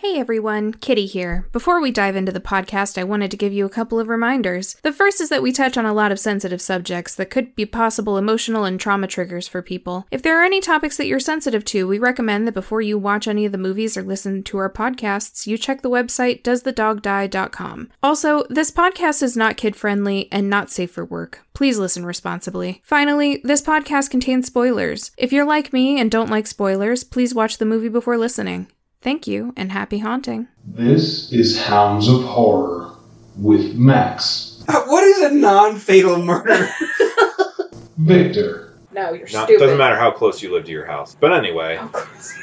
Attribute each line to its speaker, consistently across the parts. Speaker 1: Hey everyone, Kitty here. Before we dive into the podcast, I wanted to give you a couple of reminders. The first is that we touch on a lot of sensitive subjects that could be possible emotional and trauma triggers for people. If there are any topics that you're sensitive to, we recommend that before you watch any of the movies or listen to our podcasts, you check the website doesthedogdie.com. Also, this podcast is not kid friendly and not safe for work. Please listen responsibly. Finally, this podcast contains spoilers. If you're like me and don't like spoilers, please watch the movie before listening. Thank you and happy haunting.
Speaker 2: This is Hounds of Horror with Max,
Speaker 3: What is a non-fatal murder?
Speaker 2: Victor,
Speaker 4: No, you're
Speaker 5: No, it
Speaker 4: stupid.
Speaker 5: doesn't matter how close you live to your house. But anyway,
Speaker 4: Of course.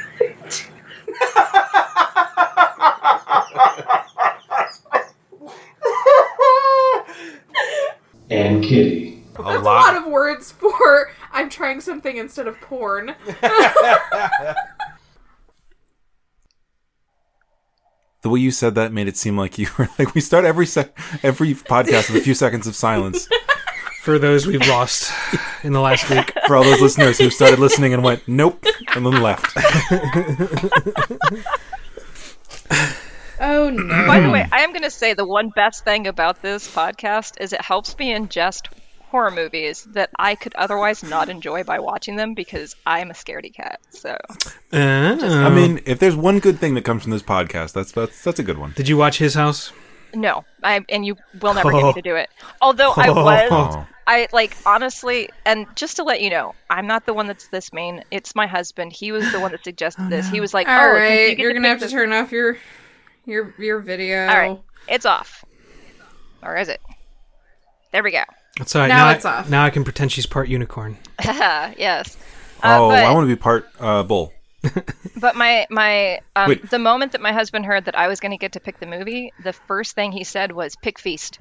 Speaker 2: and Kitty.
Speaker 5: a
Speaker 4: That's a lot of words for I'm trying something instead of porn.
Speaker 6: The way you said that made it seem like you were like we start every sec- every podcast with a few seconds of silence
Speaker 7: for those we've lost in the last week.
Speaker 6: for all those listeners who started listening and went nope and then left.
Speaker 1: Oh no.
Speaker 8: By the way, I am going to say the one best thing about this podcast is it helps me ingest horror movies that I could otherwise not enjoy by watching them because I'm a scaredy cat. So
Speaker 6: I
Speaker 7: I
Speaker 6: mean, if there's one good thing that comes from this podcast, that's that's that's a good one.
Speaker 7: did you watch his house?
Speaker 8: no, I and you will never get me to do it. Although I was,
Speaker 6: Oh.
Speaker 8: I like honestly, and just to let you know, I'm not the one that's this main. It's my husband. He was the one that suggested this. He was like,
Speaker 1: All
Speaker 8: "Oh, you
Speaker 1: right,
Speaker 8: get
Speaker 1: you're
Speaker 8: to
Speaker 1: gonna have
Speaker 8: pick
Speaker 1: to
Speaker 8: this."
Speaker 1: turn off your your your video.
Speaker 8: All right, it's off, or is it? There we go.
Speaker 7: That's all right.
Speaker 1: Now
Speaker 7: I-
Speaker 1: it's off.
Speaker 7: Now I can pretend she's part unicorn.
Speaker 8: yes. Uh,
Speaker 6: Oh,
Speaker 8: but-
Speaker 6: I want to be part uh, bull.
Speaker 8: But my my um,
Speaker 6: Wait.
Speaker 8: the moment that my husband heard that I was going to get to pick the movie, the first thing he said was pick feast.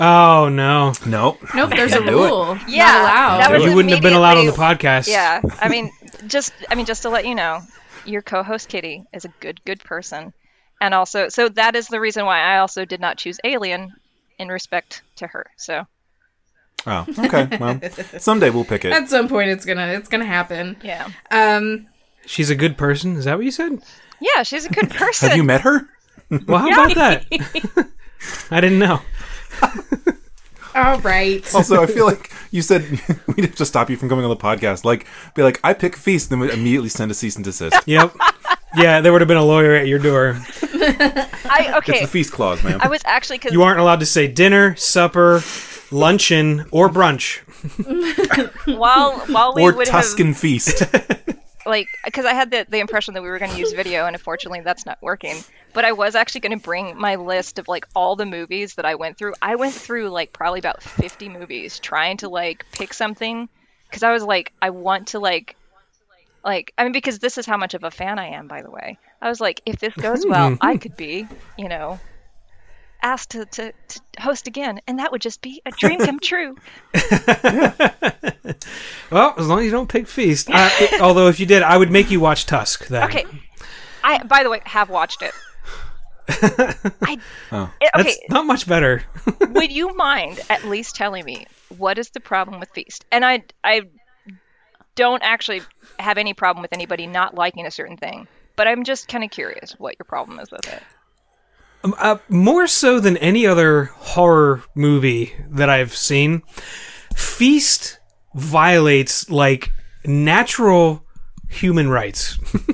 Speaker 7: Oh no!
Speaker 6: No,
Speaker 1: Nope, there's a
Speaker 6: Can't do it.
Speaker 1: rule.
Speaker 8: Yeah,
Speaker 1: Not allowed.
Speaker 8: that was
Speaker 7: You wouldn't have been allowed on the
Speaker 8: immediately-
Speaker 7: podcast.
Speaker 8: Yeah, I mean, just I mean, just to let you know, your co-host Kitty is a good good person, and also so that is the reason why I also did not choose Alien in respect to her. So
Speaker 6: Oh, okay. Well, someday we'll pick it.
Speaker 1: At some point it's gonna it's gonna happen.
Speaker 8: yeah,
Speaker 1: Um
Speaker 7: She's a good person. Is that what you said?
Speaker 8: yeah, she's a good person.
Speaker 6: Have you met her?
Speaker 7: Well, how about that? I didn't know.
Speaker 1: all right.
Speaker 6: Also, I feel like you said we'd have to stop you from coming on the podcast. Like, be like, I pick feast, then we immediately send a cease and desist.
Speaker 7: Yep. Yeah, there would have been a lawyer at your door.
Speaker 8: I
Speaker 6: It's
Speaker 8: okay.
Speaker 6: the feast clause, man.
Speaker 8: I was actually because
Speaker 7: You aren't allowed to say dinner, supper, luncheon, or brunch.
Speaker 8: while while we
Speaker 6: or
Speaker 8: would have
Speaker 6: Tuscan feast.
Speaker 8: like because I had the, the impression that we were going to use video, and unfortunately, that's not working. But I was actually going to bring my list of like all the movies that I went through. I went through like probably about fifty movies trying to like pick something because I was like, I want to like, like I mean, because this is how much of a fan I am. By the way, I was like, if this goes well, I could be, you know. Asked to, to, to host again, and that would just be a dream come true.
Speaker 7: Well, as long as you don't pick feast. Uh, although if you did, I would make you watch Tusk. Then.
Speaker 8: Okay, I by the way have watched it. I,
Speaker 6: Oh.
Speaker 8: it- okay,
Speaker 7: That's not much better.
Speaker 8: would you mind at least telling me what is the problem with feast and i i don't actually have any problem with anybody not liking a certain thing but i'm just kind of curious what your problem is with it
Speaker 7: Um, uh, more so than any other horror movie that I've seen, Feast violates like natural human rights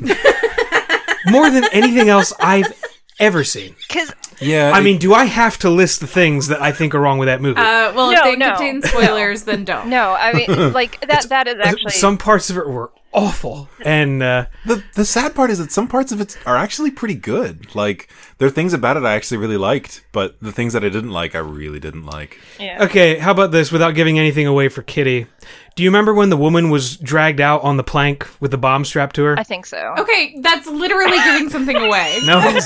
Speaker 7: more than anything else I've ever seen.
Speaker 8: because
Speaker 6: yeah.
Speaker 7: I mean, do I have to list the things that I think are wrong with that movie?
Speaker 1: Uh, well, if
Speaker 8: No,
Speaker 1: they
Speaker 8: no.
Speaker 1: contain spoilers, then don't.
Speaker 8: no i mean like that that is actually
Speaker 7: Some parts of it were awful, and uh,
Speaker 6: The the sad part is that some parts of it are actually pretty good. Like there are things about it I actually really liked, but the things that I didn't like, I really didn't like.
Speaker 8: yeah.
Speaker 7: Okay, how about this without giving anything away for Kitty? Do you remember when the woman was dragged out on the plank with the bomb strapped to her?
Speaker 8: i think so
Speaker 1: Okay, that's literally giving something away.
Speaker 7: no.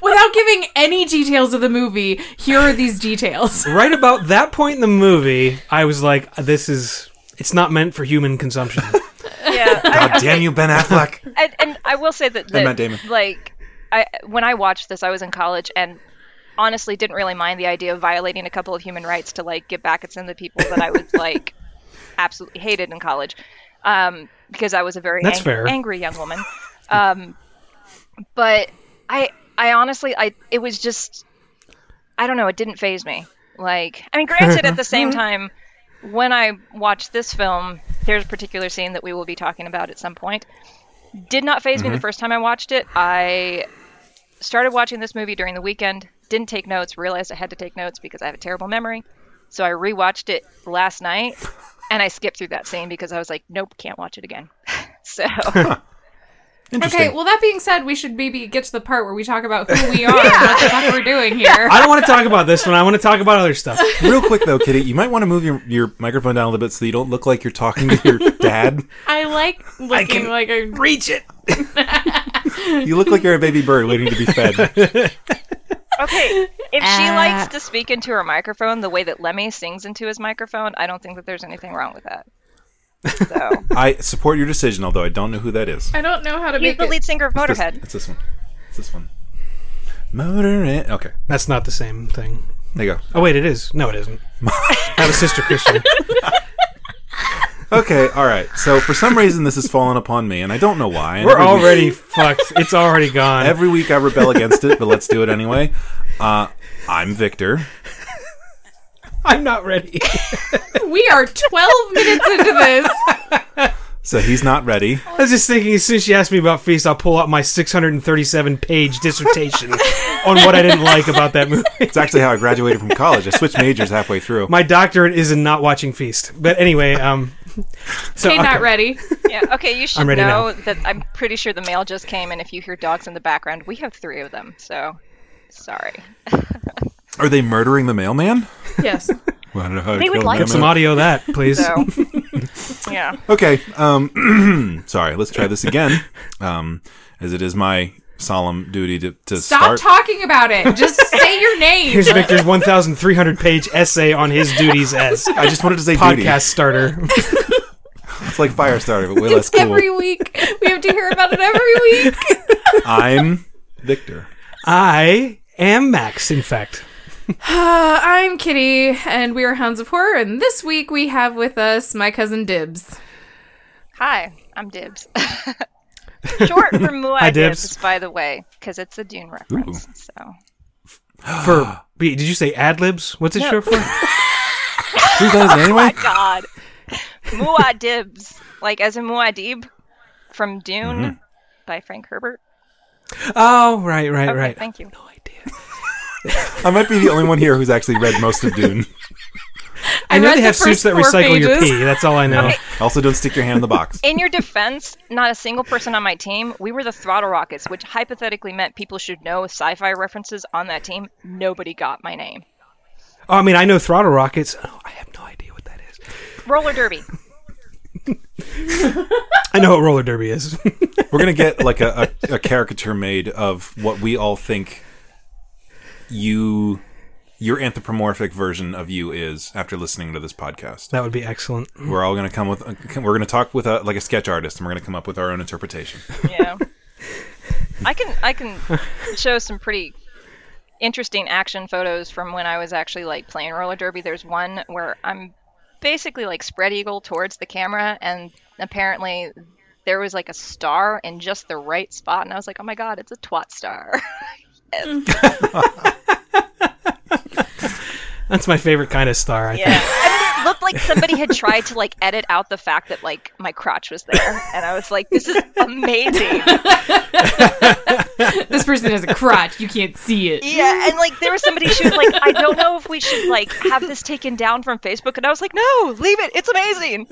Speaker 1: Without giving any details of the movie, here are these details.
Speaker 7: right about that point in the movie, I was like, this is it's not meant for human consumption.
Speaker 8: yeah I-
Speaker 6: God damn you, Ben Affleck!
Speaker 8: and, and I will say that, that
Speaker 6: Matt Damon.
Speaker 8: like I when I watched this, I was in college and honestly didn't really mind the idea of violating a couple of human rights to like get back at some of the people that I was like absolutely hated in college, um, because I was a very
Speaker 7: That's
Speaker 8: ang-
Speaker 7: fair.
Speaker 8: angry young woman. Um, but I, I honestly, I it was just, I don't know, it didn't phase me. Like, I mean, granted, at the same
Speaker 7: Mm-hmm.
Speaker 8: time, when I watched this film, there's a particular scene that we will be talking about at some point. Did not phase
Speaker 7: Mm-hmm.
Speaker 8: me the first time I watched it. I started watching this movie during the weekend, didn't take notes, realized I had to take notes because I have a terrible memory. So I rewatched it last night and I skipped through that scene because I was like, nope, can't watch it again. so,
Speaker 6: Interesting.
Speaker 1: Okay, well, that being said, we should maybe get to the part where we talk about who we are and what the fuck we're doing here.
Speaker 7: I don't want to talk about this one. I want to talk about other stuff.
Speaker 6: Real quick though, Kitty, you might want to move your, your microphone down a little bit so you don't look like you're talking to your dad.
Speaker 1: I like looking like I'm.
Speaker 7: Reach it.
Speaker 6: You look like you're a baby bird waiting to be fed.
Speaker 8: okay, if she likes to speak into her microphone the way that Lemmy sings into his microphone, I don't think that there's anything wrong with that. So,
Speaker 6: I support your decision, although I don't know who that is.
Speaker 1: I don't know how to
Speaker 8: he's
Speaker 1: make
Speaker 8: the
Speaker 1: it.
Speaker 8: lead singer of
Speaker 6: It's this-
Speaker 8: Motorhead.
Speaker 6: It's this one. It's this one. Motorhead. Okay,
Speaker 7: That's not the same thing.
Speaker 6: there you go.
Speaker 7: Oh wait, it is. No, it isn't. I have a sister Christian.
Speaker 6: Okay, all right. So for some reason, this has fallen upon me, and I don't know why. And
Speaker 7: We're
Speaker 6: every week-
Speaker 7: already fucked. It's already gone.
Speaker 6: every week I rebel against it, but let's do it anyway. Uh, I'm Victor.
Speaker 7: I'm not ready.
Speaker 1: We are 12 minutes into this.
Speaker 6: So he's not ready.
Speaker 7: I was just thinking, as soon as she asked me about Feast, I'll pull out my 637 page dissertation on what I didn't like about that movie.
Speaker 6: It's actually how I graduated from college. I switched majors halfway through.
Speaker 7: My doctorate is in not watching Feast. But anyway, um, so
Speaker 1: Okay,
Speaker 7: okay.
Speaker 1: not ready.
Speaker 8: Yeah, okay, you should
Speaker 7: I'm ready
Speaker 8: know that I'm pretty sure the mail just came, and if you hear dogs in the background, we have three of them, so sorry.
Speaker 6: Are they murdering the mailman?
Speaker 1: Yes.
Speaker 6: Well, I don't know how to
Speaker 8: They would
Speaker 6: kill a
Speaker 8: like
Speaker 7: Get some
Speaker 6: mailman.
Speaker 7: audio of that, please.
Speaker 8: So, yeah.
Speaker 6: Okay. Um, sorry. Let's try this again. Um, as it is my solemn duty to, to
Speaker 1: Stop
Speaker 6: start.
Speaker 1: talking about it. Just say your name.
Speaker 7: Here's Victor's 1,300 page essay on his duties as
Speaker 6: I just wanted to say
Speaker 7: podcast
Speaker 6: duty.
Speaker 7: starter.
Speaker 6: It's like Firestarter, but way less
Speaker 1: It's
Speaker 6: cool.
Speaker 1: every week. We have to hear about it every week.
Speaker 6: I'm Victor.
Speaker 7: I am Max, in fact.
Speaker 1: Uh, I'm Kitty, and we are Hounds of Horror, and this week we have with us my cousin Dibs.
Speaker 8: Hi, I'm Dibs. Short for Muad
Speaker 7: Dibs.
Speaker 8: Dibs, by the way, because it's a Dune reference. So
Speaker 7: For,
Speaker 6: Ah.
Speaker 7: wait, did you say ad libs? What's it short for?
Speaker 6: Who does it anyway?
Speaker 8: God, Muad Dibs, like as in Muad'Dib from Dune by Frank Herbert.
Speaker 7: Oh, right, right,
Speaker 8: Okay,
Speaker 7: right.
Speaker 8: thank you.
Speaker 6: I might be the only one here who's actually read most of Dune.
Speaker 7: I, know
Speaker 1: read
Speaker 7: they
Speaker 1: the
Speaker 7: have
Speaker 1: first
Speaker 7: suits that
Speaker 1: four
Speaker 7: recycle your
Speaker 1: pages.
Speaker 7: pee. That's all I know.
Speaker 6: Also, don't stick your hand in the box.
Speaker 8: In your defense, not a single person on my team. We were the throttle rockets, which hypothetically meant people should know sci-fi references on that team. Nobody got my name.
Speaker 7: Oh, I mean, I know throttle rockets. Oh, I have no idea what that is.
Speaker 8: Roller derby.
Speaker 7: I know what roller derby is.
Speaker 6: We're gonna get like a, a, a caricature made of what we all think you your anthropomorphic version of you is after listening to this podcast.
Speaker 7: that would be excellent.
Speaker 6: We're all gonna come with uh, we're gonna talk with a like a sketch artist, and we're gonna come up with our own interpretation.
Speaker 8: Yeah. I can I can show some pretty interesting action photos from when I was actually like playing roller derby. There's one where I'm basically like spread eagle towards the camera and apparently there was like a star in just the right spot and I was like, "Oh my god, it's a twat star."
Speaker 7: That's my favorite kind of star. I
Speaker 8: Yeah. I mean, it looked like somebody had tried to like edit out the fact that like my crotch was there and I was like, "This is amazing."
Speaker 1: This person has a crotch. You can't see it.
Speaker 8: Yeah, and like there was somebody she was like, I don't know if we should like have this taken down from Facebook, and I was like, No, leave it. It's amazing.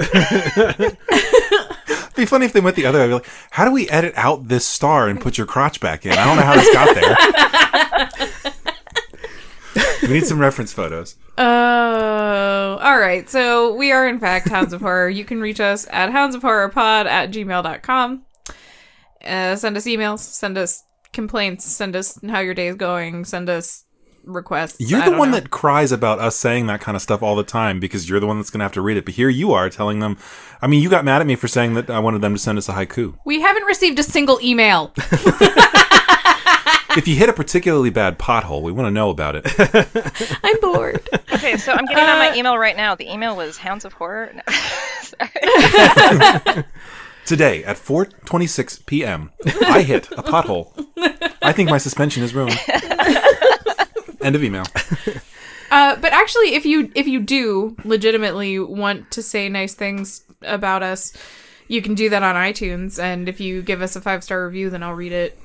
Speaker 6: It'd be funny if they went the other way. I'd be like, how do we edit out this star and put your crotch back in? I don't know how this got there. we need some reference photos.
Speaker 1: Oh, all right. So we are, in fact, Hounds of Horror. You can reach us at houndsofhorrorpod at gmail.com. Uh, send us emails, send us complaints, send us how your day is going, send us requests.
Speaker 6: You're
Speaker 1: I
Speaker 6: the
Speaker 1: don't
Speaker 6: one
Speaker 1: know.
Speaker 6: that cries about us saying that kind of stuff all the time because you're the one that's going to have to read it. But here you are telling them. I mean, you got mad at me for saying that I wanted them to send us a haiku.
Speaker 1: We haven't received a single email.
Speaker 6: if you hit a particularly bad pothole, we want to know about it.
Speaker 1: I'm bored.
Speaker 8: Okay, so I'm getting on my email right now. The email was Hounds of Horror. No, sorry.
Speaker 6: Today at 4:26 p.m., I hit a pothole. I think my suspension is ruined. End of email.
Speaker 1: Uh, but actually, if you if you do legitimately want to say nice things about us, you can do that on iTunes. And if you give us a five star review, then I'll read it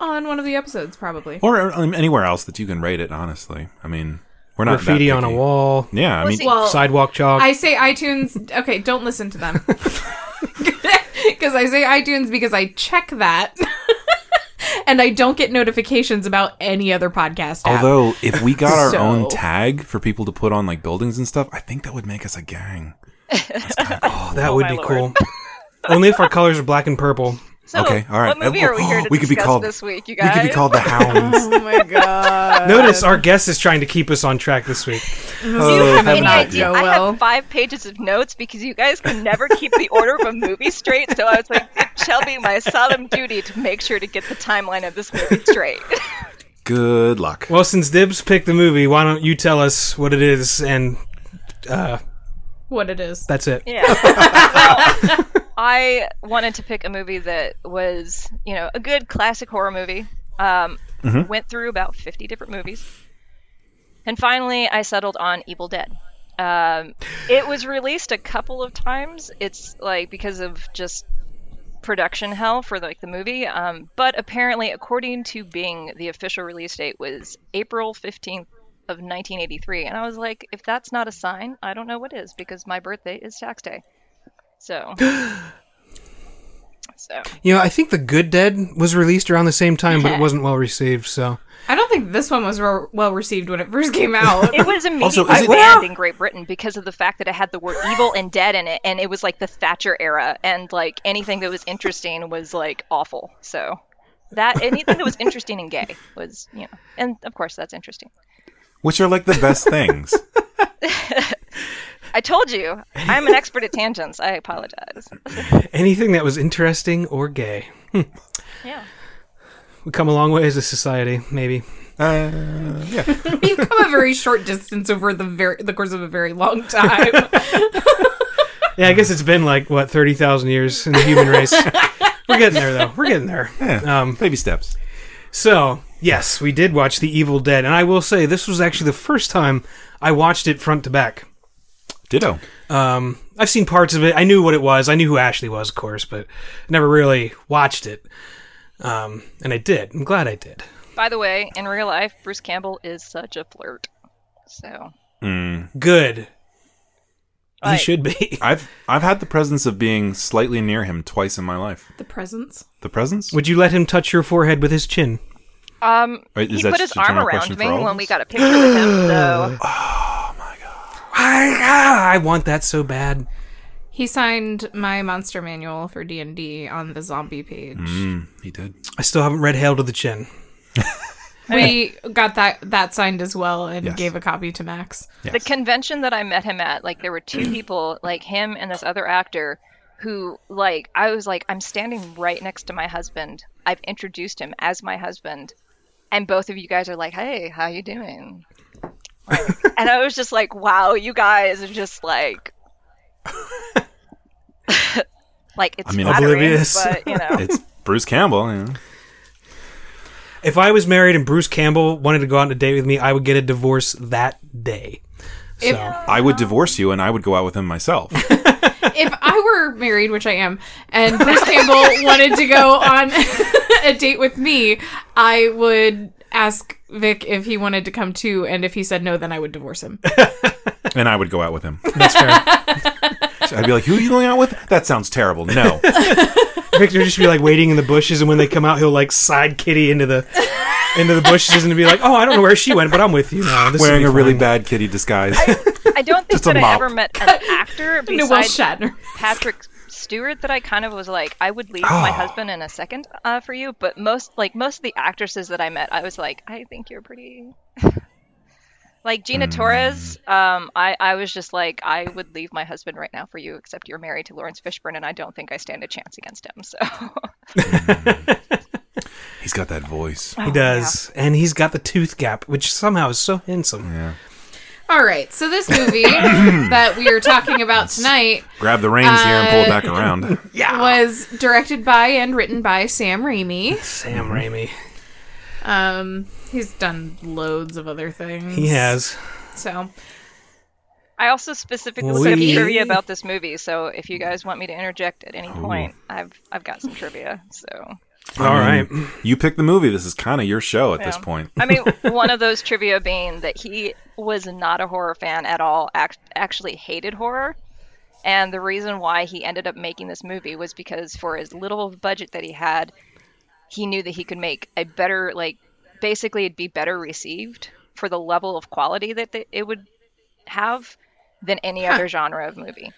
Speaker 1: on one of the episodes, probably.
Speaker 6: Or um, anywhere else that you can rate it. Honestly, I mean, we're not that
Speaker 7: graffiti on a
Speaker 6: picky.
Speaker 7: wall,
Speaker 6: Yeah, I mean,
Speaker 8: Well,
Speaker 7: sidewalk chalk.
Speaker 1: I say iTunes. Okay, don't listen to them. Because I say iTunes because I check that, and I don't get notifications about any other podcast. app.
Speaker 6: although if we got our
Speaker 1: So-
Speaker 6: own tag for people to put on like buildings and stuff, I think that would make us a gang.
Speaker 7: oh, that would
Speaker 8: my
Speaker 7: be
Speaker 8: lord.
Speaker 7: cool. Only if our colors are black and purple.
Speaker 8: So,
Speaker 6: okay, all right.
Speaker 8: What movie are we here to
Speaker 6: We could
Speaker 8: discuss
Speaker 6: be called-
Speaker 8: this week, you
Speaker 6: We
Speaker 8: guys?
Speaker 6: could be called the Hounds.
Speaker 1: Oh my god!
Speaker 7: Notice our guest is trying to keep us on track this week.
Speaker 8: Do you
Speaker 6: Oh,
Speaker 8: have
Speaker 6: that
Speaker 8: any
Speaker 6: might
Speaker 8: idea?
Speaker 1: go
Speaker 8: I
Speaker 1: well.
Speaker 8: have five pages of notes because you guys can never keep the order of a movie straight. So I was like, it shall be my solemn duty to make sure to get the timeline of this movie straight.
Speaker 6: Good luck.
Speaker 7: Well, since Dibs picked the movie, why don't you tell us what it is? And uh,
Speaker 1: what it is?
Speaker 7: that's it.
Speaker 8: Yeah. Well, I wanted to pick a movie that was, you know, a good classic horror movie. Um, Went through about 50 different movies. And finally, I settled on Evil Dead. Um, it was released a couple of times. It's like because of just production hell for like the movie. Um, but apparently, according to Bing, the official release date was April 15th of 1983. And I was like, if that's not a sign, I don't know what is because my birthday is tax day. So. so.
Speaker 7: You know, I think The Good Dead was released around the same time, but it wasn't well received. So
Speaker 1: I don't think this one was re- well received when it first came out.
Speaker 8: It was immediately
Speaker 6: Also, is it-
Speaker 8: banned in Great Britain because of the fact that it had the word evil and dead in it, and it was like the Thatcher era, and like anything that was interesting was like awful. So that anything that was interesting and gay was you know, and of course that's interesting.
Speaker 6: Which are like the best things.
Speaker 8: I told you I'm an expert at tangents. I apologize.
Speaker 7: anything that was interesting or gay, Hmm.
Speaker 8: Yeah.
Speaker 7: we come a long way as a society. Maybe
Speaker 6: Uh, yeah.
Speaker 1: You've come a very short distance over the very the course of a very long time.
Speaker 7: Yeah, I guess it's been like what thirty thousand years in the human race. We're getting there though. We're getting there.
Speaker 6: yeah.
Speaker 7: Um,
Speaker 6: Baby steps.
Speaker 7: so yes, we did watch The Evil Dead, and I will say this was actually the first time I watched it front to back.
Speaker 6: Ditto.
Speaker 7: Um, I've seen parts of it. I knew what it was. I knew who Ashley was, of course, but never really watched it. Um, and I did. I'm glad I did.
Speaker 8: By the way, in real life, Bruce Campbell is such a flirt. So
Speaker 7: Hmm.
Speaker 6: Mm.
Speaker 7: Good. he
Speaker 8: Like-
Speaker 7: should be.
Speaker 6: I've I've had the presence of being slightly near him twice in my life.
Speaker 1: the presents.
Speaker 6: The presence?
Speaker 7: Would you let him touch your forehead with his chin?
Speaker 8: um,
Speaker 6: Wait, is
Speaker 8: he
Speaker 6: that
Speaker 8: put his
Speaker 6: just a
Speaker 8: arm
Speaker 6: general
Speaker 8: around
Speaker 6: question for
Speaker 8: me
Speaker 6: all of
Speaker 8: when
Speaker 6: us?
Speaker 8: we got a picture of him. So
Speaker 7: I, ah, I want that so bad.
Speaker 1: He signed my monster manual for D and D on the zombie page.
Speaker 6: Mm, he did.
Speaker 7: I still haven't read Hail to the Chin.
Speaker 1: We got that that signed as well and
Speaker 6: Yes.
Speaker 1: gave a copy to Max.
Speaker 8: the convention that I met him at, like there were two people, like him and this other actor, who like I was like, I'm standing right next to my husband. I've introduced him as my husband, and both of you guys are like, Hey, how you doing? Like, and I was just like, Wow, you guys are just like, like it's
Speaker 6: I mean,
Speaker 8: flattering,
Speaker 7: oblivious.
Speaker 8: but you know,
Speaker 6: It's Bruce Campbell, you know.
Speaker 7: If I was married and Bruce Campbell wanted to go out on a date with me, I would get a divorce that day. So,
Speaker 6: I would divorce you and I would go out with him myself.
Speaker 1: If I were married, which I am, and Bruce Campbell wanted to go on a date with me, I would ask Vic if he wanted to come too, and if he said no, then I would divorce him.
Speaker 6: and I would go out with him.
Speaker 7: that's fair.
Speaker 6: I'd be like, Who are you going out with? That sounds terrible. No.
Speaker 7: Victor would just be like waiting in the bushes, and when they come out, he'll like side kitty into the into the bushes and be like, "Oh, I don't know where she went, but I'm with you now." This will
Speaker 6: Wearing
Speaker 7: be
Speaker 6: a really
Speaker 7: fine."
Speaker 6: bad kitty disguise.
Speaker 8: I don't think
Speaker 6: Just a
Speaker 8: that I
Speaker 6: mop.
Speaker 8: ever met an actor
Speaker 1: Noel
Speaker 8: besides
Speaker 1: Shatner.
Speaker 8: Patrick Stewart that I kind of was like, I would leave my husband in a second uh, for you. But most, like most of the actresses that I met, I was like, I think you're pretty. like Gina Torres, um, I I was just like, I would leave my husband right now for you, except you're married to Lawrence Fishburne, and I don't think I stand a chance against him. So
Speaker 6: He's got that voice.
Speaker 7: He does, and he's got the tooth gap, which somehow is so handsome.
Speaker 6: Yeah.
Speaker 1: All right, so this movie that we are talking about tonight
Speaker 6: Grab the reins here and pull it back
Speaker 7: Uh,
Speaker 6: around.
Speaker 1: was directed by and written by Sam Raimi.
Speaker 6: Mm-hmm.
Speaker 7: Sam Raimi.
Speaker 1: Um, he's done loads of other things.
Speaker 7: He has.
Speaker 1: So
Speaker 8: I also specifically
Speaker 7: We-
Speaker 8: looked up trivia about this movie, so if you guys want me to interject at any point, I've I've got some trivia. So
Speaker 7: All right.
Speaker 6: You pick the movie. This is kind of your show at this
Speaker 8: Yeah.
Speaker 6: point.
Speaker 8: I mean, one of those trivia being that he was not a horror fan at all, act- actually hated horror. And the reason why he ended up making this movie was because for his little budget that he had, he knew that he could make a better, like, basically it'd be better received for the level of quality that th- it would have than any other genre of movie.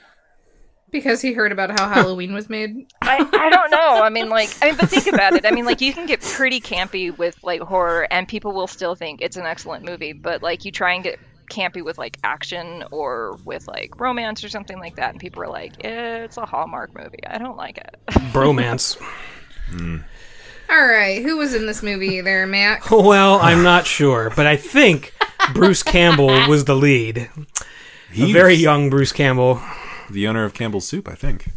Speaker 1: because he heard about how Halloween was made,
Speaker 8: I, I don't know. I mean, like, I mean, but think about it. I mean, like, you can get pretty campy with like horror, and people will still think it's an excellent movie. But like, you try and get campy with like action or with like romance or something like that, and people are like, "Eh, "It's a Hallmark movie. I don't like it."
Speaker 7: Bromance.
Speaker 1: All right, who was in this movie there, Max?
Speaker 7: Well, I'm not sure, but I think Bruce Campbell was the lead.
Speaker 6: He's
Speaker 7: A very young Bruce Campbell.
Speaker 6: The owner of Campbell's Soup, I think.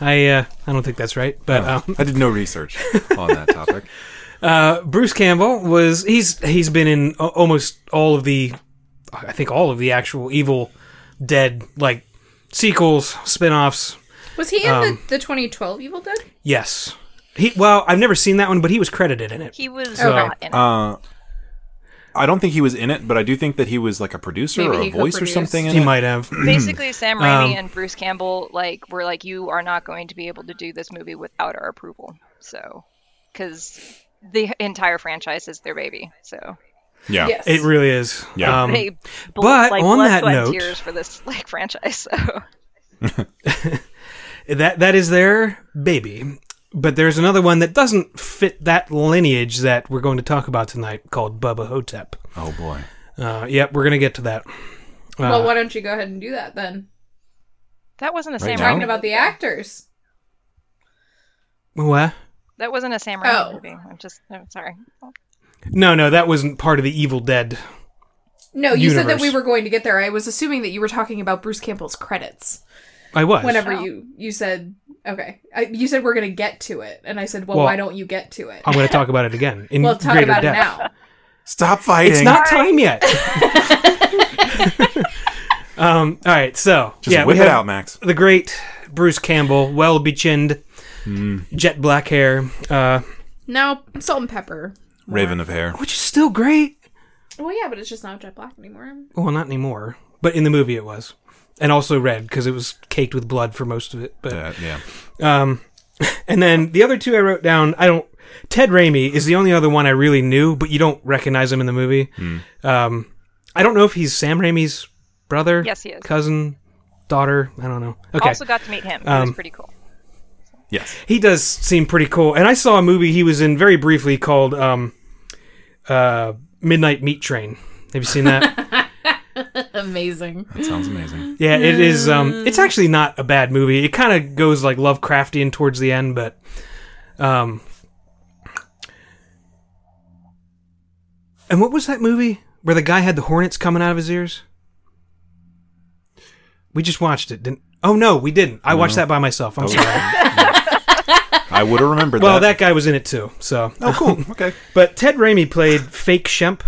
Speaker 7: I uh, I don't think that's right, but um, uh,
Speaker 6: I did no research on that topic.
Speaker 7: Bruce Campbell was he's he's been in a- almost all of the I think all of the actual Evil Dead like sequels, spin-offs.
Speaker 1: Was he in
Speaker 7: Um,
Speaker 1: the, the 2012 Evil Dead?
Speaker 7: Yes. He well, I've never seen that one, but he was credited in it.
Speaker 8: He was
Speaker 7: So-
Speaker 8: not in it.
Speaker 6: Uh, I don't think he was in it, but I do think that he was like a producer
Speaker 1: Maybe
Speaker 6: or
Speaker 1: he
Speaker 6: a voice or
Speaker 1: co-produced.
Speaker 6: something in
Speaker 7: He
Speaker 6: it.
Speaker 7: might have.
Speaker 8: Basically, Sam Raimi and Bruce Campbell like were like, "You are not going to be able to do this movie without our approval." So, because the entire franchise is their baby, so
Speaker 6: Yeah.
Speaker 1: Yes.
Speaker 7: It really is.
Speaker 6: Yeah.
Speaker 7: Um,
Speaker 8: they bl-
Speaker 7: but
Speaker 8: like,
Speaker 7: on
Speaker 8: blood,
Speaker 7: that
Speaker 8: sweat,
Speaker 7: note-
Speaker 8: and tears for this like franchise. So.
Speaker 7: that that is their baby. But there's another one that doesn't fit that lineage that we're going to talk about tonight called Bubba Hotep.
Speaker 6: Oh boy.
Speaker 7: Uh, yep, we're going to get to that. Uh,
Speaker 1: well, why don't you go ahead and do that then?
Speaker 8: That wasn't a
Speaker 6: Right
Speaker 8: Sam
Speaker 6: now?
Speaker 8: Raimi.
Speaker 1: Talking about the actors.
Speaker 7: What?
Speaker 8: That wasn't a Sam Raimi
Speaker 1: Oh.
Speaker 8: movie. I'm just. I'm sorry.
Speaker 7: No, no, that wasn't part of the Evil Dead.
Speaker 1: No, you said that
Speaker 7: Universe.
Speaker 1: we were going to get there. I was assuming that you were talking about Bruce Campbell's credits.
Speaker 7: I was.
Speaker 1: Whenever you you said okay, I, you said we're going to get to it, and I said, well,
Speaker 7: Well,
Speaker 1: why don't you get to it?
Speaker 7: I'm going to talk about it again in
Speaker 1: Well, talk
Speaker 7: greater
Speaker 1: about
Speaker 7: depth.
Speaker 1: it now.
Speaker 6: Stop fighting.
Speaker 7: It's not time yet. um, all right, so
Speaker 6: Just
Speaker 7: yeah,
Speaker 6: whip
Speaker 7: we
Speaker 6: it
Speaker 7: have
Speaker 6: out, Max.
Speaker 7: The great Bruce Campbell, well bechinned,
Speaker 6: Mm.
Speaker 7: jet black hair, uh,
Speaker 1: Now, salt and pepper.
Speaker 6: Raven of Hair.
Speaker 7: which is still great.
Speaker 1: Well, yeah, but it's just not Jet Black anymore.
Speaker 7: Well, not anymore, but in the movie it was, and also red because it was caked with blood for most of it. But
Speaker 6: Uh, yeah.
Speaker 7: Um, and then the other two I wrote down. I don't. Ted Raimi is the only other one I really knew, but you don't recognize him in the movie. Um, I don't know if he's Sam Raimi's brother.
Speaker 8: Yes, he is.
Speaker 7: Cousin, daughter. I don't know. Okay, Um,
Speaker 8: Also got to meet him. He was pretty cool.
Speaker 6: Yes.
Speaker 7: he does seem pretty cool. And I saw a movie he was in very briefly called um, uh, Midnight Meat Train. Have you seen that?
Speaker 1: Amazing.
Speaker 6: That sounds amazing.
Speaker 7: yeah, it is.
Speaker 8: Hmm.
Speaker 7: Um, it's actually not a bad movie. It kind of goes like Lovecraftian towards the end, but um, and what was that movie where the guy had the hornets coming out of his ears? We just watched it, didn't? Oh no, we didn't. I watched that by myself. I'm
Speaker 6: That was-
Speaker 7: sorry.
Speaker 6: I would have remembered
Speaker 7: Well,
Speaker 6: that.
Speaker 7: that guy was in it too, so.
Speaker 6: Oh, cool. Okay.
Speaker 7: But Ted Raimi played Fake Shemp.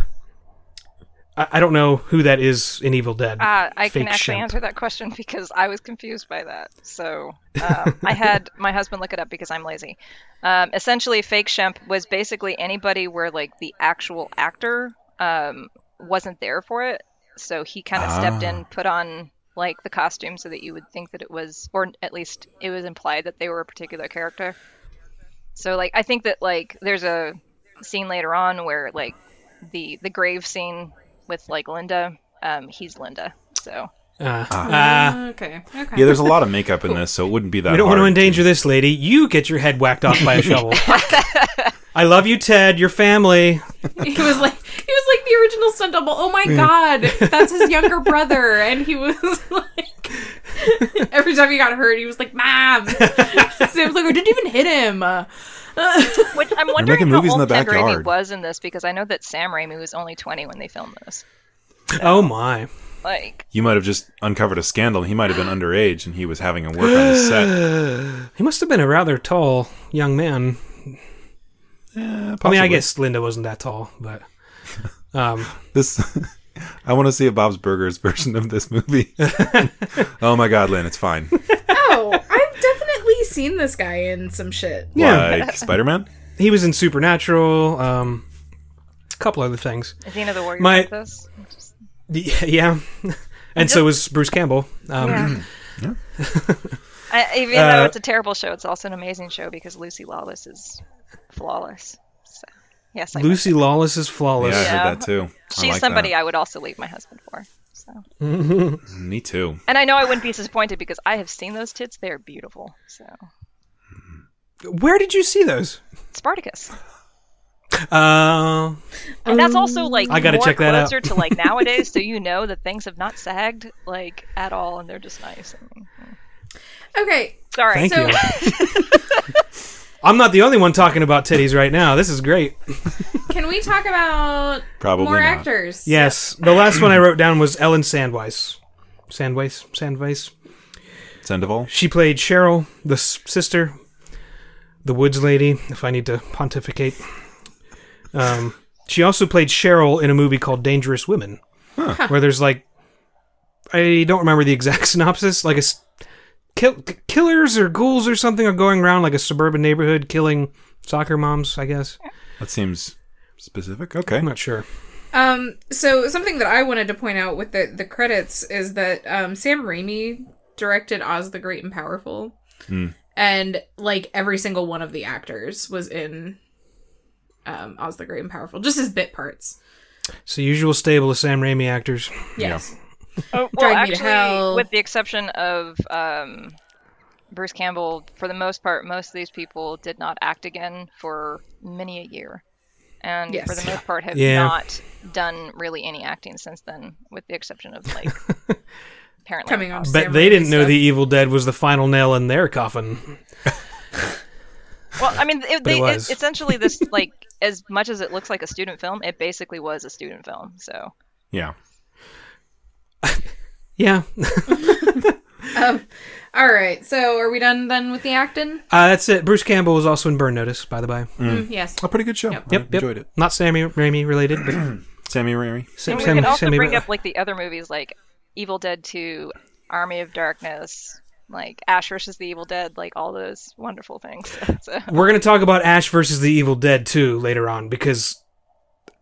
Speaker 7: I, I don't know who that is in Evil Dead.
Speaker 8: Uh, I
Speaker 7: Fake
Speaker 8: can actually
Speaker 7: Shemp.
Speaker 8: answer that question because I was confused by that. So um, I had my husband look it up because I'm lazy. Um, essentially, fake Shemp was basically anybody where like the actual actor um, wasn't there for it, so he kind of stepped in, put on like the costume so that you would think that it was, or at least it was implied that they were a particular character. So like I think that like there's a scene later on where like the the grave scene with like Linda, um, he's Linda. So
Speaker 7: Uh,
Speaker 6: Ah.
Speaker 7: uh,
Speaker 1: Okay. Okay.
Speaker 6: Yeah, there's a lot of makeup in this, so it wouldn't be that.
Speaker 7: we don't want to
Speaker 6: hard
Speaker 7: endanger this lady. You get your head whacked off by a shovel. I love you, Ted. Your family.
Speaker 1: He was like he was like the original stunt double. Oh my god, that's his younger brother, and he was like every time he got hurt, he was like, "Mom." Sam's like, "I didn't even hit him." Uh,
Speaker 8: Which I'm wondering
Speaker 6: making
Speaker 8: how
Speaker 6: movies in
Speaker 8: old
Speaker 6: the
Speaker 8: Ted Raimi
Speaker 6: backyard.
Speaker 8: was in this because I know that Sam Raimi was only 20 when they filmed this.
Speaker 7: Oh my.
Speaker 8: Like,
Speaker 6: You might have just uncovered a scandal. He might have been underage and he was having a work on his set.
Speaker 7: He must have been a rather tall young man.
Speaker 6: Yeah,
Speaker 7: I mean, I
Speaker 6: possibly.
Speaker 7: guess Linda wasn't that tall, but um,
Speaker 6: this. I want to see a Bob's Burgers version of this movie. oh my God, Lynn, it's fine.
Speaker 4: Oh, I've definitely seen this guy in some shit.
Speaker 7: Yeah.
Speaker 6: Like Spider Man?
Speaker 7: he was in Supernatural, um, a couple other things.
Speaker 8: is Xena the Warrior
Speaker 7: My-
Speaker 8: like this? Just-
Speaker 7: Y- Yeah. And so was Bruce Campbell. Um,
Speaker 8: Yeah. I, even
Speaker 6: Uh,
Speaker 8: though it's a terrible show, it's also an amazing show because Lucy Lawless is flawless. So, yes, I know.
Speaker 7: Lucy Lawless is flawless.
Speaker 6: Yeah, I
Speaker 8: Yeah.
Speaker 6: heard that too. I
Speaker 8: She's
Speaker 6: like
Speaker 8: somebody
Speaker 6: that.
Speaker 8: I would also leave my husband for. So,
Speaker 6: Me too.
Speaker 8: and I know I wouldn't be disappointed because I have seen those tits; they're beautiful. So,
Speaker 7: Where did you see those?
Speaker 8: Spartacus,
Speaker 7: Uh,
Speaker 8: and that's
Speaker 4: Um,
Speaker 8: also like
Speaker 7: I gotta
Speaker 8: more
Speaker 7: check that out.
Speaker 8: closer to like nowadays, so you know that things have not sagged like at all, and they're just nice. I mean, hmm.
Speaker 4: Okay,
Speaker 8: Sorry,
Speaker 7: Thank
Speaker 4: so
Speaker 7: you. I'm not the only one talking about titties right now. This is great.
Speaker 9: Can we talk about
Speaker 6: Probably
Speaker 9: more
Speaker 6: not.
Speaker 9: actors?
Speaker 7: Yes. The last one I wrote down was Ellen Sandweiss. Sandweiss? Sandweiss?
Speaker 6: Sandoval?
Speaker 7: She played Cheryl, the s- sister, the woods lady, if I need to pontificate. Um, she also played Cheryl in a movie called Dangerous Women, where there's like, I don't remember the exact synopsis, like a s- kill, k- killers or ghouls or something are going around like a suburban neighborhood killing soccer moms, I guess.
Speaker 6: That seems specific. Okay.
Speaker 7: I'm not sure.
Speaker 4: um, so something that I wanted to point out with the the credits is that um, Sam Raimi directed Oz the Great and Powerful,
Speaker 7: Hmm.
Speaker 4: and like every single one of the actors was in um, Oz the Great and Powerful, just as bit parts.
Speaker 7: It's the usual stable of Sam Raimi actors.
Speaker 4: Yes.
Speaker 8: Oh, well,
Speaker 4: Drag Me to
Speaker 8: actually,
Speaker 4: Hell.
Speaker 8: with the exception of um, Bruce Campbell, for the most part, most of these people did not act again for many a year, and
Speaker 4: Yes.
Speaker 8: for the most part have
Speaker 7: Yeah.
Speaker 8: not done really any acting since then, with the exception of like apparently
Speaker 4: Coming on.
Speaker 7: But
Speaker 4: Sam
Speaker 7: they
Speaker 4: Raimi
Speaker 7: didn't know
Speaker 4: stuff.
Speaker 7: the Evil Dead was the final nail in their coffin.
Speaker 8: Well, I mean, it,
Speaker 7: But it
Speaker 8: they, it
Speaker 7: was.
Speaker 8: essentially this like as much as it looks like a student film, it basically was a student film. So
Speaker 6: Yeah.
Speaker 7: Yeah,
Speaker 4: All right, so are we done then with the acting?
Speaker 7: Uh, that's it. Bruce Campbell was also in Burn Notice, by the by.
Speaker 4: Mm, Yes.
Speaker 6: A pretty good show. I
Speaker 7: Yep, yep.
Speaker 6: enjoyed it.
Speaker 7: Not Sammy Raimi related, but
Speaker 6: Sammy Raimi.
Speaker 7: Sam,
Speaker 8: and we
Speaker 7: Sam,
Speaker 8: can also
Speaker 7: Sammy
Speaker 8: bring
Speaker 7: Ra-
Speaker 8: up like the other movies like Evil Dead 2, Army of Darkness, like Ash versus the Evil Dead, like all those wonderful things. So,
Speaker 7: We're gonna talk about Ash versus the Evil Dead too later on because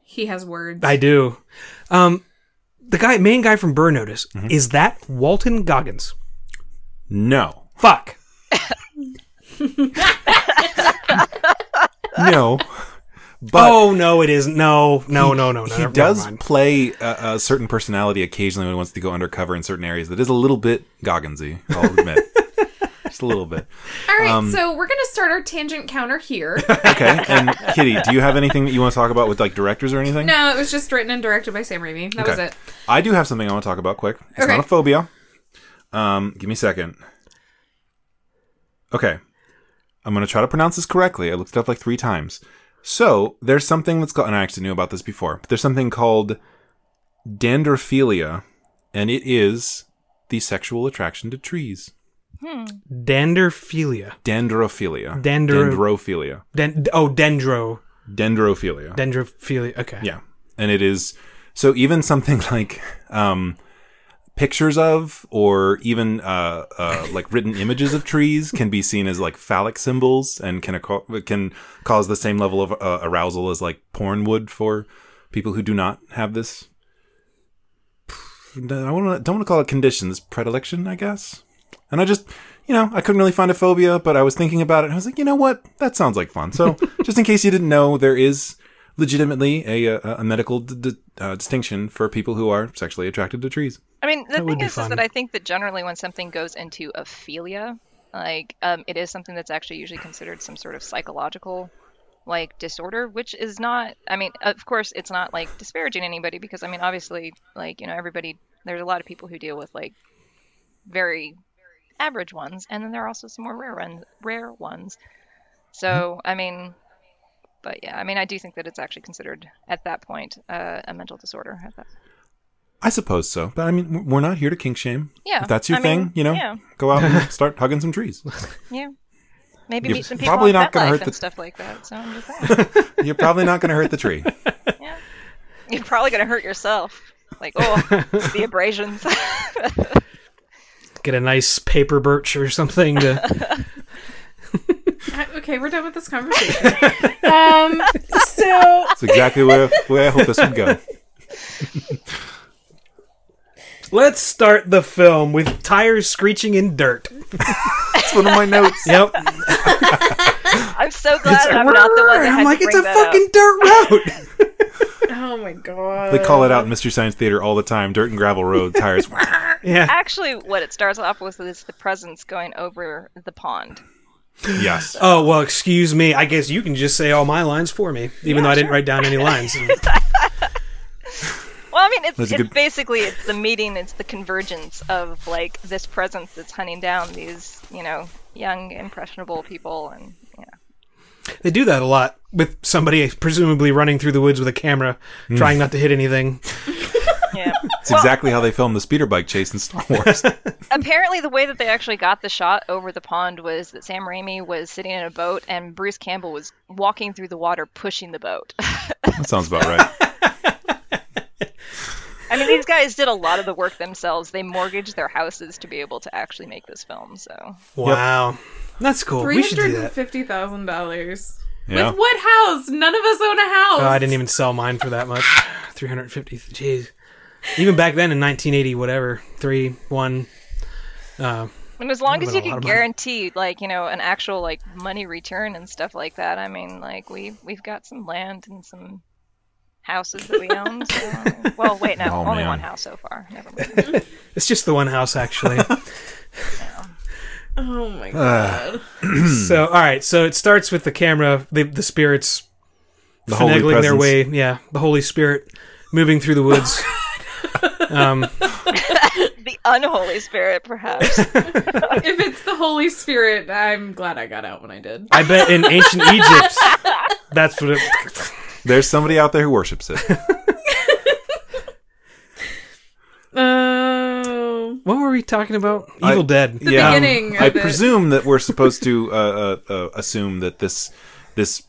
Speaker 4: He has words.
Speaker 7: I do. Um, the guy, main guy from Burn Notice,
Speaker 6: Mm-hmm.
Speaker 7: is that Walton Goggins?
Speaker 6: No.
Speaker 7: Fuck.
Speaker 6: No. But
Speaker 7: oh no, it isn't. No, no, no, no, no.
Speaker 6: he
Speaker 7: never
Speaker 6: does
Speaker 7: mind.
Speaker 6: play a, a certain personality occasionally when he wants to go undercover in certain areas that is a little bit Gogginsy, I'll admit. Just a little bit.
Speaker 4: All right,
Speaker 7: um,
Speaker 4: so we're gonna start our tangent counter here.
Speaker 6: Okay. And Kitty, do you have anything that you want to talk about with like directors or anything?
Speaker 4: no, it was just written and directed by Sam Raimi. That was
Speaker 6: Okay.
Speaker 4: it.
Speaker 6: I do have something I want to talk about quick. It's
Speaker 4: Okay.
Speaker 6: not a phobia. Um, give me a second. Okay. I'm going to try to pronounce this correctly. I looked it up like three times. So there's something that's called, and I actually knew about this before, but there's something called dendrophilia, and it is the sexual attraction to trees.
Speaker 7: Danderphilia.
Speaker 6: Dendrophilia.
Speaker 7: Dendro-
Speaker 6: Dendrophilia.
Speaker 7: Den- oh, dendro.
Speaker 6: Dendrophilia.
Speaker 7: Dendrophilia. Okay.
Speaker 6: Yeah. And it is so even something like um pictures of or even uh, uh like written images of trees can be seen as like phallic symbols and can acco- can cause the same level of uh, arousal as like porn would for people who do not have this I want to don't want to call it condition this predilection I guess and I just you know I couldn't really find a phobia but I was thinking about it and I was like you know what that sounds like fun so just in case you didn't know there is legitimately a, a, a medical d- d- uh, distinction for people who are sexually attracted to trees.
Speaker 8: I mean, the
Speaker 7: That would
Speaker 8: thing
Speaker 7: be
Speaker 8: is, is
Speaker 7: fun.
Speaker 8: that I think that generally when something goes into aphelia, like um, it is something that's actually usually considered some sort of psychological like disorder, which is not. I mean, of course, it's not like disparaging anybody because I mean, obviously, like you know, everybody. There's a lot of people who deal with like very average ones, and then there are also some more rare ones. Rare ones.
Speaker 7: Mm-hmm.
Speaker 8: So I mean, but yeah, I mean, I do think that it's actually considered at that point uh, a mental disorder. At that.
Speaker 6: I suppose so, but I mean, w- we're not here to kink shame.
Speaker 8: Yeah,
Speaker 6: if that's your
Speaker 8: I
Speaker 6: thing,
Speaker 8: mean,
Speaker 6: you know,
Speaker 8: yeah.
Speaker 6: go out and start hugging some trees.
Speaker 8: Yeah. Maybe
Speaker 6: You're
Speaker 8: meet some people
Speaker 6: probably
Speaker 8: on
Speaker 6: not
Speaker 8: pet
Speaker 6: gonna
Speaker 8: life
Speaker 6: hurt
Speaker 8: and
Speaker 6: the-
Speaker 8: stuff like that. So I'm just saying.
Speaker 6: You're probably not going to hurt the tree.
Speaker 8: yeah. You're probably gonna hurt yourself. Like, oh, it's the abrasions.
Speaker 7: Get a nice paper birch or something to.
Speaker 4: I- okay, we're done with this conversation. Um,
Speaker 6: That's exactly where, where I hope this would go.
Speaker 7: Let's start the film with tires screeching in dirt.
Speaker 6: That's one of my notes.
Speaker 7: Yep.
Speaker 8: I'm so glad that I'm not the one that had
Speaker 7: I'm like,
Speaker 8: to
Speaker 7: it's
Speaker 8: bring
Speaker 7: a
Speaker 8: that up.
Speaker 7: fucking dirt road.
Speaker 4: oh my god.
Speaker 6: They call it out in Mystery Science Theater all the time: dirt and gravel road tires.
Speaker 7: yeah.
Speaker 8: Actually, what it starts off with is the presence going over the pond.
Speaker 6: yes.
Speaker 7: Oh well, excuse me. I guess you can just say all my lines for me, even though I didn't write down any lines.
Speaker 8: Well, I mean, it's,
Speaker 6: That's
Speaker 8: it's
Speaker 6: a good-
Speaker 8: basically it's the meeting, it's the convergence of like this presence that's hunting down these, you know, young impressionable people, and yeah,
Speaker 7: They do that a lot with somebody presumably running through the woods with a camera, trying not to hit anything.
Speaker 8: yeah.
Speaker 6: It's exactly how they filmed the speeder bike chase in Star Wars.
Speaker 8: Apparently, the way that they actually got the shot over the pond was that Sam Raimi was sitting in a boat and Bruce Campbell was walking through the water pushing the boat.
Speaker 6: that sounds about right.
Speaker 8: I mean, these guys did a lot of the work themselves. They mortgaged their houses to be able to actually make this film. So
Speaker 7: Wow, that's cool. Oh, We
Speaker 4: Three
Speaker 7: should do
Speaker 4: hundred and
Speaker 7: that.
Speaker 4: fifty thousand dollars.
Speaker 6: Yeah.
Speaker 4: With what house? None of us own a house.
Speaker 7: Oh, I didn't even sell mine for that much. Three hundred fifty. Jeez. Even back then in 1980, whatever, three, one. Uh,
Speaker 8: And as long
Speaker 7: Would've
Speaker 8: as
Speaker 7: been
Speaker 8: you
Speaker 7: a lot
Speaker 8: could
Speaker 7: of money.
Speaker 8: guarantee, like you know, an actual like money return and stuff like that. I mean, like we we've got some land and some houses that we own. So, I mean- well, wait, no,
Speaker 6: Oh,
Speaker 8: only
Speaker 6: man.
Speaker 8: one house so far. Never mind.
Speaker 7: it's just the one house actually.
Speaker 4: Oh my god.
Speaker 7: so all right, so it starts with the camera, the, the spirits
Speaker 6: The holy
Speaker 7: finagling their
Speaker 6: presence.
Speaker 7: way. Yeah, the Holy Spirit moving through the woods.
Speaker 8: Oh,
Speaker 7: um,
Speaker 8: the unholy spirit, perhaps.
Speaker 4: if it's the Holy Spirit, I'm glad I got out when I did.
Speaker 7: I bet in ancient Egypt, that's what it.
Speaker 6: There's somebody out there who worships it.
Speaker 4: Oh.
Speaker 7: What were we talking about? Evil Dead.
Speaker 4: The beginning
Speaker 6: I
Speaker 4: of it.
Speaker 6: presume that we're supposed to uh, uh, uh, assume that this this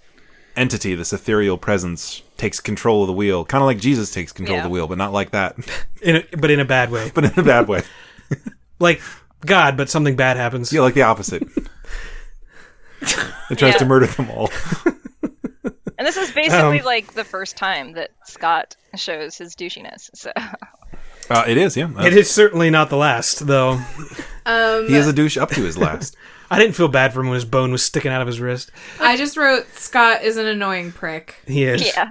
Speaker 6: entity, this ethereal presence, takes control of the wheel, kind of like Jesus takes control of
Speaker 8: Yeah.
Speaker 6: the wheel, but not like that,
Speaker 7: in a, but in a bad way.
Speaker 6: but in a bad way.
Speaker 7: Like God, but something bad happens.
Speaker 6: Yeah, like the opposite. It tries to
Speaker 8: Yeah.
Speaker 6: murder them all.
Speaker 8: and this is basically like the first time that Scott shows his douchiness. So
Speaker 6: Uh, it is, yeah. Uh,
Speaker 7: It is certainly not the last, though.
Speaker 6: He is a douche up to his last.
Speaker 7: I didn't feel bad for him when his bone was sticking out of his wrist.
Speaker 4: I just wrote Scott is an annoying prick.
Speaker 7: He is.
Speaker 8: yeah,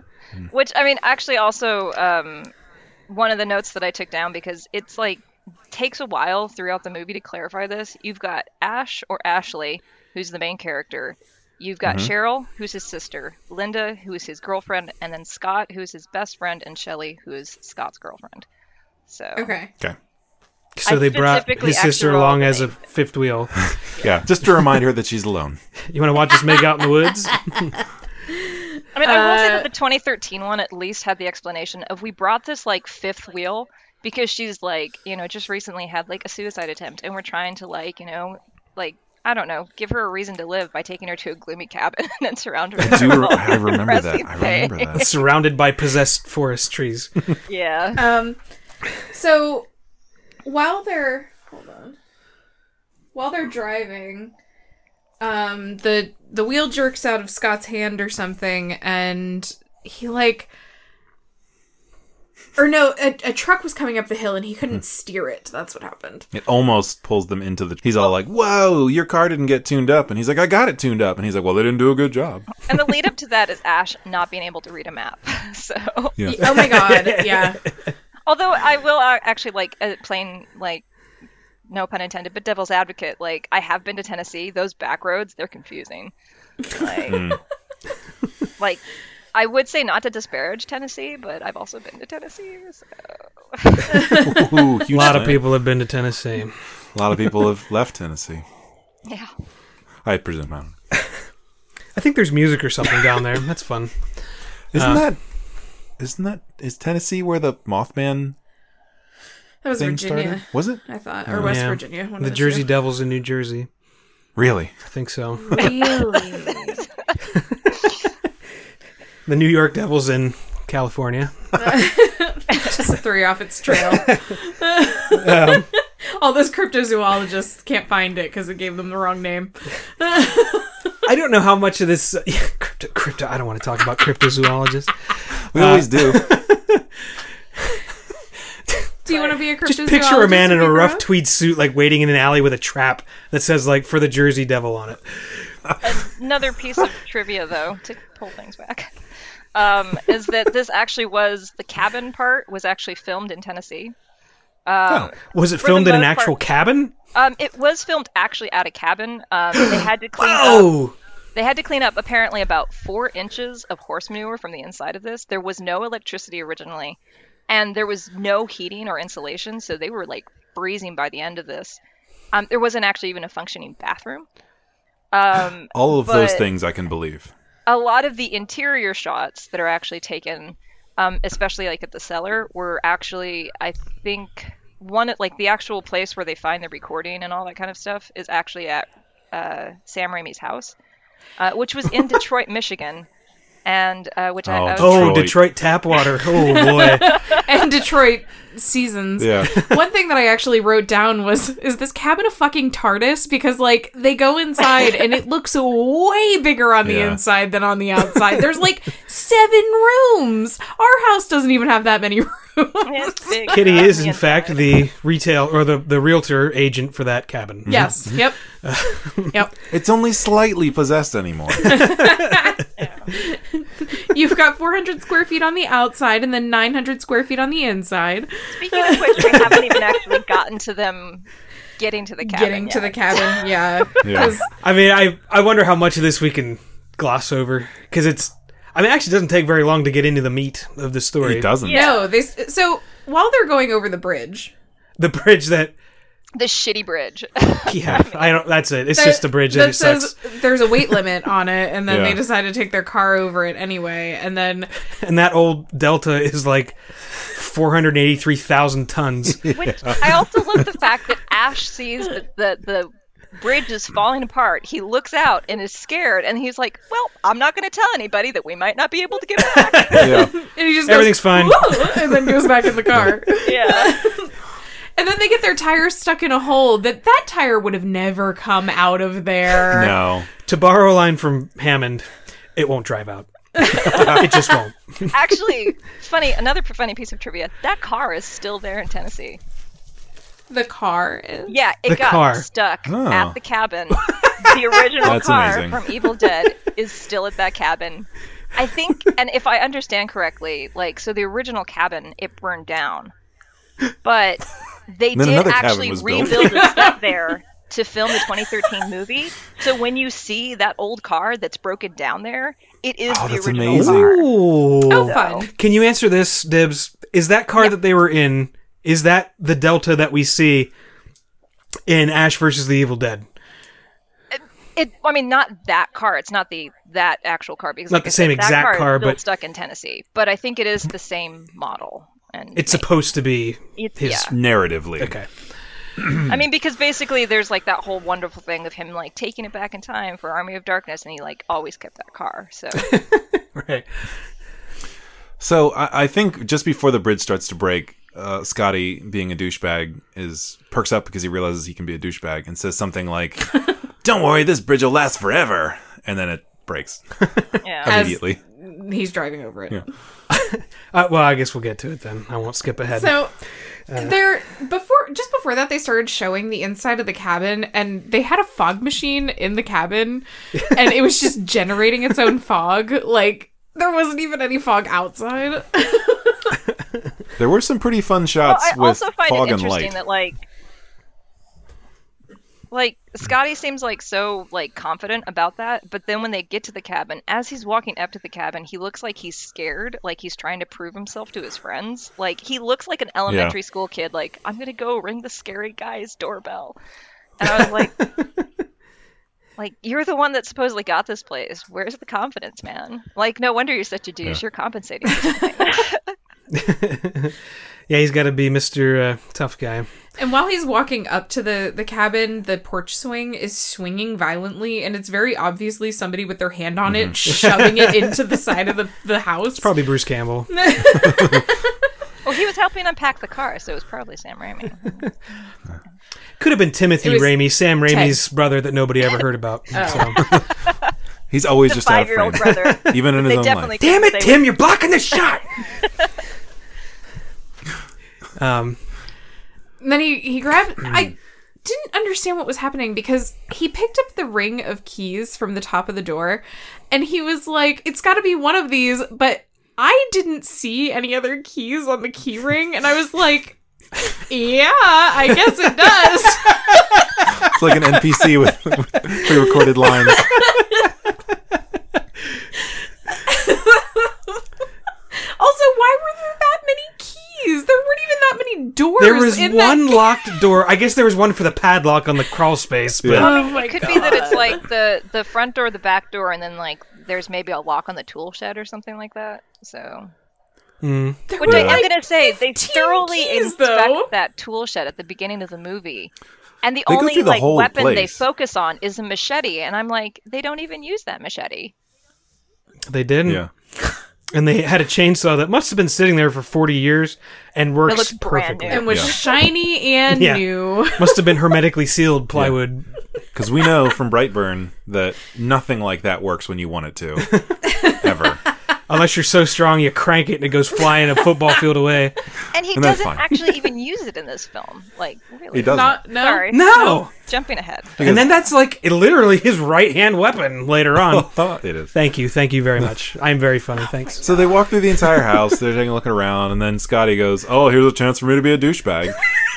Speaker 8: which I mean, actually, also um, one of the notes that I took down because it's like takes a while throughout the movie to clarify this. You've got Ash or Ashley, who's the main character. You've got Cheryl, who's his sister, Linda, who is his girlfriend, and then Scott, who is his best friend, and Shelley, who is Scott's girlfriend. So
Speaker 4: Okay.
Speaker 6: Okay.
Speaker 7: So
Speaker 8: I
Speaker 7: they brought
Speaker 8: specifically
Speaker 7: his
Speaker 8: actually
Speaker 7: sister
Speaker 8: rolled
Speaker 7: along
Speaker 8: the
Speaker 7: as a
Speaker 8: name.
Speaker 7: fifth wheel.
Speaker 6: Yeah, just to remind her that she's alone.
Speaker 7: You want to watch us make out in the woods?
Speaker 8: I mean, I will say that the 2013 one at least had the explanation of we brought this like fifth wheel because she's like, you know, just recently had like a suicide attempt and we're trying to like, you know, like I don't know, give her a reason to live by taking her to a gloomy cabin and surround her.
Speaker 6: I
Speaker 8: with
Speaker 6: do.
Speaker 8: all
Speaker 6: I remember that.
Speaker 8: depressing
Speaker 6: I remember
Speaker 8: things.
Speaker 6: that.
Speaker 7: Surrounded by possessed forest trees.
Speaker 8: Yeah.
Speaker 4: Um so while they're hold on. While they're driving, um the the wheel jerks out of Scott's hand or something and he like or no, a, a truck was coming up the hill and he
Speaker 7: Hmm.
Speaker 4: couldn't steer it. That's what happened.
Speaker 6: It almost pulls them into the. He's all like, "Whoa, your car didn't get tuned up," and he's like, "I got it tuned up," and he's like, "Well, they didn't do a good job."
Speaker 8: And the lead up to that is Ash not being able to read a map. So,
Speaker 4: Oh my god! Yeah,
Speaker 8: although I will uh, actually like a plain like no pun intended, but devil's advocate, like I have been to Tennessee, those back roads, they're confusing. Like, like I would say not to disparage Tennessee, but I've also been to Tennessee. So.
Speaker 6: Ooh, huge
Speaker 7: A lot of
Speaker 6: slam.
Speaker 7: people have been to Tennessee.
Speaker 6: A lot of people have left Tennessee.
Speaker 8: Yeah.
Speaker 6: I presume. I don't know.
Speaker 7: I think there's music or something down there. That's fun.
Speaker 6: Isn't that? Isn't that? Is Tennessee where the Mothman
Speaker 1: That was
Speaker 6: thing
Speaker 1: Virginia,
Speaker 6: started? Was it
Speaker 1: I thought, or West
Speaker 7: Oh, Yeah.
Speaker 1: Virginia. One of
Speaker 7: The
Speaker 1: two.
Speaker 7: Jersey Devils in New Jersey.
Speaker 6: really?
Speaker 7: I think so.
Speaker 1: Really?
Speaker 7: The New York Devils in California.
Speaker 1: Just three off its trail.
Speaker 7: Um,
Speaker 1: All those cryptozoologists can't find it because it gave them the wrong name.
Speaker 7: I don't know how much of this yeah, crypto, crypto. I don't want to talk about cryptozoologists.
Speaker 6: We always do.
Speaker 1: Do you want to be a cryptozoologist?
Speaker 7: Just picture a man in
Speaker 1: when you
Speaker 7: a
Speaker 1: grow
Speaker 7: rough
Speaker 1: up?
Speaker 7: tweed suit, like waiting in an alley with a trap that says like "for the Jersey Devil" on it.
Speaker 8: Another piece of trivia, though, to pull things back, um, is that this actually was the cabin part was actually filmed in Tennessee. Um,
Speaker 7: Was it
Speaker 8: For the
Speaker 7: filmed in an
Speaker 8: most
Speaker 7: actual
Speaker 8: part-
Speaker 7: cabin?
Speaker 8: um, it was filmed actually at a cabin. Um, they had to clean up.
Speaker 7: Oh,
Speaker 8: They had to clean up apparently about four inches of horse manure from the inside of this. There was no electricity originally, and there was no heating or insulation, so they were like freezing by the end of this. Um, there wasn't actually even a functioning bathroom. Um,
Speaker 6: All of those
Speaker 8: But-
Speaker 6: things I can believe.
Speaker 8: a lot of the interior shots that are actually taken, um, especially like at the cellar, were actually I think one at like the actual place where they find the recording and all that kind of stuff is actually at uh, Sam Raimi's house, uh, which was in Detroit, Michigan, and uh, which I,
Speaker 6: Oh,
Speaker 8: I was
Speaker 7: oh,
Speaker 6: Detroit.
Speaker 7: Detroit tap water. Oh boy,
Speaker 1: and Detroit seasons.
Speaker 6: Yeah.
Speaker 1: One thing that I actually wrote down was is this cabin a fucking TARDIS because like they go inside and it looks way bigger on the
Speaker 6: Yeah.
Speaker 1: inside than on the outside. There's like seven rooms. Our house doesn't even have that many rooms.
Speaker 8: It's big
Speaker 7: Kitty
Speaker 8: on
Speaker 7: is
Speaker 8: the
Speaker 7: in fact
Speaker 8: inside.
Speaker 7: the retail or the the realtor agent for that cabin.
Speaker 1: Yes. Yep. yep.
Speaker 6: It's only slightly possessed anymore.
Speaker 1: You've got 400 square feet on the outside and then 900 square feet on the inside.
Speaker 8: Speaking of which, we haven't even actually gotten to them getting to the cabin.
Speaker 1: Getting
Speaker 8: yet.
Speaker 1: to the cabin, yeah.
Speaker 6: Yeah.
Speaker 1: 'Cause
Speaker 7: I mean, I I wonder how much of this we can gloss over because it's. I mean, actually, it doesn't take very long to get into the meat of the story.
Speaker 6: It doesn't.
Speaker 1: No, they s- so while they're going over the bridge,
Speaker 7: The bridge that.
Speaker 8: the shitty bridge.
Speaker 7: Yeah, I don't. That's it. It's
Speaker 1: that-
Speaker 7: just a bridge that, it sucks.
Speaker 1: says there's a weight limit on it, and then
Speaker 6: Yeah.
Speaker 1: they decide to take their car over it anyway. And then
Speaker 7: and that old delta is like 483,000 tons.
Speaker 8: Which I also love the fact that Ash sees that the, the bridge is falling apart. He looks out and is scared, and he's like, "Well, I'm not going to tell anybody that we might not be able to get back."
Speaker 6: Yeah.
Speaker 1: and he just goes,
Speaker 7: Everything's fine.
Speaker 1: "Whoa," and then goes back in the car.
Speaker 8: yeah,
Speaker 1: and then they get their tire stuck in a hole that that tire would have never come out of there.
Speaker 6: No.
Speaker 7: to borrow a line from Hammond, it won't drive out. it just won't.
Speaker 8: actually, funny. Another p- funny piece of trivia: that car is still there in Tennessee.
Speaker 1: The car. Is-
Speaker 8: Yeah, it
Speaker 7: The
Speaker 8: got
Speaker 7: car.
Speaker 8: stuck
Speaker 6: Oh.
Speaker 8: at the cabin. the original
Speaker 6: That's
Speaker 8: car
Speaker 6: amazing.
Speaker 8: from Evil Dead is still at that cabin. I think, and if I understand correctly, like so, the original cabin it burned down, but they
Speaker 6: Then
Speaker 8: did
Speaker 6: another cabin
Speaker 8: actually
Speaker 6: was built.
Speaker 8: rebuild the stuff there to film the 2013 movie. So when you see that old car that's broken down there, it is
Speaker 6: Oh,
Speaker 8: the
Speaker 6: that's
Speaker 8: original
Speaker 6: amazing.
Speaker 8: car.
Speaker 1: Oh,
Speaker 7: Ooh.
Speaker 1: fun.
Speaker 7: Can you answer this, Dibs? Is that car that they were in, is that the delta that we see in Ash versus the Evil Dead?
Speaker 8: It, I mean, not that car. It's not the that actual car because
Speaker 7: Not
Speaker 8: like
Speaker 7: the
Speaker 8: I
Speaker 7: same
Speaker 8: said, that
Speaker 7: exact
Speaker 8: car,
Speaker 7: car,
Speaker 8: is still
Speaker 7: but-
Speaker 8: stuck in Tennessee. But I think it is the same model. And
Speaker 7: It's supposed to be
Speaker 8: It's-
Speaker 7: his.
Speaker 8: yeah.
Speaker 6: Narratively.
Speaker 7: Okay.
Speaker 8: I mean, because basically there's like that whole wonderful thing of him like taking it back in time for Army of Darkness, and he like always kept that car. So
Speaker 7: Right.
Speaker 6: So I, I think just before the bridge starts to break, uh, Scotty, being a douchebag, is perks up because he realizes he can be a douchebag and says something like, "Don't worry, this bridge will last forever." And then it breaks
Speaker 8: yeah,
Speaker 6: immediately.
Speaker 1: He's driving over it.
Speaker 7: Uh, well, I guess we'll get to it then. I won't skip ahead.
Speaker 1: So they're before just before that they started showing the inside of the cabin and they had a fog machine in the cabin and it was just generating its own fog like there wasn't even any fog outside.
Speaker 6: There were some pretty fun shots
Speaker 8: I
Speaker 6: with
Speaker 8: also find
Speaker 6: fog
Speaker 8: it
Speaker 6: and
Speaker 8: interesting
Speaker 6: light.
Speaker 8: that like like Scotty seems like so like confident about that, but then when they get to the cabin, as he's walking up to the cabin, he looks like he's scared, like he's trying to prove himself to his friends. Like he looks like an elementary school kid, like I'm gonna go ring the scary guy's doorbell, and I was like. Like you're the one that supposedly got this place. Where's the confidence, man? Like no wonder you're such a douche. You're compensating. for something.
Speaker 7: Yeah, he's got to be Mr. Uh, tough Guy.
Speaker 1: And while he's walking up to the the cabin, the porch swing is swinging violently, and it's very obviously somebody with their hand on it shoving it into the side of the, the house.
Speaker 7: Probably Bruce Campbell.
Speaker 8: Well, he was helping unpack the car, so it was probably Sam Raimi.
Speaker 7: Could have been Timothy
Speaker 1: It was
Speaker 7: Raimi, Sam Raimi's brother that nobody ever heard about. So.
Speaker 6: He's always
Speaker 8: the
Speaker 6: just out
Speaker 8: five
Speaker 6: of
Speaker 8: year old
Speaker 6: frame,
Speaker 8: brother.
Speaker 6: even in
Speaker 8: They
Speaker 6: his own
Speaker 8: definitely
Speaker 6: life.
Speaker 7: Damn
Speaker 8: they-
Speaker 7: it, Tim! You're blocking the shot. um,
Speaker 1: And then he he grabbed. I didn't understand what was happening because he picked up the ring of keys from the top of the door, and he was like, "It's got to be one of these," but I didn't see any other keys on the key ring, and I was like. Yeah, I guess it does.
Speaker 6: It's like an NPC with, with pre-recorded lines.
Speaker 1: also, why were there that many keys? There weren't even that many doors.
Speaker 7: there was
Speaker 1: in that
Speaker 7: one locked door. I guess there was one for the padlock on the crawl space, but
Speaker 6: Yeah.
Speaker 1: Oh my
Speaker 8: Could be that it's like the the front door, the back door, and then like there's maybe a lock on the tool shed or something like that. So,
Speaker 6: Hmm.
Speaker 7: Mm.
Speaker 8: which I am gonna say, they
Speaker 1: 15
Speaker 8: thoroughly
Speaker 1: keys,
Speaker 8: inspect
Speaker 1: though.
Speaker 8: that tool shed at the beginning of the movie, and the
Speaker 6: They go
Speaker 8: only
Speaker 6: through the
Speaker 8: like
Speaker 6: whole
Speaker 8: weapon they
Speaker 6: place.
Speaker 8: focus on is a machete, and I'm like, they don't even use that machete.
Speaker 7: they didn't.
Speaker 6: Yeah.
Speaker 7: And they had a chainsaw that must have been sitting there for 40 years and works
Speaker 8: looks brand
Speaker 7: perfectly.
Speaker 8: new.
Speaker 1: and was
Speaker 6: Yeah.
Speaker 1: shiny and
Speaker 7: Yeah.
Speaker 1: new.
Speaker 7: must have been hermetically sealed plywood.
Speaker 6: Because we know from Brightburn that nothing like that works when you want it to. Ever.
Speaker 7: Unless you're so strong, you crank it and it goes flying a football field away.
Speaker 8: And he
Speaker 6: And that's
Speaker 8: doesn't
Speaker 6: fine.
Speaker 8: actually even use it in this film. Like, really?
Speaker 6: He doesn't.
Speaker 1: Not no.
Speaker 8: Sorry.
Speaker 7: No!
Speaker 8: Jumping ahead.
Speaker 7: And then that's like literally his right hand weapon later on.
Speaker 6: it is.
Speaker 7: thank you, thank you very much. I'm very funny, thanks.
Speaker 6: So they walk through the entire house. They're taking a look around, and then Scotty goes, "Oh, here's a chance for me to be a douchebag."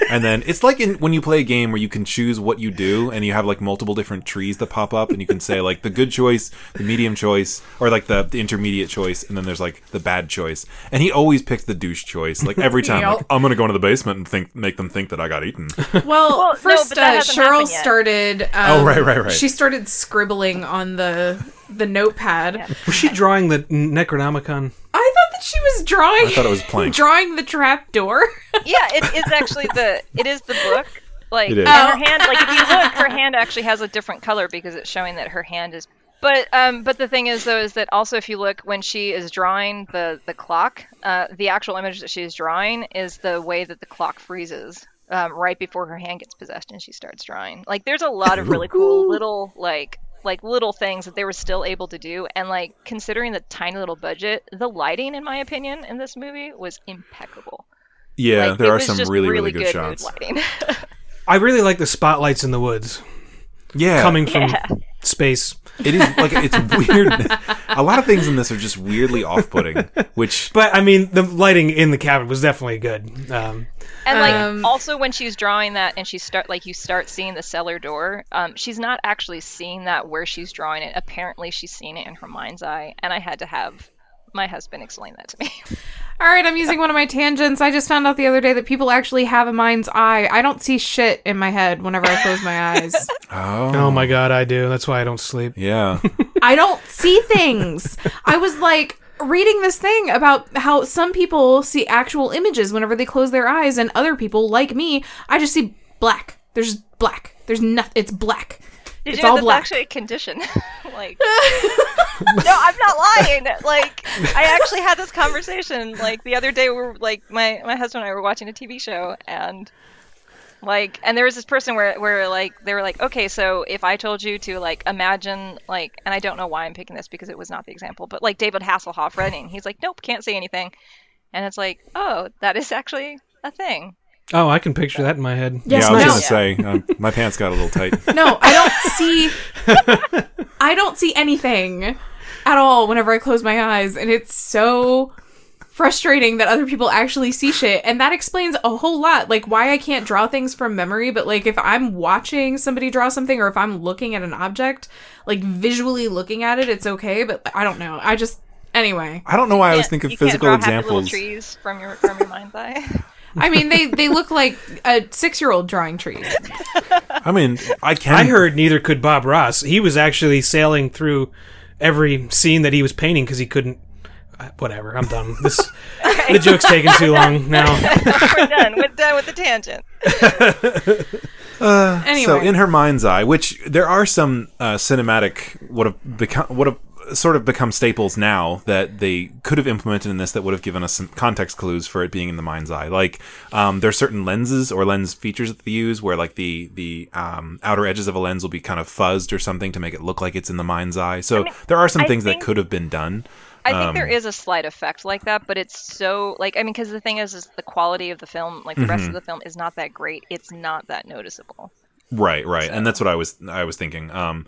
Speaker 6: And then it's like in, when you play a game where you can choose what you do, and you have like multiple different trees that pop up, and you can say like the good choice, the medium choice, or like the, the intermediate choice, and then there's like the bad choice. And he always picks the douche choice, like every time. Like
Speaker 1: Yup.
Speaker 6: I'm gonna go into the basement and think make them think that I got eaten.
Speaker 1: Well,
Speaker 8: Well, no,
Speaker 1: first
Speaker 8: but that
Speaker 1: uh,
Speaker 8: hasn't
Speaker 1: Cheryl
Speaker 8: happened yet.
Speaker 1: started. Um,
Speaker 6: Oh, right, right, right.
Speaker 1: She started scribbling on the the notepad.
Speaker 7: Was she drawing the Necronomicon?
Speaker 1: I thought that she was drawing.
Speaker 6: I thought it was plank.
Speaker 1: drawing the trap door.
Speaker 8: Yeah, it is actually the it is the book. Like
Speaker 6: It is.
Speaker 8: and her hand like if you look, her hand actually has a different color because it's showing that her hand is but um but the thing is though is that also if you look when she is drawing the the clock, uh, the actual image that she is drawing is the way that the clock freezes. Um, right before her hand gets possessed and she starts drawing. Like there's a lot of really cool little like like little things that they were still able to do and like considering the tiny little budget, the lighting in my opinion in this movie was impeccable.
Speaker 6: Yeah,
Speaker 8: Like,
Speaker 6: there
Speaker 8: it
Speaker 6: are
Speaker 8: was
Speaker 6: some
Speaker 8: just
Speaker 6: really really, good,
Speaker 8: mood
Speaker 6: shots.
Speaker 8: lighting.
Speaker 7: I really like the spotlights in the woods
Speaker 6: Yeah,
Speaker 7: coming from space.
Speaker 6: It is like it's weird. a lot of things in this are just weirdly off-putting, which
Speaker 7: But I mean, the lighting in the cabin was definitely good. Um,
Speaker 8: and like
Speaker 1: Um,
Speaker 8: also when she's drawing that and she start like you start seeing the cellar door, um, she's not actually seeing that where she's drawing it. Apparently she's seeing it in her mind's eye, and I had to have my husband explain that to me.
Speaker 1: All right, I'm using one of my tangents. I just found out the other day that people actually have a mind's eye. I don't see shit in my head whenever I close my eyes.
Speaker 7: oh my god, I do. That's why I don't sleep.
Speaker 6: yeah.
Speaker 1: I don't see things. I was like reading this thing about how some people see actual images whenever they close their eyes, and other people, like me, I just see black. There's black. There's nothing. It's black.
Speaker 8: Did
Speaker 1: it's
Speaker 8: you know
Speaker 1: all
Speaker 8: that's
Speaker 1: black.
Speaker 8: actually a condition? like No, I'm not lying. Like I actually had this conversation like the other day we were like my my husband and I were watching a TV show and like and there was this person where where like they were like okay so if I told you to like imagine like and I don't know why I'm picking this because it was not the example but like David Hasselhoff running he's like nope can't say anything and it's like oh that is actually a thing
Speaker 7: Oh, I can picture that in my head.
Speaker 6: yeah, I was
Speaker 1: no.
Speaker 6: gonna say um, my pants got a little tight.
Speaker 1: No, I don't see. I don't see anything at all whenever I close my eyes, and it's so frustrating that other people actually see shit and that explains a whole lot like why I can't draw things from memory but like if I'm watching somebody draw something or if I'm looking at an object like visually looking at it it's okay but I don't know I just anyway
Speaker 6: I don't know why I always
Speaker 8: Can't-
Speaker 6: think of
Speaker 8: you can't
Speaker 6: physical
Speaker 8: draw happy little
Speaker 6: examples.
Speaker 8: trees from your from your mind's eye
Speaker 1: I mean they they look like a 6-year-old drawing trees
Speaker 6: I mean, I can.
Speaker 7: I heard neither could Bob Ross. He was actually sailing through every scene that he was painting because he couldn't uh, whatever. I'm done. This the joke's taking too long now.
Speaker 8: We're done. We're done with the tangent.
Speaker 1: Anyway,
Speaker 6: So in her mind's eye, which there are some uh, cinematic would have become would have sort of become staples now that they could have implemented in this that would have given us some context clues for it being in the mind's eye. Like um, there are certain lenses or lens features that they use where like the the um, outer edges of a lens will be kind of fuzzed or something to make it look like it's in the mind's eye. So there are some
Speaker 8: I
Speaker 6: things
Speaker 8: think-
Speaker 6: that could have been done.
Speaker 8: I think there is a slight effect like that, but it's so like I mean, because the thing is, is the quality of the film, like the rest of the film, is not that great. It's not that noticeable.
Speaker 6: Right, right, and that's what I was I was thinking. Um,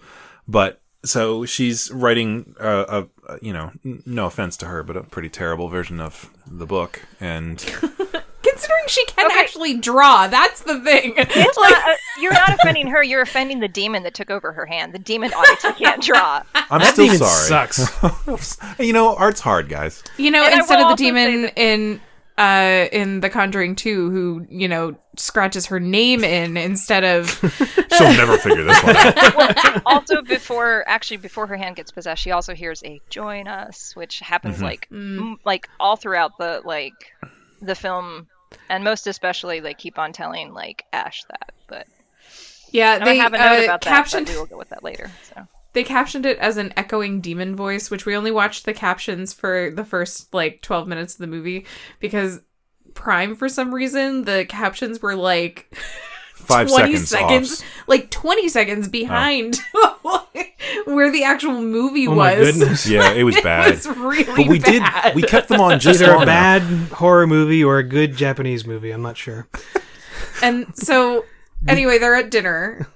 Speaker 6: but so she's writing uh, a, a you know n- no offense to her, but a pretty terrible version of the book, and
Speaker 4: Considering she can actually draw, that's the thing.
Speaker 8: It's not. A, Uh, you're not offending her. You're offending the demon that took over her hand. The demon obviously can't draw.
Speaker 6: I'm
Speaker 7: That
Speaker 6: still
Speaker 7: demon
Speaker 6: sorry.
Speaker 7: sucks.
Speaker 6: you know, art's hard, guys.
Speaker 4: You know,
Speaker 8: And I
Speaker 4: instead
Speaker 8: will
Speaker 4: of the
Speaker 8: also say
Speaker 4: demon in uh in The Conjuring 2 who, you know, scratches her name in instead of
Speaker 6: She'll never figure this one out.
Speaker 8: also, before actually before her hand gets possessed, she also hears a "Join us," which happens like m- like all throughout the like the film, and most especially they keep on telling like Ash that, but.
Speaker 4: Yeah,
Speaker 8: And
Speaker 4: they
Speaker 8: I have a
Speaker 4: uh,
Speaker 8: note about that,
Speaker 4: captioned
Speaker 8: but we will go with that later. So.
Speaker 4: they captioned it as an echoing demon voice, which we only watched the captions for the first like 12 minutes of the movie because Prime for some reason the captions were like
Speaker 6: Five
Speaker 4: 20
Speaker 6: seconds,
Speaker 4: seconds,
Speaker 6: off.
Speaker 4: like 20 seconds behind where the actual movie
Speaker 7: Oh my
Speaker 4: was.
Speaker 7: goodness.
Speaker 6: Yeah, it was bad.
Speaker 4: It was really
Speaker 6: but we
Speaker 4: bad.
Speaker 6: did we kept them on just
Speaker 7: Either
Speaker 6: long
Speaker 7: a
Speaker 6: enough.
Speaker 7: bad horror movie or a good Japanese movie. I'm not sure.
Speaker 4: and so anyway, they're at dinner.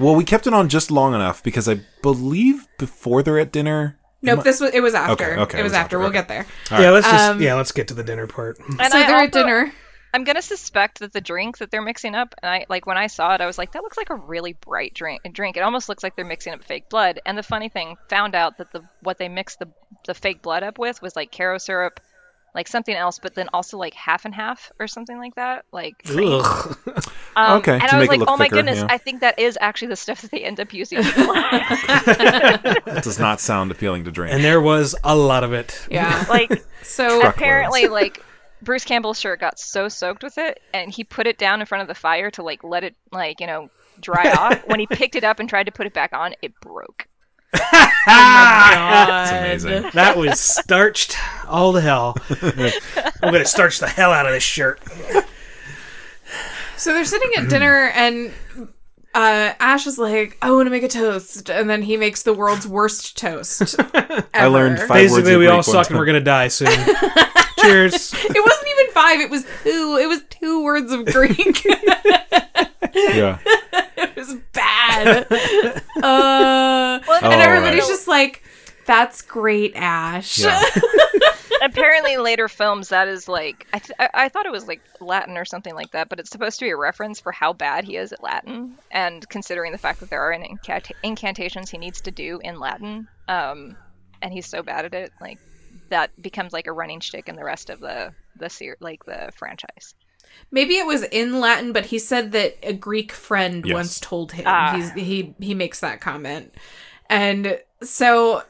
Speaker 6: Well, we kept it on just long enough because I believe before they're at dinner.
Speaker 4: Nope, this was it was after.
Speaker 6: Okay, okay,
Speaker 4: it was after. We'll get there.
Speaker 6: All
Speaker 7: yeah,
Speaker 6: right.
Speaker 7: let's just
Speaker 4: Um,
Speaker 7: yeah, let's get to the dinner part.
Speaker 8: And
Speaker 4: so
Speaker 8: I
Speaker 4: they're at
Speaker 8: also-
Speaker 4: dinner.
Speaker 8: I'm gonna suspect that the drink that they're mixing up, and I like when I saw it, I was like, that looks like a really bright drink. Drink. It almost looks like they're mixing up fake blood. And the funny thing, found out that the what they mixed the the fake blood up with was like caro syrup, like something else, but then also like half and half or something like that. Like,
Speaker 7: Ugh.
Speaker 8: um,
Speaker 6: Okay,
Speaker 8: And
Speaker 6: to
Speaker 8: I
Speaker 6: make it
Speaker 8: was like,
Speaker 6: look
Speaker 8: oh my
Speaker 6: thicker,
Speaker 8: goodness,
Speaker 6: yeah.
Speaker 8: I think that is actually the stuff that they end up using. in blood."
Speaker 6: That does not sound appealing to drink.
Speaker 7: And there was a lot of it.
Speaker 4: Yeah.
Speaker 8: like
Speaker 4: So
Speaker 6: Truck-
Speaker 8: apparently like bruce campbell's shirt got so soaked with it and he put it down in front of the fire to like let it like you know dry off when he picked it up and tried to put it back on it broke
Speaker 4: Oh
Speaker 6: It's amazing.
Speaker 7: That was starched all to hell. I'm gonna starch the hell out of this shirt.
Speaker 4: so they're sitting at dinner
Speaker 6: Mm.
Speaker 4: and uh, Ash is like, I want to make a toast. And then he makes the world's worst toast.
Speaker 6: I learned
Speaker 4: ever.
Speaker 6: five words.
Speaker 7: Basically,
Speaker 6: of
Speaker 7: we all
Speaker 6: Greek one
Speaker 7: suck and we're gonna die soon. Cheers.
Speaker 4: It wasn't even five, it was two. It was two words of Greek.
Speaker 6: time. Yeah.
Speaker 4: it was bad. Uh,
Speaker 8: well,
Speaker 6: Oh,
Speaker 4: and
Speaker 6: all
Speaker 4: everybody's
Speaker 6: right.
Speaker 4: just like, that's great, Ash.
Speaker 6: Yeah.
Speaker 8: apparently later films that is like I, th- I I thought it was like latin or something like that but it's supposed to be a reference for how bad he is at latin and considering the fact that there are in- incant- incantations he needs to do in latin um and he's so bad at it like that becomes like a running shtick in the rest of the the ser- like the franchise
Speaker 4: Maybe it was in Latin, but he said that a Greek friend
Speaker 6: Yes.
Speaker 4: once told him.
Speaker 8: Ah.
Speaker 4: He's, he he makes that comment, and so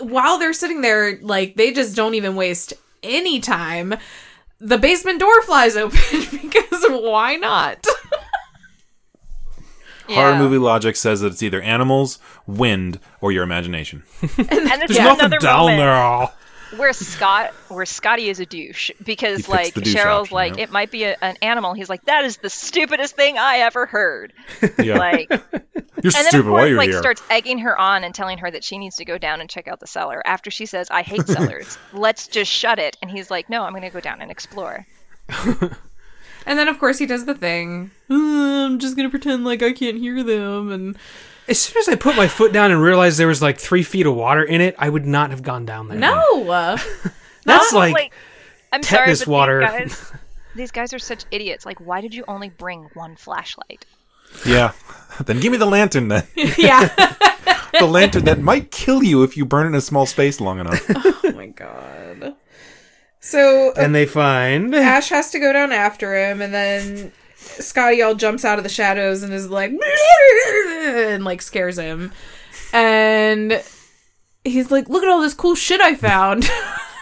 Speaker 4: while they're sitting there, like they just don't even waste any time. The basement door flies open because why not?
Speaker 6: Horror movie logic says that it's either animals, wind, or your imagination.
Speaker 8: And this
Speaker 7: There's
Speaker 8: is
Speaker 7: nothing
Speaker 8: another
Speaker 7: down
Speaker 8: moment
Speaker 7: there. All.
Speaker 8: where Scott, where Scotty is a douche because
Speaker 6: picks
Speaker 8: like
Speaker 6: the douche
Speaker 8: Cheryl's
Speaker 6: option,
Speaker 8: like
Speaker 6: yeah.
Speaker 8: it might be a, an animal. He's like that is the stupidest thing I ever heard.
Speaker 6: Yeah.
Speaker 8: Like and
Speaker 6: you're
Speaker 8: then of
Speaker 6: stupid. Why
Speaker 8: course
Speaker 6: you're
Speaker 8: like
Speaker 6: here?
Speaker 8: starts egging her on and telling her that she needs to go down and check out the cellar after she says I hate cellars. Let's just shut it. And he's like no, I'm going to go down and explore.
Speaker 4: And then of course he does the thing. "Uh, I'm just gonna pretend like I can't hear them, and
Speaker 7: As soon as I put my foot down and realized there was like three feet of water in it, I would not have gone down there.
Speaker 4: no, uh,
Speaker 7: that's like,
Speaker 8: I'm
Speaker 7: tetanus
Speaker 8: sorry, but
Speaker 7: water.
Speaker 8: These guys, these guys are such idiots. Like why did you only bring one flashlight?
Speaker 6: yeah. Then give me the lantern then.
Speaker 4: yeah.
Speaker 6: the lantern that might kill you if you burn it in a small space long enough.
Speaker 4: oh my god. So
Speaker 7: and they find
Speaker 4: Ash has to go down after him, and then Scotty all jumps out of the shadows and is like, and like scares him. And
Speaker 1: he's like, look at all this cool shit I found.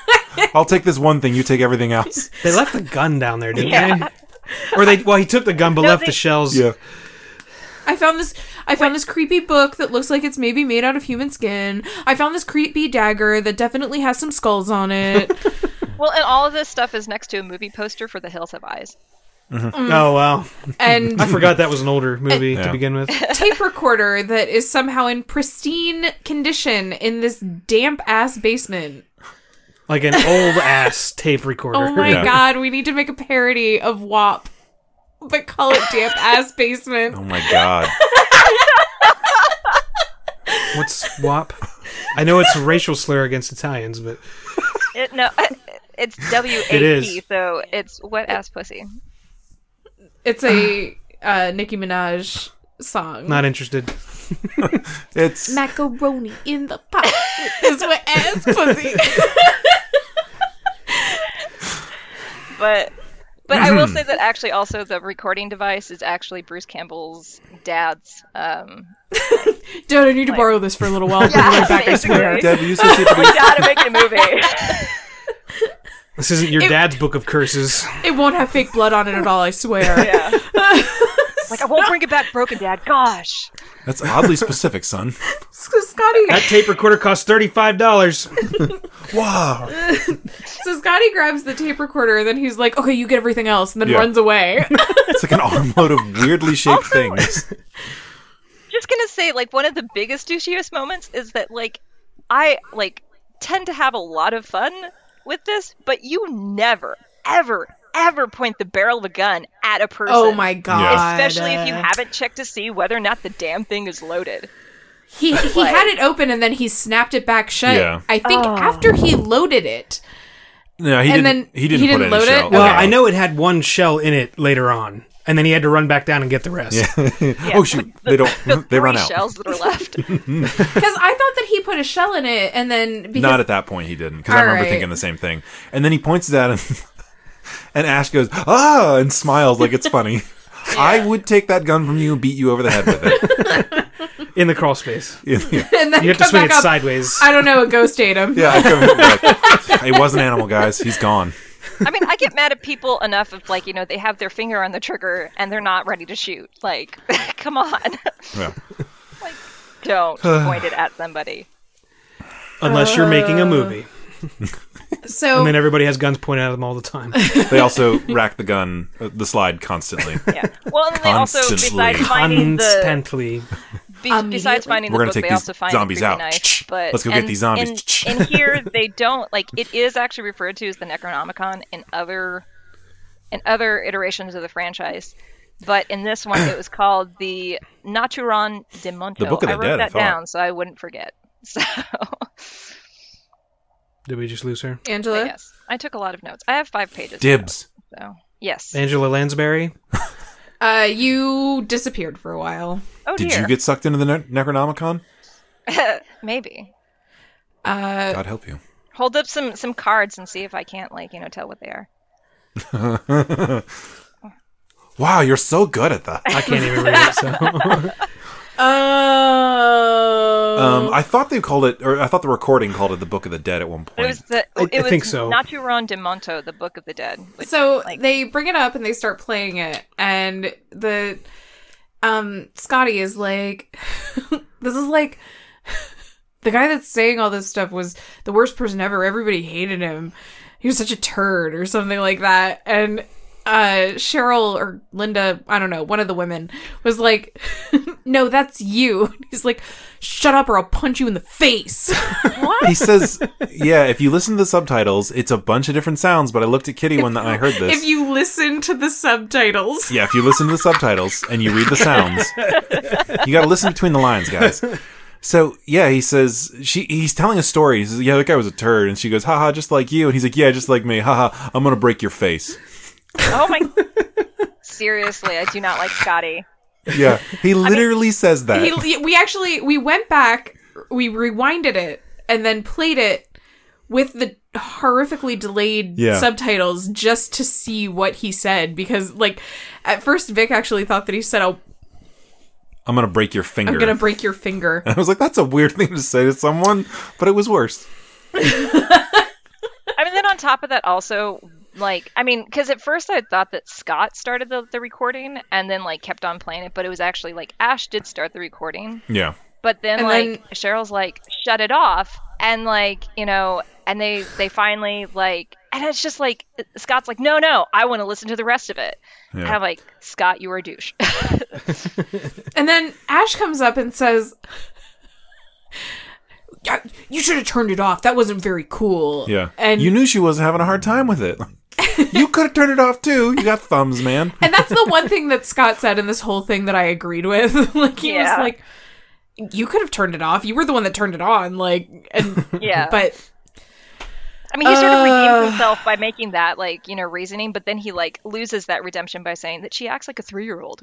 Speaker 6: I'll take this one thing. You take everything else.
Speaker 7: They left the gun down there, didn't
Speaker 8: Yeah.
Speaker 7: they? Or they? Well, he took the gun, but left
Speaker 8: they-
Speaker 7: the shells.
Speaker 6: Yeah.
Speaker 1: I found this. I found this creepy book that looks like it's maybe made out of human skin. I found this creepy dagger that definitely has some skulls on it.
Speaker 8: Well, and all of this stuff is next to a movie poster for The Hills Have Eyes.
Speaker 7: Oh wow,
Speaker 1: and
Speaker 7: I forgot that was an older movie
Speaker 6: Yeah.
Speaker 7: to begin with.
Speaker 1: tape recorder that is somehow in pristine condition in this damp ass basement.
Speaker 7: Like an old ass tape recorder.
Speaker 1: Oh my
Speaker 6: Yeah.
Speaker 1: god, we need to make a parody of WAP, but call it damp ass basement.
Speaker 6: Oh my god.
Speaker 7: What's WAP? I know it's a racial slur against Italians, but
Speaker 8: It, no, it's W A P,
Speaker 7: is.
Speaker 8: so it's wet ass pussy.
Speaker 1: It's a uh, Nicki Minaj song.
Speaker 7: not interested.
Speaker 6: It's
Speaker 1: Macaroni in the pot is what ass pussy.
Speaker 8: But but I will say that actually, also the recording device is actually Bruce Campbell's dad's. Um,
Speaker 1: Dad, I need to borrow this for a little while.
Speaker 8: yeah, basically.
Speaker 6: Dad, we used to see it.
Speaker 8: Dad, I'm making a movie.
Speaker 7: This isn't your dad's book of curses.
Speaker 1: It won't have fake blood on it at all, I swear.
Speaker 8: Yeah. like I won't bring it back broken, Dad. Gosh.
Speaker 6: That's oddly specific, son.
Speaker 1: So Scotty
Speaker 7: That tape recorder costs thirty five dollars.
Speaker 6: Wow.
Speaker 1: so Scotty grabs the tape recorder and then he's like, Okay, you get everything else and then
Speaker 6: Yeah.
Speaker 1: runs away.
Speaker 6: It's like an armload of weirdly shaped things.
Speaker 8: Just gonna say, like one of the biggest douchiest moments is that like I like tend to have a lot of fun with this, but you never, ever, ever point the barrel of a gun at a person.
Speaker 1: oh my god.
Speaker 8: Especially if you haven't checked to see whether or not the damn thing is loaded.
Speaker 1: He he had it open and then he snapped it back shut.
Speaker 6: Yeah.
Speaker 1: I think
Speaker 8: Oh.
Speaker 1: after he loaded it.
Speaker 6: No, he
Speaker 1: And
Speaker 6: didn't.
Speaker 1: then
Speaker 6: he didn't,
Speaker 1: he
Speaker 6: put
Speaker 1: didn't
Speaker 6: in
Speaker 1: load
Speaker 6: a
Speaker 1: it?
Speaker 6: shell.
Speaker 7: Well,
Speaker 6: Okay.
Speaker 7: I know it had one shell in it later on, and then he had to run back down and get the rest.
Speaker 6: oh shoot, they
Speaker 8: The
Speaker 6: don't. They run
Speaker 8: three
Speaker 6: out.
Speaker 8: shells that are left.
Speaker 1: Because I thought that he put a shell in it and then because
Speaker 6: Not at that point, he didn't, because I
Speaker 1: All
Speaker 6: remember
Speaker 1: right.
Speaker 6: thinking the same thing. And then he points it at him, and Ash goes, ah, and smiles like it's funny. I would take that gun from you and beat you over the head with it.
Speaker 7: In the crawl space,
Speaker 6: yeah,
Speaker 1: and then
Speaker 7: you have to
Speaker 1: come
Speaker 7: swing
Speaker 1: back
Speaker 7: it
Speaker 1: up.
Speaker 7: sideways.
Speaker 1: I don't know, a ghost ate him.
Speaker 6: yeah I couldn't- like, it was an animal, guys. He's gone.
Speaker 8: I mean, I get mad at people enough of like, you know, they have their finger on the trigger and they're not ready to shoot. Like, come on.
Speaker 6: Yeah.
Speaker 8: like, don't point it at somebody.
Speaker 7: Unless you're making a movie,
Speaker 1: So
Speaker 7: and then everybody has guns pointed at them all the time.
Speaker 6: They also rack the gun, uh, the slide constantly.
Speaker 8: Yeah. Well, and then they also, besides
Speaker 6: Constantly.
Speaker 8: finding the,
Speaker 7: Constantly,
Speaker 8: be- besides finding the
Speaker 6: We're gonna
Speaker 8: book,
Speaker 6: take
Speaker 8: they
Speaker 6: these
Speaker 8: also find
Speaker 6: zombies
Speaker 8: the creepy
Speaker 6: out.
Speaker 8: knife. But
Speaker 6: Let's go get
Speaker 8: and-
Speaker 6: these zombies.
Speaker 8: And, and here they don't. Like, it is actually referred to as the Necronomicon in other in other iterations of the franchise. But in this one, it was called the Naturon de Monto.
Speaker 6: The Book of
Speaker 8: I
Speaker 6: the
Speaker 8: wrote
Speaker 6: Dead, I
Speaker 8: that
Speaker 6: thought.
Speaker 8: down so I wouldn't forget. So.
Speaker 7: did we just lose her?
Speaker 1: Angela,
Speaker 8: Yes, I took a lot of notes. I have five pages. of
Speaker 6: Dibs.
Speaker 8: notes, So yes.
Speaker 7: Angela Lansbury.
Speaker 1: uh, you disappeared for a while.
Speaker 8: Oh
Speaker 6: Did
Speaker 8: dear.
Speaker 6: you get sucked into the ne- Necronomicon?
Speaker 8: Maybe.
Speaker 1: Uh,
Speaker 6: God help you.
Speaker 8: Hold up some some cards and see if I can't like you know tell what they are.
Speaker 6: Wow, you're so good at that.
Speaker 7: I can't even read it. So
Speaker 1: oh,
Speaker 6: Um, I thought they called it, or I thought the recording called it the Book of the Dead at one
Speaker 8: But it
Speaker 6: point.
Speaker 8: was the
Speaker 7: I-
Speaker 8: it
Speaker 7: I
Speaker 8: was
Speaker 7: think so.
Speaker 8: Naturon de Monto, the Book of the Dead. Which,
Speaker 1: so
Speaker 8: like-
Speaker 1: they bring it up and they start playing it and the um scotty is like this is like the guy that's saying all this stuff was the worst person ever everybody hated him he was such a turd or something like that and uh cheryl or linda i don't know one of the women was like no that's you he's like shut up or i'll punch you in the face
Speaker 6: he says, "Yeah, if you listen to the subtitles, it's a bunch of different sounds." But I looked at Kitty when I heard this.
Speaker 1: if you listen to the subtitles
Speaker 6: yeah, if you listen to the subtitles and you read the sounds, you got to listen between the lines, guys. So yeah, he says she. He's telling a story. He says, "Yeah, that guy was a turd," and she goes, "Haha, just like you." And he's like, "Yeah, just like me. Haha, I'm gonna break your face."
Speaker 8: oh my. Seriously, I do not like Scotty.
Speaker 6: Yeah, he literally says that.
Speaker 1: he, we actually we went back we rewinded it and then played it with the horrifically delayed
Speaker 6: Yeah.
Speaker 1: subtitles just to see what he said because like at first vic actually thought that he said i'll
Speaker 6: I'm gonna break your finger.
Speaker 1: I'm "Oh, gonna break your finger.
Speaker 6: I was like, that's a weird thing to say to someone, but it was worse.
Speaker 8: I mean, then on top of that, also, like, I mean, because at first I thought that Scott started the, the recording and then, like, kept on playing it, but it was actually, like, Ash did start the recording.
Speaker 6: Yeah.
Speaker 8: But then,
Speaker 4: And
Speaker 8: like, Cheryl's like, shut it off. And, like, you know, and they, they finally, like, and it's just like, uh, Scott's like, no, no, I want to listen to the rest of it. And
Speaker 6: Yeah.
Speaker 8: I'm like, Scott, you are a douche.
Speaker 1: And then Ash comes up and says, "Yeah, You should have turned it off. That wasn't very cool.
Speaker 6: Yeah.
Speaker 1: And
Speaker 6: you knew she was having a hard time with it. you could have turned it off too. You got thumbs, man.
Speaker 1: and that's the one thing that Scott said in this whole thing that I agreed with. like he
Speaker 8: Yeah.
Speaker 1: was like, "You could have turned it off. You were the one that turned it on." Like, and
Speaker 8: yeah.
Speaker 1: but
Speaker 8: I mean, he sort of
Speaker 1: Uh.
Speaker 8: redeems himself by making that, like, you know, reasoning, but then he, like, loses that redemption by saying that she acts like a three year old.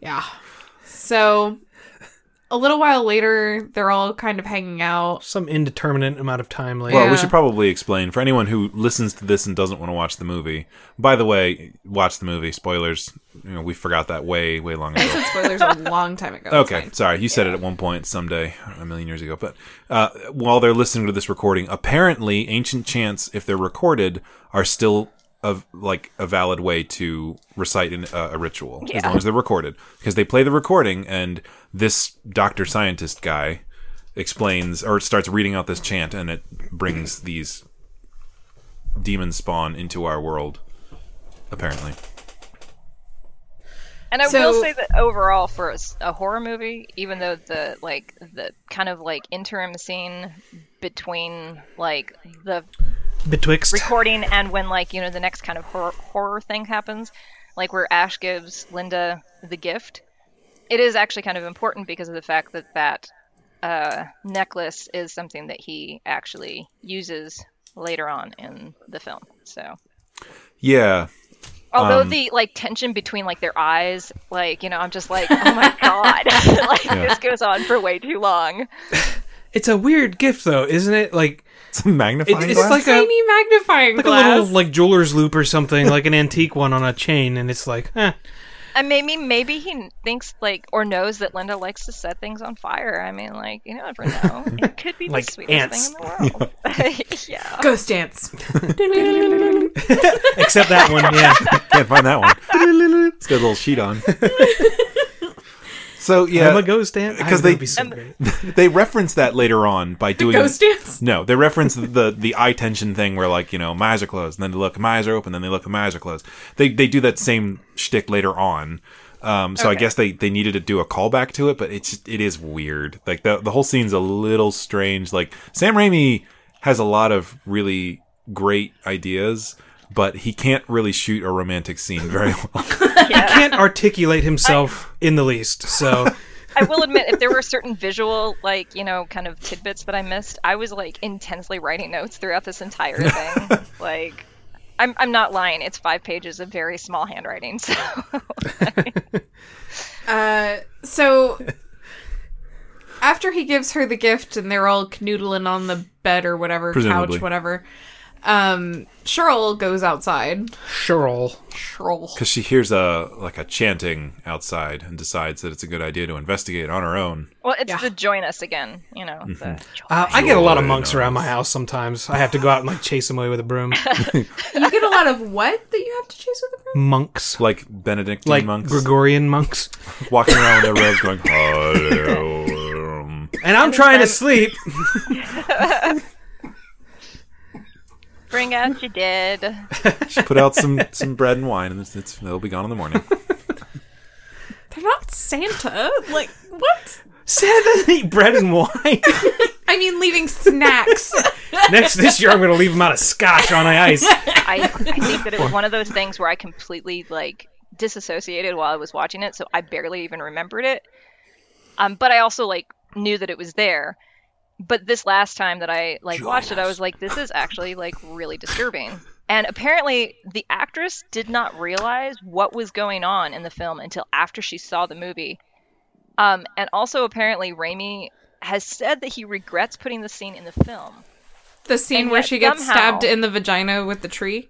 Speaker 1: yeah. So a little while later, they're all kind of hanging out.
Speaker 7: Some indeterminate amount of time later.
Speaker 6: Well, we
Speaker 1: Yeah.
Speaker 6: should probably explain for anyone who listens to this and doesn't want to watch the movie. By the way, watch the movie. Spoilers. You know, we forgot that way, way long ago.
Speaker 1: Spoilers a long time ago. It's
Speaker 6: Okay,
Speaker 1: fine.
Speaker 6: sorry. You said it at one point someday, a million years ago. But uh, while they're listening to this recording, apparently ancient chants, if they're recorded, are still a, like a valid way to recite an, uh, a ritual as long as they're recorded because they play the recording and this doctor scientist guy explains or starts reading out this chant and it brings these demon spawn into our world apparently
Speaker 8: And I
Speaker 1: So-
Speaker 8: will say that overall, for a, s- a horror movie, even though the like the kind of like interim scene between like the
Speaker 7: Betwixt.
Speaker 8: recording and when like you know the next kind of horror, horror thing happens, like where Ash gives Linda the gift, it is actually kind of important because of the fact that that uh, necklace is something that he actually uses later on in the film. So
Speaker 6: yeah
Speaker 8: although
Speaker 6: Um,
Speaker 8: the like tension between like their eyes like you know i'm just like oh my god like this goes on for way too long
Speaker 7: It's a weird gift, though, isn't it? Like
Speaker 6: it's a magnifying
Speaker 7: it, it's
Speaker 6: glass
Speaker 7: like a
Speaker 1: Tiny magnifying
Speaker 7: like
Speaker 1: glass.
Speaker 7: a little like jeweler's loop or something, like an antique one on a chain, and it's like, eh.
Speaker 8: and maybe maybe he thinks like or knows that linda likes to set things on fire i mean like you never know it could be
Speaker 7: Like
Speaker 8: the sweetest
Speaker 7: ants.
Speaker 8: thing in the world yeah
Speaker 1: ghost dance.
Speaker 7: except that one, yeah.
Speaker 6: Can't find that one. it's got a little sheet on. so
Speaker 7: yeah. I'm
Speaker 6: yeah,
Speaker 7: a ghost dance
Speaker 6: 'Cause they-
Speaker 7: be so great.
Speaker 6: they reference that later on by doing
Speaker 1: Ghost dance.
Speaker 6: No, they reference the the eye tension thing where like you know my eyes are closed, and then they look my eyes are open, then they look my eyes are closed. They they do that same shtick later on. Um, so I guess they, they needed to do a callback to it, but it's just- it is weird. Like the the whole scene's a little strange. Like Sam Raimi has a lot of really great ideas, but he can't really shoot a romantic scene very well.
Speaker 7: Can't articulate himself in the least, so
Speaker 8: i will admit if there were certain visual like you know kind of tidbits that i missed i was like intensely writing notes throughout this entire thing like I'm, I'm not lying it's five pages of very small handwriting so
Speaker 1: Uh, so after he gives her the gift and they're all canoodling on the bed or whatever,
Speaker 6: Presumably.
Speaker 1: couch, whatever, um, Cheryl goes outside.
Speaker 7: Cheryl.
Speaker 1: Cheryl.
Speaker 6: because she hears a like a chanting outside and decides that it's a good idea to investigate on her own.
Speaker 8: Well, it's
Speaker 1: Yeah.
Speaker 8: the join us again, you know. The
Speaker 7: Uh, I get a lot of monks around my house sometimes. I have to go out and like chase them away with a broom.
Speaker 1: You get a lot of what that you have to chase with a broom?
Speaker 7: monks,
Speaker 6: Like Benedictine
Speaker 7: like
Speaker 6: monks
Speaker 7: Gregorian monks,
Speaker 6: walking around with their robes, going "Hallelujah."
Speaker 7: and I'm trying to sleep.
Speaker 8: Bring out your dead.
Speaker 6: She put out some some bread and wine, and it's, it's, they'll be gone in the morning.
Speaker 1: They're not Santa. Like, what?
Speaker 7: Sad doesn't eat bread and wine.
Speaker 1: I mean, leaving snacks.
Speaker 7: Next this year, I'm going to leave them out of scotch on ice.
Speaker 8: I, I think that it was one of those things where I completely like disassociated while I was watching it, so I barely even remembered it. Um, but I also like knew that it was there. But this last time that I like watched it, I was like, this is actually like really disturbing. And apparently, the actress did not realize what was going on in the film until after she saw the movie. Um, and also, apparently, Raimi has said that he regrets putting the scene in the film.
Speaker 1: The scene
Speaker 8: And
Speaker 1: where
Speaker 8: yet
Speaker 1: she gets
Speaker 8: somehow-
Speaker 1: stabbed in the vagina with the tree.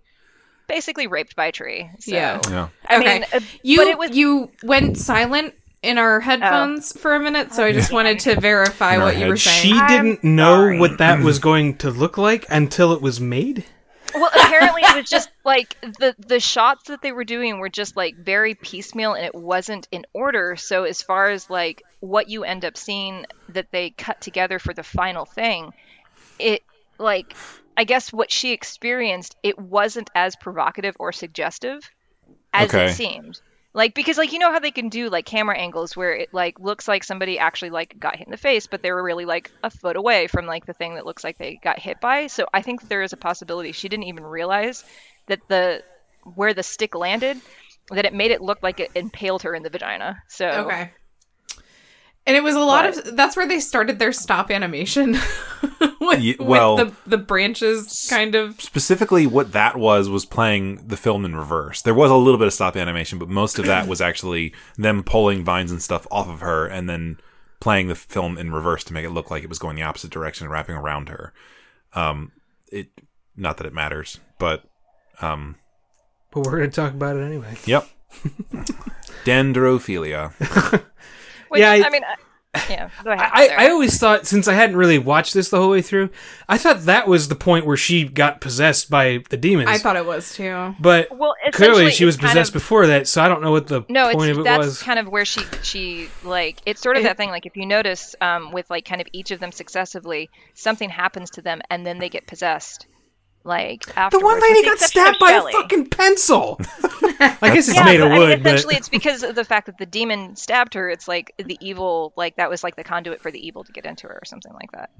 Speaker 8: Basically, raped by a tree. So.
Speaker 1: Yeah.
Speaker 6: Yeah,
Speaker 8: I
Speaker 1: okay.
Speaker 8: mean, uh,
Speaker 1: you
Speaker 8: but it was
Speaker 1: you went silent in
Speaker 4: Oh.
Speaker 1: our headphones for a minute, so I just wanted to verify
Speaker 6: In our
Speaker 1: what you were
Speaker 6: head.
Speaker 1: saying.
Speaker 7: She didn't know what that was going to look like until it was made.
Speaker 8: Well, apparently it was just like the the shots that they were doing were just like very piecemeal and it wasn't in order. So as far as like what you end up seeing that they cut together for the final thing, it like I guess what she experienced it wasn't as provocative or suggestive as
Speaker 6: Okay.
Speaker 8: it seemed. Like because like you know how they can do like camera angles where it like looks like somebody actually like got hit in the face, but they were really like a foot away from like the thing that looks like they got hit by. So I think there is a possibility she didn't even realize that the where the stick landed, that it made it look like it impaled her in the vagina. So
Speaker 4: Okay. And it was a lot of. That's where they started their stop animation with,
Speaker 6: Ye-
Speaker 4: with
Speaker 6: well-
Speaker 4: the the branches kind of.
Speaker 6: Specifically, what that was was playing the film in reverse. There was a little bit of stop animation, but most of that was actually them pulling vines and stuff off of her and then playing the film in reverse to make it look like it was going the opposite direction and wrapping around her. Um, it not that it matters, but um,
Speaker 7: But we're going to talk about it anyway.
Speaker 6: yep. Dendrophilia.
Speaker 8: Which,
Speaker 7: Yeah, I-
Speaker 8: I, mean, I, yeah. Go ahead.
Speaker 7: I,
Speaker 8: Sorry.
Speaker 7: I always thought, since I hadn't really watched this the whole way through, I thought that was the point where she got possessed by the demons.
Speaker 4: I thought it was too.
Speaker 7: but
Speaker 8: Well,
Speaker 7: clearly
Speaker 8: essentially,
Speaker 7: she was
Speaker 8: it's kind
Speaker 7: possessed
Speaker 8: of-
Speaker 7: before that, so I don't know what the
Speaker 8: no,
Speaker 7: point
Speaker 8: it's
Speaker 7: of it
Speaker 8: that's
Speaker 7: was.
Speaker 8: kind of where she she like it's sort of that thing. Like if you notice, um, with like kind of each of them successively, something happens to them and then they get possessed. Like
Speaker 7: the one
Speaker 8: afterwards, with
Speaker 7: lady
Speaker 8: the
Speaker 7: got
Speaker 8: exception of
Speaker 7: stabbed by
Speaker 8: Shelley.
Speaker 7: a fucking pencil. I guess it's
Speaker 8: Yeah,
Speaker 7: made
Speaker 8: but,
Speaker 7: of
Speaker 8: I mean,
Speaker 7: wood, but
Speaker 8: essentially, it's because of the fact that the demon stabbed her. It's like the evil, like that was like the conduit for the evil to get into her, or something like that.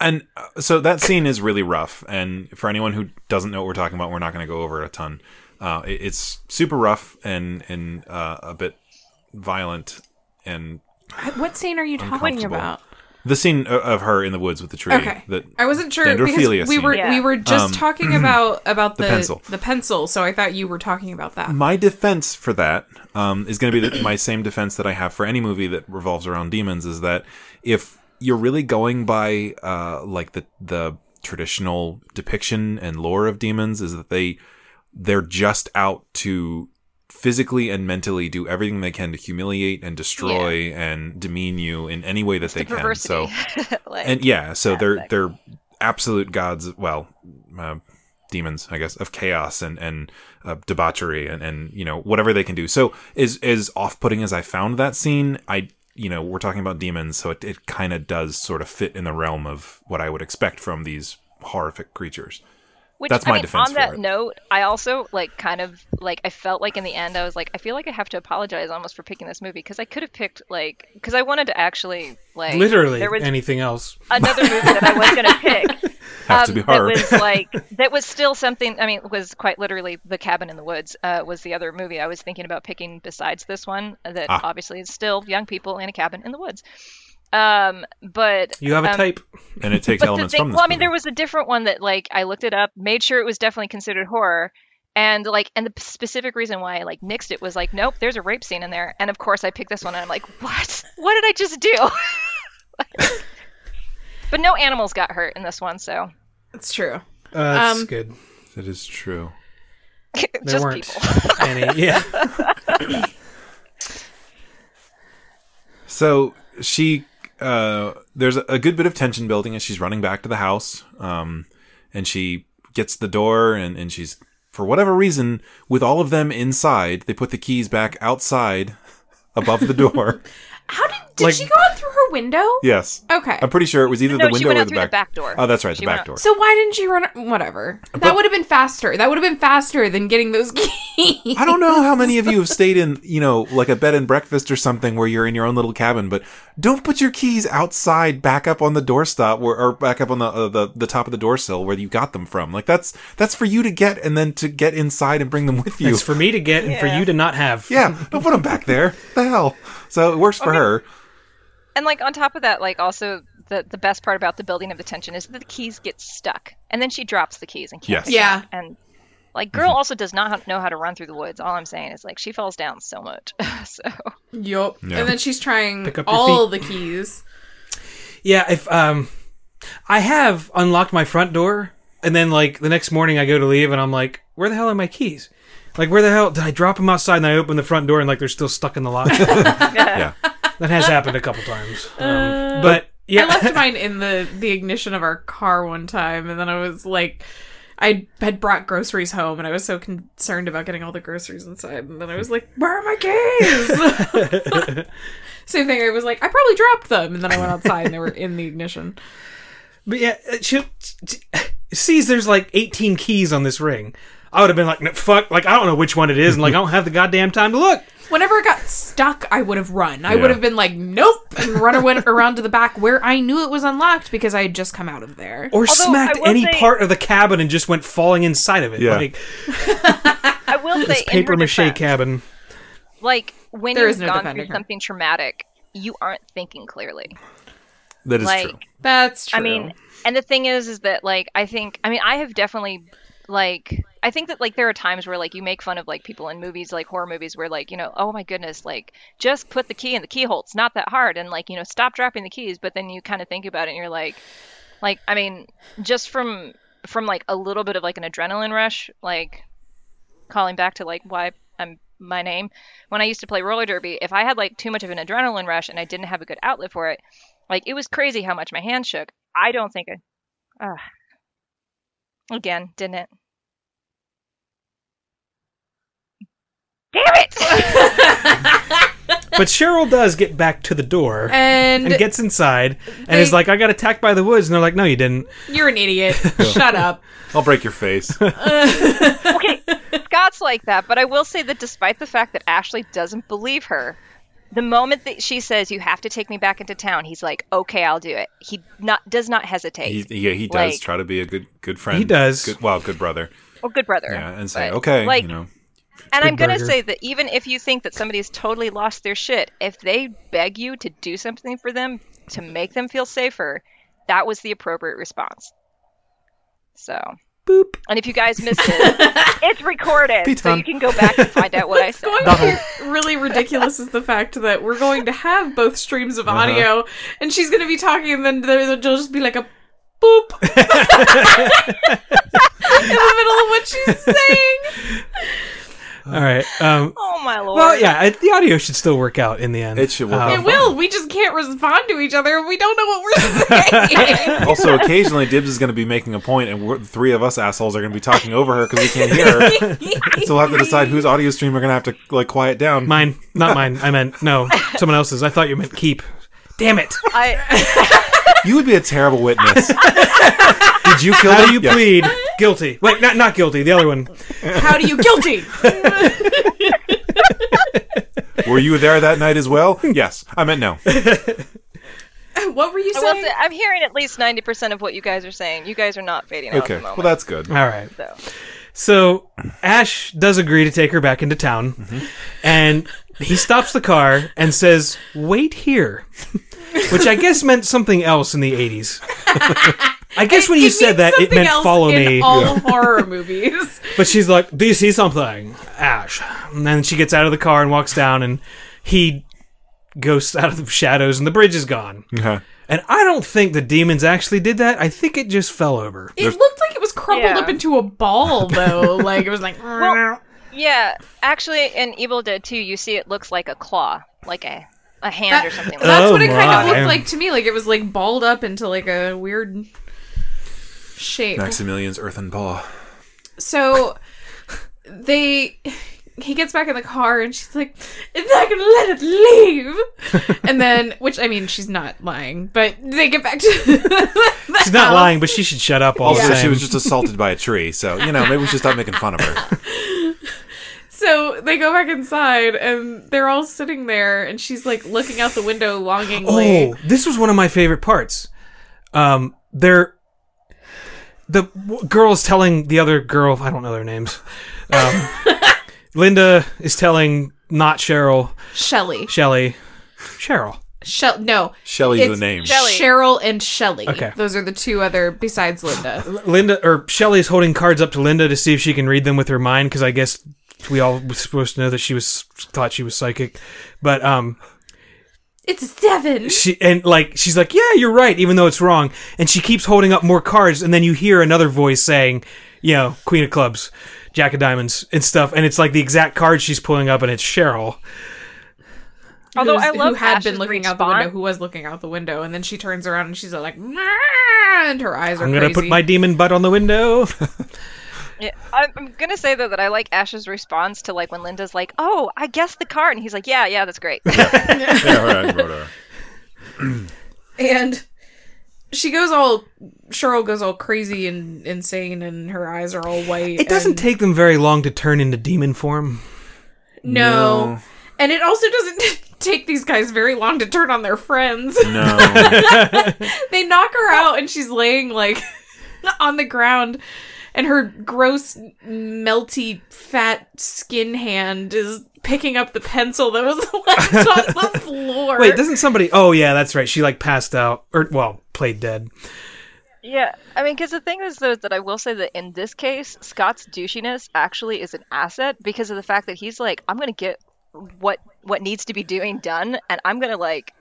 Speaker 6: And uh, so that scene is really rough. And for anyone who doesn't know what we're talking about, we're not going to go over it a ton. Uh, it- it's super rough and and uh, a bit violent. And
Speaker 4: What scene are you talking
Speaker 6: Uncomfortable.
Speaker 4: about?
Speaker 6: the scene o- of her in the woods with the tree.
Speaker 4: Okay,
Speaker 6: That,
Speaker 4: I wasn't sure
Speaker 6: dendrophilia
Speaker 4: because we
Speaker 6: scene.
Speaker 4: were we
Speaker 8: Yeah.
Speaker 4: were just
Speaker 6: Um,
Speaker 4: talking about about the
Speaker 6: the
Speaker 4: the
Speaker 6: pencil.
Speaker 4: pencil. so I thought you were talking about that.
Speaker 6: my defense for that um, is going to be the, my same defense that I have for any movie that revolves around demons is that if you're really going by uh, like the the traditional depiction and lore of demons is that they they're just out to physically and mentally do everything they can to humiliate and destroy and demean you in any way that they
Speaker 8: The
Speaker 6: can. So
Speaker 8: perversity. like,
Speaker 6: and yeah, so they're
Speaker 8: aspect.
Speaker 6: they're absolute gods. Well, uh, demons, I guess, of chaos and and uh, debauchery and and you know whatever they can do. So is as off putting as I found that scene, I you know we're talking about demons, so it, it kind of does sort of fit in the realm of what I would expect from these horrific creatures.
Speaker 8: Which
Speaker 6: That's
Speaker 8: I
Speaker 6: my
Speaker 8: mean,
Speaker 6: defense
Speaker 8: on
Speaker 6: for
Speaker 8: that
Speaker 6: it.
Speaker 8: note, I also like kind of like I felt like in the end I was like I feel like I have to apologize almost for picking this movie because I could have picked like because I wanted to actually like
Speaker 7: literally
Speaker 8: there was
Speaker 7: anything else.
Speaker 8: another movie that I was gonna pick
Speaker 6: Have to
Speaker 8: um,
Speaker 6: be hard.
Speaker 8: That was like that was still something. I mean, was quite literally the cabin in the woods uh, was the other movie I was thinking about picking besides this one. That
Speaker 6: Ah.
Speaker 8: obviously is still young people in a cabin in the woods. Um, but
Speaker 7: You have a
Speaker 8: um,
Speaker 7: type.
Speaker 6: and it takes
Speaker 8: but the
Speaker 6: elements
Speaker 8: thing-
Speaker 6: from this.
Speaker 8: well, I mean,
Speaker 6: movie.
Speaker 8: there was a different one that like I looked it up, made sure it was definitely considered horror, and like, and the specific reason why I like nixed it was like, nope, there's a rape scene in there, and of course I picked this one, and I'm like, what? What did I just do? Like- but no animals got hurt in this one, so
Speaker 4: It's true.
Speaker 7: Uh, that's
Speaker 4: um,
Speaker 7: good.
Speaker 6: that is true.
Speaker 7: There
Speaker 8: just
Speaker 7: weren't
Speaker 8: people.
Speaker 7: any. Yeah.
Speaker 6: So she, uh, there's a good bit of tension building as she's running back to the house. Um, and she gets the door and, and she's, for whatever reason, with all of them inside, they put the keys back outside above the door.
Speaker 4: How did did
Speaker 7: Like-
Speaker 4: she go out through her window?
Speaker 6: yes.
Speaker 4: Okay.
Speaker 6: I'm pretty sure it was either the
Speaker 8: No, she
Speaker 6: window
Speaker 8: went
Speaker 6: or
Speaker 8: out
Speaker 6: the
Speaker 8: through the
Speaker 6: back.
Speaker 8: back door.
Speaker 6: Oh, that's right,
Speaker 8: She
Speaker 6: the back
Speaker 8: went
Speaker 6: door.
Speaker 4: So why didn't she run? Whatever.
Speaker 6: But-
Speaker 4: that would have been faster. That would have been faster than getting those keys.
Speaker 6: I don't know how many of you have stayed in, you know, like a bed and breakfast or something where you're in your own little cabin, but don't put your keys outside back up on the doorstop or, or back up on the, uh, the the top of the door sill where you got them from. Like that's that's for you to get and then to get inside and bring them with you.
Speaker 7: It's for me to get and for you to not have.
Speaker 6: yeah, don't put them back there. What the hell. So it works for her.
Speaker 8: And like on top of that, like also the the best part about the building of the tension is that the keys get stuck, and then she drops the keys and
Speaker 6: Yes. Mm-hmm.
Speaker 8: can't. pick
Speaker 4: Yeah.
Speaker 8: them up. And like, girl also does not know how to run through the woods. All I'm saying is like she falls down so much. so
Speaker 4: Yup.
Speaker 6: Yeah.
Speaker 4: And then she's trying
Speaker 7: Pick up your
Speaker 4: all the keys.
Speaker 7: Yeah, if um I have unlocked my front door and then like the next morning I go to leave and I'm like, where the hell are my keys? Like, where the hell did I drop them outside? And I open the front door and like they're still stuck in the lock. that
Speaker 6: yeah.
Speaker 7: has happened a couple times.
Speaker 8: Uh,
Speaker 7: Um, but yeah,
Speaker 4: I left mine in the the ignition of our car one time, and then I was like, I had brought groceries home, and I was so concerned about getting all the groceries inside, and then I was like, where are my keys? Same thing. I was like, I probably dropped them, and then I went outside, and they were in the ignition.
Speaker 7: But yeah, it should- t- sees there's like 18 keys on this ring. I would have been like, "No, fuck, like I don't know which one it is, and like I don't have the goddamn time to look.
Speaker 4: Whenever it got stuck, I would have run. I would have been like, nope, and run a- went around to the back where I knew it was unlocked because I had just come out of there.
Speaker 7: Or
Speaker 8: Although,
Speaker 7: smacked
Speaker 8: I will
Speaker 7: any
Speaker 8: say-
Speaker 7: part of the cabin and just went falling inside of it,
Speaker 6: Yeah.
Speaker 7: like
Speaker 8: I will say, in her
Speaker 7: paper mache
Speaker 8: defense,
Speaker 7: cabin.
Speaker 8: like when
Speaker 4: There
Speaker 8: you've
Speaker 4: is no
Speaker 8: gone
Speaker 4: defending
Speaker 8: through
Speaker 4: her.
Speaker 8: something traumatic, you aren't thinking clearly.
Speaker 6: That is
Speaker 8: like,
Speaker 6: true.
Speaker 4: That's true.
Speaker 8: I mean, and the thing is, is that like I think I mean I have definitely like I think that like there are times where like you make fun of like people in movies like horror movies where like you know oh my goodness like just put the key in the keyhole it's not that hard and like you know stop dropping the keys but then you kind of think about it and you're like like I mean just from from like a little bit of like an adrenaline rush like calling back to like why I'm my name when I used to play roller derby if I had like too much of an adrenaline rush and I didn't have a good outlet for it like it was crazy how much my hand shook. I don't think I. Ugh. Again, didn't it? Damn it!
Speaker 7: But Cheryl does get back to the door and,
Speaker 4: and,
Speaker 7: gets inside and is
Speaker 4: they-
Speaker 7: like, "I got attacked by the woods," and they're like, "No, you didn't."
Speaker 4: you're an idiot. Shut up.
Speaker 6: I'll break your face.
Speaker 8: okay, Scott's like that, but I will say that despite the fact that Ashley doesn't believe her, the moment that she says you have to take me back into town, he's like, "Okay, I'll do it." He not does not hesitate.
Speaker 6: He, yeah, he does
Speaker 8: Like-
Speaker 6: try to be a good good friend.
Speaker 7: He does.
Speaker 6: Good, well, good brother.
Speaker 8: well, Oh, good brother.
Speaker 6: Yeah, and say,
Speaker 8: but,
Speaker 6: okay,
Speaker 8: like
Speaker 6: you know,
Speaker 8: And I'm going to
Speaker 7: burger.
Speaker 8: say that even if you think that somebody's totally lost their shit, if they beg you to do something for them to make them feel safer, that was the appropriate response. So. Boop. And if you guys missed it, it's recorded. So you can go back and find out what I said.
Speaker 4: What's going to be really ridiculous is the fact that we're going to have both streams of audio,
Speaker 7: Uh-huh.
Speaker 4: and she's going to be talking, and then there'll just be like a boop in the middle of what she's saying.
Speaker 7: All right. Um,
Speaker 8: Oh, my lord.
Speaker 7: well, yeah, it, the audio should still work out in the end.
Speaker 6: It should work
Speaker 7: Um,
Speaker 6: out.
Speaker 4: It will. We just can't respond to each other. We don't know what we're saying.
Speaker 6: Also, occasionally Dibs is going to be making a point, and we're, the three of us assholes are going to be talking over her because we can't hear her. so we'll have to decide whose audio stream we're going to have to like quiet down.
Speaker 7: Mine, not mine. I meant no, someone else's. I thought you meant keep. Damn it!
Speaker 8: I,
Speaker 6: you would be a terrible witness. Did you kill
Speaker 7: How
Speaker 6: them?
Speaker 7: do you
Speaker 6: Yes.
Speaker 7: plead guilty? Wait, not not guilty. The other one.
Speaker 4: How do you guilty?
Speaker 6: Were you there that night as well? Yes. I meant no.
Speaker 4: What were you
Speaker 8: I will
Speaker 4: saying?
Speaker 8: say, I'm hearing at least 90% of what you guys are saying. You guys are not fading out at
Speaker 6: Okay.
Speaker 8: the
Speaker 6: Well,
Speaker 8: moment.
Speaker 6: that's good.
Speaker 7: All right.
Speaker 8: so.
Speaker 7: So Ash does agree to take her back into town,
Speaker 6: Mm-hmm.
Speaker 7: and he stops the car and says, "Wait here," which I guess meant something else in the '80s. I guess when you
Speaker 4: It
Speaker 7: said
Speaker 4: means
Speaker 7: that, it
Speaker 4: something
Speaker 7: meant
Speaker 4: else
Speaker 7: "follow
Speaker 4: in
Speaker 7: me."
Speaker 4: All horror movies.
Speaker 7: But she's like, "Do you see something, Ash?" And then she gets out of the car and walks down, and he ghosts out of the shadows, and the bridge is gone.
Speaker 6: Okay.
Speaker 7: And I don't think the demons actually did that. I think it just fell over.
Speaker 4: It looked like it was crumpled
Speaker 8: Yeah.
Speaker 4: up into a ball, though. Like it was like.
Speaker 8: Yeah, actually, in Evil Dead 2, you see it looks like a claw, like a, a hand or something like that.
Speaker 4: That's
Speaker 7: Oh
Speaker 4: what it kind
Speaker 7: my.
Speaker 4: of looked like to me. Like it was like balled up into like a weird shape.
Speaker 6: Maximilian's earthen paw.
Speaker 4: So they he gets back in the car and she's like, "They're gonna let it leave." and then, which I mean, she's not lying, but they get back to. the
Speaker 7: She's not
Speaker 4: house.
Speaker 7: lying, but she should shut up. All
Speaker 6: Also,
Speaker 7: the same.
Speaker 6: she was just assaulted by a tree, so you know maybe we should stop making fun of her.
Speaker 4: So they go back inside and they're all sitting there, and she's like looking out the window longingly.
Speaker 7: Oh, this was one of my favorite parts. Um, they're the w- girl is telling the other girl. I don't know their names. Um, Linda is telling not Cheryl,
Speaker 4: Shelly,
Speaker 7: Shelley, Cheryl.
Speaker 4: Shell, no,
Speaker 6: Shelley's the
Speaker 4: It's
Speaker 6: name.
Speaker 4: Cheryl and Shelly.
Speaker 7: Okay.
Speaker 4: Those are the two other besides Linda.
Speaker 7: L- Linda or Shelley's holding cards up to Linda to see if she can read them with her mind because I guess we all were supposed to know that she was thought she was psychic, but um,
Speaker 4: It's a seven.
Speaker 7: she and like she's like yeah you're right even though it's wrong and she keeps holding up more cards and then you hear another voice saying you know queen of clubs Jack of Diamonds and stuff, and it's like the exact card she's pulling up, and it's Cheryl.
Speaker 8: Although
Speaker 4: who's-
Speaker 8: I love
Speaker 4: who had
Speaker 8: Ash's
Speaker 4: been looking out the
Speaker 8: response.
Speaker 4: window, who was looking out the window, and then she turns around and she's like, "Meh," and her eyes are.
Speaker 7: I'm gonna put
Speaker 4: crazy.
Speaker 7: my demon butt on the window.
Speaker 8: Yeah, I'm, I'm gonna say though that I like Ash's response to like when Linda's like, "Oh, I guessed the card," and he's like, "Yeah, yeah, that's great."
Speaker 6: yeah, all right, whatever.
Speaker 4: and she goes all Cheryl goes all crazy and insane, and her eyes are all white.
Speaker 7: It doesn't
Speaker 4: and-
Speaker 7: take them very long to turn into demon form.
Speaker 4: no. and it also doesn't take these guys very long to turn on their friends.
Speaker 6: No.
Speaker 4: they knock her out and she's laying like on the ground and her gross melty fat skin hand is picking up the pencil that was left on the floor
Speaker 7: Wait, doesn't somebody? Oh yeah, that's right. She like passed out, or well, played dead.
Speaker 8: yeah, I mean, because the thing is though that I will say that in this case, Scott's douchiness actually is an asset because of the fact that he's like, "I'm gonna get what what needs to be doing done, and I'm gonna like."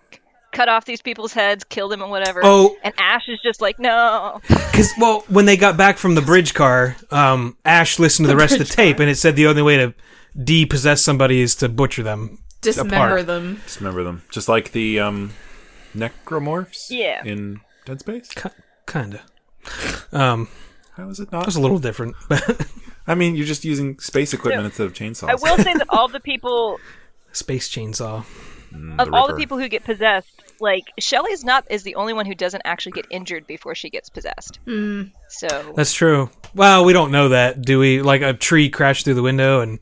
Speaker 8: Cut off these people's heads, kill them, and whatever.
Speaker 7: Oh.
Speaker 8: and Ash is just like, no.
Speaker 7: Because well, when they got back from the bridge car, um, Ash listened to the, rest of the tape, and it said the only way to depossess somebody is to butcher them.
Speaker 4: dismember
Speaker 7: apart.
Speaker 4: them
Speaker 6: Just remember them. Just like the um, necromorphs
Speaker 8: Yeah.
Speaker 6: in Dead Space.
Speaker 7: Ki kinda. Um,
Speaker 6: How is it
Speaker 7: that
Speaker 6: not?
Speaker 7: was a little different, but
Speaker 6: I mean, you're just using space equipment instead of chainsaws.
Speaker 8: I will say that all the people
Speaker 7: space chainsaw.
Speaker 8: of all the
Speaker 6: Ripper.
Speaker 8: people who get possessed, like Shelley's not is the only one who doesn't actually get injured before she gets possessed. So
Speaker 7: That's true. Well, we don't know that, do we? Like a tree crashed through the window and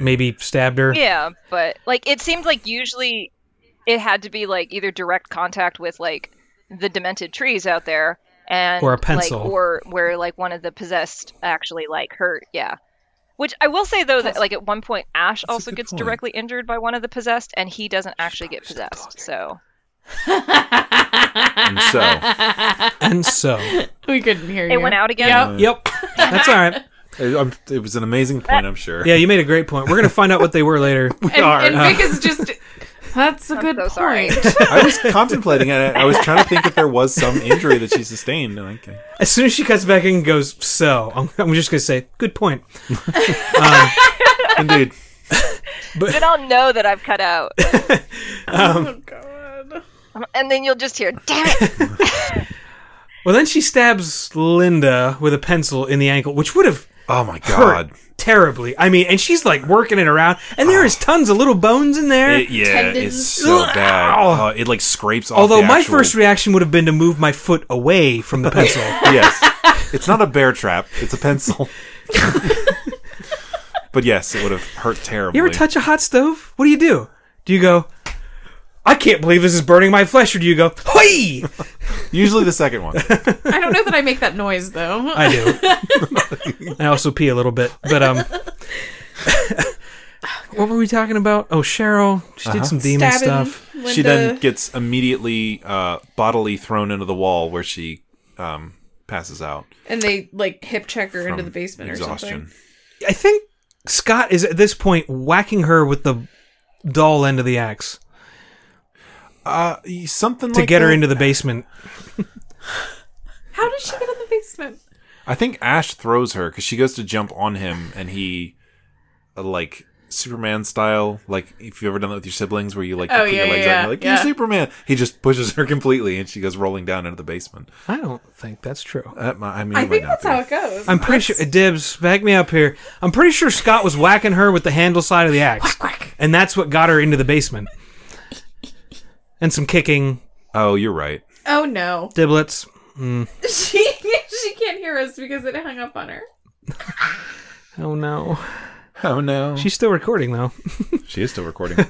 Speaker 7: maybe stabbed her.
Speaker 8: yeah, but like it seemed like usually it had to be like either direct contact with like the demented trees out there and
Speaker 7: Or a
Speaker 8: like,
Speaker 7: pencil.
Speaker 8: or where like one of the possessed actually like hurt. Yeah. Which I will say though that like at one point Ash
Speaker 6: a
Speaker 8: also
Speaker 6: good
Speaker 8: gets
Speaker 6: point.
Speaker 8: directly injured by one of the possessed and he doesn't actually get possessed. So
Speaker 6: And so,
Speaker 7: And so,
Speaker 4: we couldn't hear
Speaker 8: it
Speaker 4: you
Speaker 8: went out again.
Speaker 7: yep, that's all right.
Speaker 6: it, I'm- it was an amazing point, I'm sure.
Speaker 7: Yeah, you made a great point. We're gonna find out what they were later.
Speaker 4: and, and Vic is just that's a good
Speaker 8: so sorry.
Speaker 4: point
Speaker 6: I was contemplating it. I was trying to think if there was some injury that she sustained. Like,
Speaker 7: As soon as she cuts back in and goes, so I'm, I'm just gonna say, good point.
Speaker 6: indeed.
Speaker 8: then I'll know that I've cut out.
Speaker 6: Um,
Speaker 8: Oh, And then you'll just hear, damn it!
Speaker 7: Well, then she stabs Linda with a pencil in the ankle, which would have
Speaker 6: Oh my
Speaker 7: hurt
Speaker 6: god.
Speaker 7: terribly. I mean, and she's like working it around, and there is tons of little bones in there.
Speaker 6: Oh. It- yeah, it's so bad.
Speaker 7: Ow.
Speaker 6: Oh, it like scrapes off.
Speaker 7: Although
Speaker 6: the
Speaker 7: my
Speaker 6: actual-
Speaker 7: first reaction would have been to move my foot away from the pencil.
Speaker 6: yes, it's not a bear trap. It's a pencil. but yes, it would have hurt terribly.
Speaker 7: you ever touch a hot stove? What do you do? Do you go? I can't believe this is burning my flesh, or do you go? Hoi!
Speaker 6: Usually the second one.
Speaker 4: i don't know that i make that noise though
Speaker 7: I do. I also pee a little bit, but um. what were we talking about? Oh, Cheryl, she did some demon
Speaker 4: Stabbing
Speaker 7: stuff.
Speaker 4: Linda.
Speaker 6: She then gets immediately uh, bodily thrown into the wall where she um, passes out
Speaker 4: and they like hip check her into
Speaker 6: from
Speaker 4: the basement or
Speaker 6: exhaustion.
Speaker 4: something
Speaker 7: I think Scott is at this point whacking her with the dull end of the axe
Speaker 6: Uh, something
Speaker 7: to
Speaker 6: like
Speaker 7: get her
Speaker 6: that.
Speaker 7: into the basement.
Speaker 4: how did she get in the basement
Speaker 6: I think Ash throws her because she goes to jump on him, and he, uh, like Superman style, like if you've ever done that with your siblings, where you like you
Speaker 4: Oh,
Speaker 6: put
Speaker 4: yeah,
Speaker 6: your legs
Speaker 4: yeah,
Speaker 6: out, and you're like
Speaker 4: yeah.
Speaker 6: you're Superman. He just pushes her completely, and she goes rolling down into the basement.
Speaker 7: I don't think that's true.
Speaker 6: That mi- I mean,
Speaker 4: i
Speaker 6: it
Speaker 4: think
Speaker 6: might not
Speaker 4: that's how
Speaker 6: be.
Speaker 4: it goes
Speaker 7: I'm pretty sure Dibs, back me up here. I'm pretty sure Scott was whacking her with the handle side of the axe, and that's what got her into the basement. And some kicking
Speaker 6: Oh, you're right.
Speaker 4: oh no
Speaker 7: diblets.
Speaker 4: she she can't hear us because it hung up on her
Speaker 7: Oh no,
Speaker 6: Oh no, she,
Speaker 7: she's still recording though.
Speaker 6: is still recording.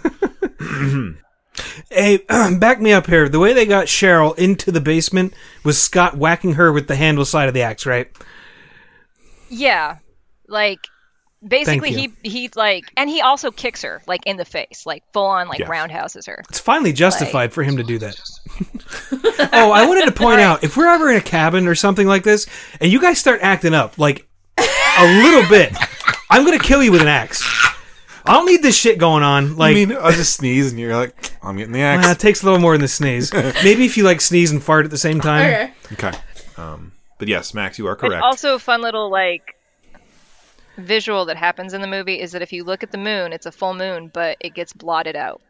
Speaker 7: Hey, back me up here. The way they got Cheryl into the basement was Scott whacking her with the handle side of the axe, right?
Speaker 8: Yeah. Like, basically, he,
Speaker 7: you.
Speaker 8: he, like, and he also kicks her, like, in the face, like, full on, like,
Speaker 6: Yes.
Speaker 8: roundhouses her.
Speaker 7: It's finally justified for him to do that. oh, I wanted to point out if we're ever in a cabin or something like this, and you guys start acting up like a little bit, I'm gonna kill you with an axe. I don't need this shit going on.
Speaker 6: I
Speaker 7: Like,
Speaker 6: mean, I just sneeze, and you're like, I'm getting the
Speaker 7: ah, it
Speaker 6: axe.
Speaker 7: takes a little more than the sneeze. Maybe if you like sneeze and fart at the same time.
Speaker 4: okay
Speaker 6: okay. Um, but yes, Max, you are
Speaker 8: But
Speaker 6: correct.
Speaker 8: also, a fun little, like, visual that happens in the movie is that if you look at the moon, it's a full moon, but it gets blotted out.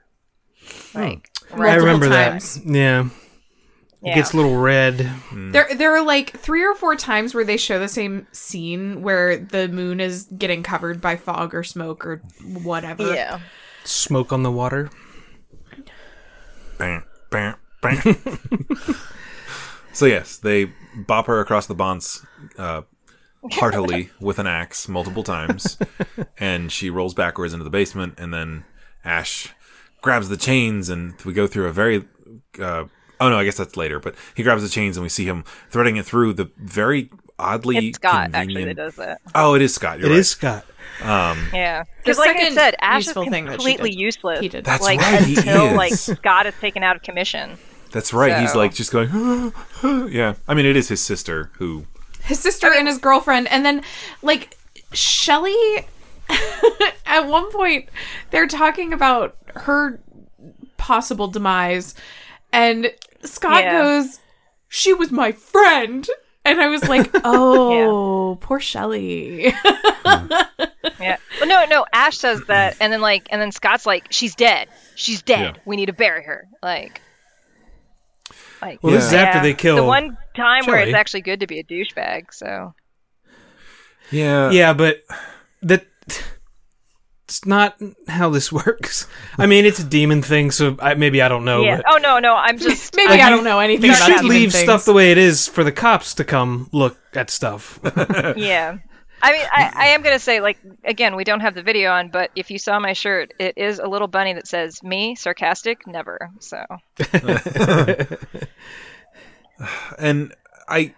Speaker 8: Like
Speaker 7: I
Speaker 8: right-
Speaker 7: remember
Speaker 4: times.
Speaker 7: that. Yeah. It
Speaker 8: Yeah.
Speaker 7: gets a little red.
Speaker 4: There, there are like three or four times where they show the same scene where the moon is getting covered by fog or smoke or whatever.
Speaker 8: yeah.
Speaker 7: Smoke on the water.
Speaker 6: Bam, bam, bam. so yes, they bop her across the bonds uh, heartily with an axe multiple times, and she rolls backwards into the basement. And then Ash grabs the chains, and we go through a very. Uh, oh no, I guess that's later. But he grabs the chains, and we see him threading it through the very oddly
Speaker 8: It's Scott actually that
Speaker 6: convenient.
Speaker 8: does that.
Speaker 6: oh, it is Scott.
Speaker 7: It is
Speaker 6: You're right.
Speaker 7: Scott.
Speaker 8: Yeah,
Speaker 4: The
Speaker 8: because like I
Speaker 4: second
Speaker 8: said, Ash is
Speaker 4: useful thing that she
Speaker 8: completely
Speaker 4: did.
Speaker 8: useless.
Speaker 4: He did.
Speaker 6: That's
Speaker 8: like
Speaker 6: right, he
Speaker 8: until like
Speaker 6: is.
Speaker 8: Scott is taken out of commission.
Speaker 6: That's right. He's
Speaker 8: So-
Speaker 6: like just going. yeah, I mean, it is his sister who.
Speaker 4: His sister and his girlfriend, and then like Shelly. at one point, they're talking about her possible demise, and Scott
Speaker 8: Yeah.
Speaker 4: goes, "She was my friend." And I was like, "Oh, poor Shelly."
Speaker 8: Yeah. Well, no, no. Ash says that, and then like, and then Scott's like, "She's dead. She's dead.
Speaker 6: Yeah.
Speaker 8: We need to bury her." Like, like.
Speaker 7: Well, this is
Speaker 6: Yeah.
Speaker 7: after they kill.
Speaker 8: the one time where it's
Speaker 7: Shelly.
Speaker 8: actually good to be a douchebag. So
Speaker 6: Yeah.
Speaker 7: Yeah, but that it's not how this works. I mean, it's a demon thing, so I, maybe I don't know.
Speaker 8: yeah.
Speaker 7: but
Speaker 8: Oh no, no. I'm just
Speaker 4: Maybe I don't know anything.
Speaker 7: you
Speaker 4: about
Speaker 7: should
Speaker 4: demon
Speaker 7: leave
Speaker 4: things.
Speaker 7: stuff the way it is for the cops to come look at stuff.
Speaker 8: yeah. I mean, I, I am gonna say like again, we don't have the video on, but if you saw my shirt, it is a little bunny that says "me sarcastic never." So
Speaker 6: and I,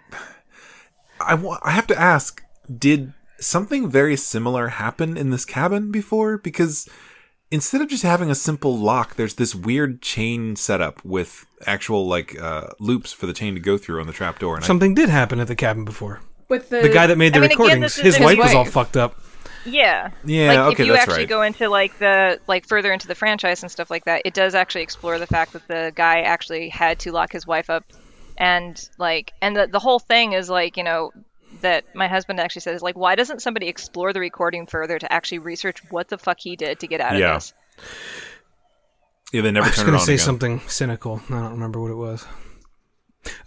Speaker 6: I wa- I have to ask: Did something very similar happen in this cabin before? Because instead of just having a simple lock, there's this weird chain setup with actual like uh, loops for the chain to go through on the trapdoor. And
Speaker 7: Something did happen at the cabin before.
Speaker 4: with
Speaker 7: The guy that made the
Speaker 8: I mean, again,
Speaker 7: recordings,
Speaker 8: this is
Speaker 7: his
Speaker 8: his
Speaker 7: wife was all
Speaker 4: wife.
Speaker 7: fucked up.
Speaker 8: yeah,
Speaker 6: Yeah,
Speaker 8: Like
Speaker 6: okay,
Speaker 8: if you
Speaker 6: that's
Speaker 8: actually
Speaker 6: right.
Speaker 8: go into like the like further into the franchise and stuff like that, it does actually explore the fact that the guy actually had to lock his wife up, and like and the the whole thing is like you know that my husband actually says like why doesn't somebody explore the recording further to actually research what the fuck he did to get out
Speaker 6: Yeah.
Speaker 8: of this?
Speaker 6: I, yeah, they never
Speaker 7: I was
Speaker 6: turn it
Speaker 7: going
Speaker 6: on
Speaker 7: to say
Speaker 6: again.
Speaker 7: something cynical. I don't remember what it was.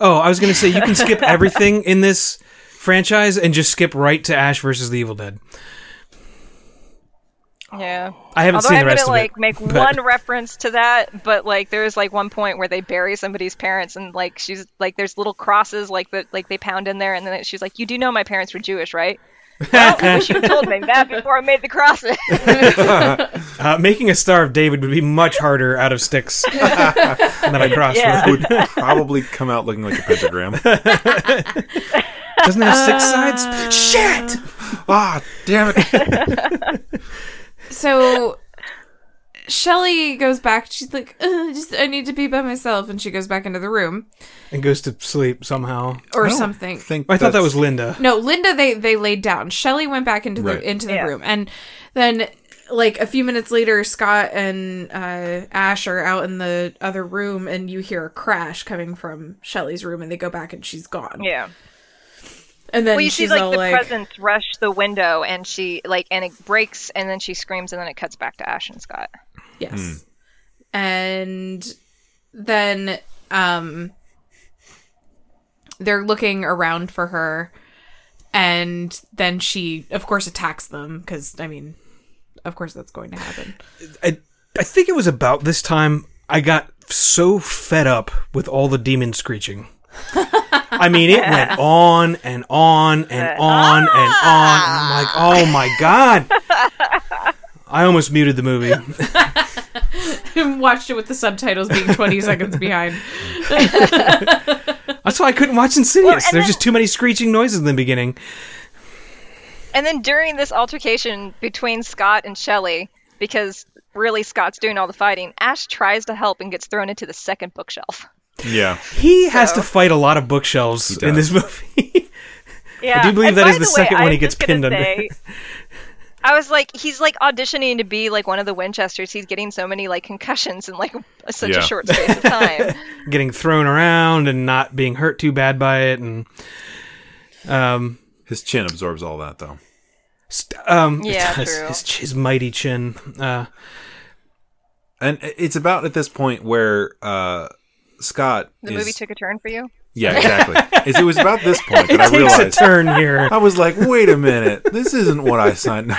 Speaker 7: Oh, I was going to say you can skip everything in this franchise and just skip right to Ash versus the Evil Dead.
Speaker 8: Yeah.
Speaker 7: I haven't
Speaker 8: Although
Speaker 7: seen
Speaker 8: I'm
Speaker 7: the rest
Speaker 8: gonna
Speaker 7: of
Speaker 8: like
Speaker 7: it.
Speaker 8: make one reference to that, but like there is like one point where they bury somebody's parents, and like she's like there's little crosses like that like they pound in there, and then she's like, "You do know my parents were Jewish, right?" well, I wish you told me that before I made the crosses.
Speaker 7: Uh, making a Star of David would be much harder out of sticks than a crossword.
Speaker 8: Yeah.
Speaker 6: would probably come out looking like a pentagram.
Speaker 7: Doesn't it have six
Speaker 8: Uh,
Speaker 7: sides? Shit!
Speaker 6: ah, damn it!
Speaker 4: So Shelly goes back. She's like, "Ugh, just I need to be by myself, and she goes back into the room
Speaker 7: And goes to sleep somehow.
Speaker 4: or
Speaker 6: don't
Speaker 4: something.
Speaker 6: think
Speaker 7: I thought that
Speaker 6: that's-
Speaker 7: was Linda.
Speaker 4: no, Linda, they they laid down. Shelly went back into
Speaker 6: Right.
Speaker 4: the into the
Speaker 8: Yeah.
Speaker 4: room, and then like a few minutes later, Scott and uh, Ash are out in the other room, and you hear a crash coming from Shelly's room, and they go back, and she's gone.
Speaker 8: yeah.
Speaker 4: And then
Speaker 8: Well, you see,
Speaker 4: she's
Speaker 8: like
Speaker 4: all
Speaker 8: the
Speaker 4: like,
Speaker 8: presence rush the window, and she like and it breaks, and then she screams, and then it cuts back to Ash and Scott.
Speaker 4: Yes. And then um they're looking around for her and then she of course attacks them cuz I mean of course that's going to happen.
Speaker 7: I, I think it was about this time I got so fed up with all the demon screeching. I mean, it went on and on and on and on. And I'm
Speaker 8: "Ah!"
Speaker 7: like, oh my God. I almost muted the movie.
Speaker 4: Watched it with the subtitles being 20 seconds behind.
Speaker 7: That's why I couldn't watch Insidious.
Speaker 8: Well, and
Speaker 7: There's
Speaker 8: then-
Speaker 7: just too many screeching noises in the beginning.
Speaker 8: And then during this altercation between Scott and Shelley, because really Scott's doing all the fighting, Ash tries to help and gets thrown into the second bookshelf.
Speaker 6: Yeah,
Speaker 7: He has
Speaker 8: So-
Speaker 7: to fight a lot of bookshelves
Speaker 6: He
Speaker 7: in
Speaker 6: does.
Speaker 7: this movie.
Speaker 8: Yeah,
Speaker 7: do believe
Speaker 8: and
Speaker 7: that
Speaker 8: by
Speaker 7: is the second one he
Speaker 8: I was
Speaker 7: gets
Speaker 8: just gonna
Speaker 7: pinned under.
Speaker 8: say, I was like, he's like auditioning to be like one of the Winchesters. He's getting so many like concussions in like such
Speaker 6: Yeah.
Speaker 8: a short space of time.
Speaker 7: Getting thrown around and not being hurt too bad by it and um
Speaker 6: his chin absorbs all that though.
Speaker 7: St- Um, it
Speaker 8: Yeah,
Speaker 7: does.
Speaker 8: true.
Speaker 7: His, his mighty chin. Uh,
Speaker 6: and it's about at this point where uh, Scott
Speaker 8: The
Speaker 6: is-
Speaker 8: movie took a turn for you.
Speaker 6: yeah exactly. It's- it was about this point that I
Speaker 7: takes a
Speaker 6: realized
Speaker 7: turn here.
Speaker 6: I was like, wait a minute, this isn't what I signed.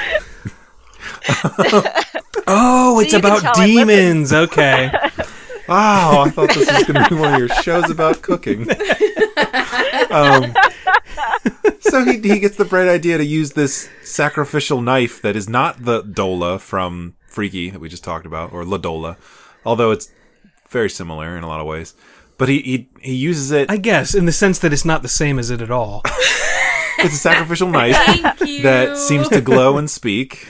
Speaker 7: Oh, it's
Speaker 8: you can
Speaker 7: about
Speaker 8: tell I'm listening.
Speaker 7: demons. Okay.
Speaker 6: Wow, Oh, I thought this was going to be one of your shows about cooking. um, so he, he gets the bright idea to use this sacrificial knife that is not the Dola from Freaky that we just talked about, or La Dola, although it's very similar in a lot of ways. But he he, he uses it.
Speaker 7: I guess in the sense that it's not the same as it at all.
Speaker 6: It's a sacrificial knife that seems to glow and speak.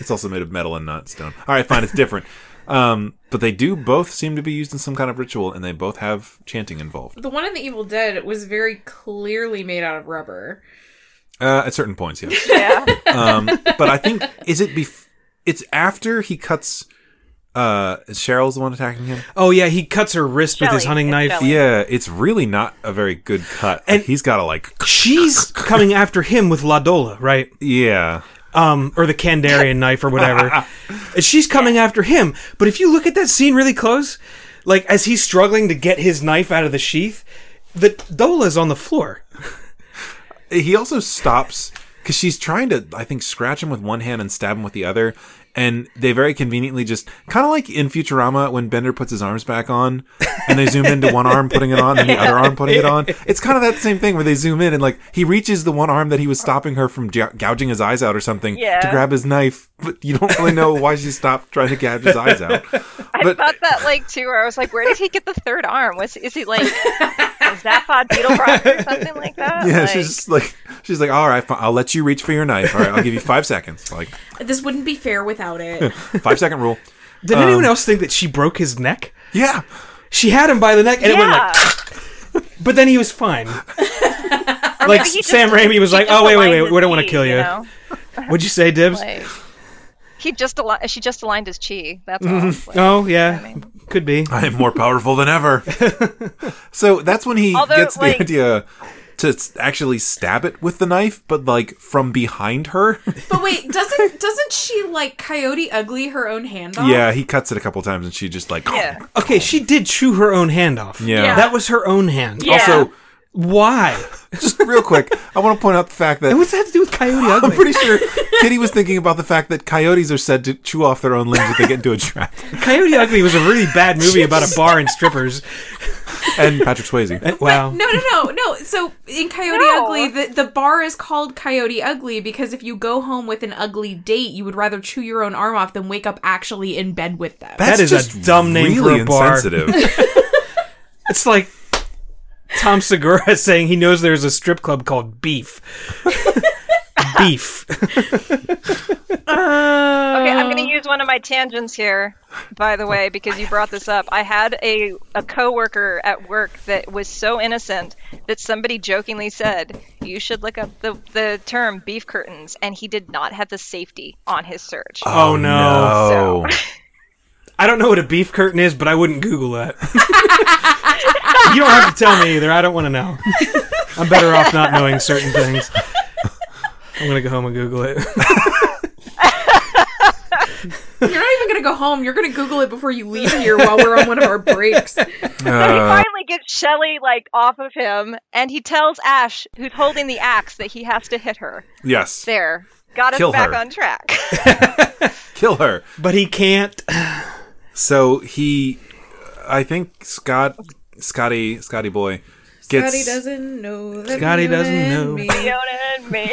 Speaker 6: It's also made of metal and not stone. All right, fine, it's different. Um, but they do both seem to be used in some kind of ritual, and they both have chanting involved.
Speaker 4: The one in The Evil Dead was very clearly made out of rubber.
Speaker 6: Uh, at certain points, yeah.
Speaker 8: Yeah.
Speaker 6: Um, but I think is it bef- It's after he cuts. Uh, is Cheryl's the one attacking him.
Speaker 7: Oh yeah, he cuts her wrist with his
Speaker 8: Shelly,
Speaker 7: hunting
Speaker 8: it's
Speaker 7: knife.
Speaker 8: Shelly.
Speaker 6: Yeah, it's really not a very good cut. And
Speaker 7: And-
Speaker 6: he's got to like,
Speaker 7: She's coming after him with Ladola, right?
Speaker 6: yeah,
Speaker 7: Um, or the Kandarian knife or whatever. And She's coming after him. But if you look at that scene really close, like as he's struggling to get his knife out of the sheath, the Dola's on the floor.
Speaker 6: he also stops because she's trying to, I think, scratch him with one hand and stab him with the other. And they very conveniently just kind of like in Futurama when Bender puts his arms back on and they zoom into one arm putting it on and the other arm putting it on. It's kind of that same thing where they zoom in and like he reaches the one arm that he was stopping her from gou- gouging his eyes out or something to
Speaker 8: Yeah.
Speaker 6: grab his knife, but you don't really know why she stopped trying to gouge his eyes out.
Speaker 8: I
Speaker 6: But
Speaker 8: thought that like too, where I was like, where did he get the third arm? Was is he like Zaphod Beetle Rock or something like that?
Speaker 6: yeah,
Speaker 8: like,
Speaker 6: she's just like she's like, all right, fine, I'll let you reach for your knife. All right, I'll give you five seconds. Like
Speaker 4: This wouldn't be fair without it.
Speaker 6: five second rule.
Speaker 8: Um.
Speaker 7: Did anyone else think that she broke his neck?
Speaker 6: Yeah.
Speaker 7: She had him by the neck and it went
Speaker 8: yeah.
Speaker 7: like but then he was fine.
Speaker 8: Or
Speaker 7: like
Speaker 8: maybe he just-
Speaker 7: Sam Raimi was
Speaker 8: he
Speaker 7: like,
Speaker 8: just
Speaker 7: "Oh wait, wait,
Speaker 8: aligned
Speaker 7: wait, we
Speaker 8: his
Speaker 7: don't want to
Speaker 8: chi,
Speaker 7: kill you."
Speaker 8: know?
Speaker 7: What'd you say, Dibs?
Speaker 8: Like, he just ali- she just aligned his chi. That's all. Like,
Speaker 7: oh yeah,
Speaker 8: I mean-
Speaker 7: could be.
Speaker 6: I am more powerful than ever. so that's when he
Speaker 8: Although,
Speaker 6: gets
Speaker 8: like-
Speaker 6: the idea to s- actually stab it with the knife, but like from behind her.
Speaker 4: But wait, doesn't doesn't she like Coyote Ugly her own hand off?
Speaker 6: yeah, he cuts it a couple times, and she just like
Speaker 8: Yeah.
Speaker 7: Okay, she did chew her own hand off.
Speaker 6: Yeah.
Speaker 7: that was her own hand.
Speaker 6: Also,
Speaker 7: Why?
Speaker 6: just real quick, I want to point out the fact that
Speaker 7: And what's that have to do with Coyote
Speaker 6: I'm
Speaker 7: Ugly?
Speaker 6: pretty sure Kitty was thinking about the fact that coyotes are said to chew off their own limbs if they get into a trap,
Speaker 7: Coyote Ugly was a really bad movie about a bar and strippers.
Speaker 6: and Patrick Swayze.
Speaker 7: Wow.
Speaker 4: No, no, no, no. So in Coyote
Speaker 8: No.
Speaker 4: Ugly, the, the bar is called Coyote Ugly because if you go home with an ugly date, you would rather chew your own arm off than wake up actually in bed with them.
Speaker 6: That's
Speaker 7: is a
Speaker 6: just
Speaker 7: dumb name for
Speaker 6: really
Speaker 7: a bar.
Speaker 6: insensitive.
Speaker 7: It's like Tom Segura saying he knows there's a strip club called Beef. Beef.
Speaker 8: Okay, I'm going to use one of my tangents here, by the way, because you brought this up. I had a, a coworker at work that was so innocent that somebody jokingly said, You should look up the, the term beef curtains, and he did not have the safety on his search.
Speaker 7: Oh,
Speaker 6: Oh,
Speaker 7: no. I don't know what a beef curtain is, but I wouldn't Google that. you don't have to tell me either. I don't want to know. I'm better off not knowing certain things. I'm going to go home and Google it.
Speaker 4: You're not even gonna go home. You're gonna Google it before you leave here while we're on one of our breaks.
Speaker 8: So he
Speaker 6: Uh,
Speaker 8: finally gets Shelly like off of him, and he tells Ash, who's holding the axe, that he has to hit her.
Speaker 6: yes,
Speaker 8: There, got us
Speaker 6: Kill
Speaker 8: back
Speaker 6: her.
Speaker 8: on track.
Speaker 6: kill her.
Speaker 7: But he can't.
Speaker 6: So he, I think Scott, Scotty, Scotty boy, gets
Speaker 4: Scotty doesn't know that
Speaker 7: Scotty
Speaker 4: you
Speaker 7: doesn't
Speaker 4: and
Speaker 7: know.
Speaker 4: me
Speaker 8: Fiona and me.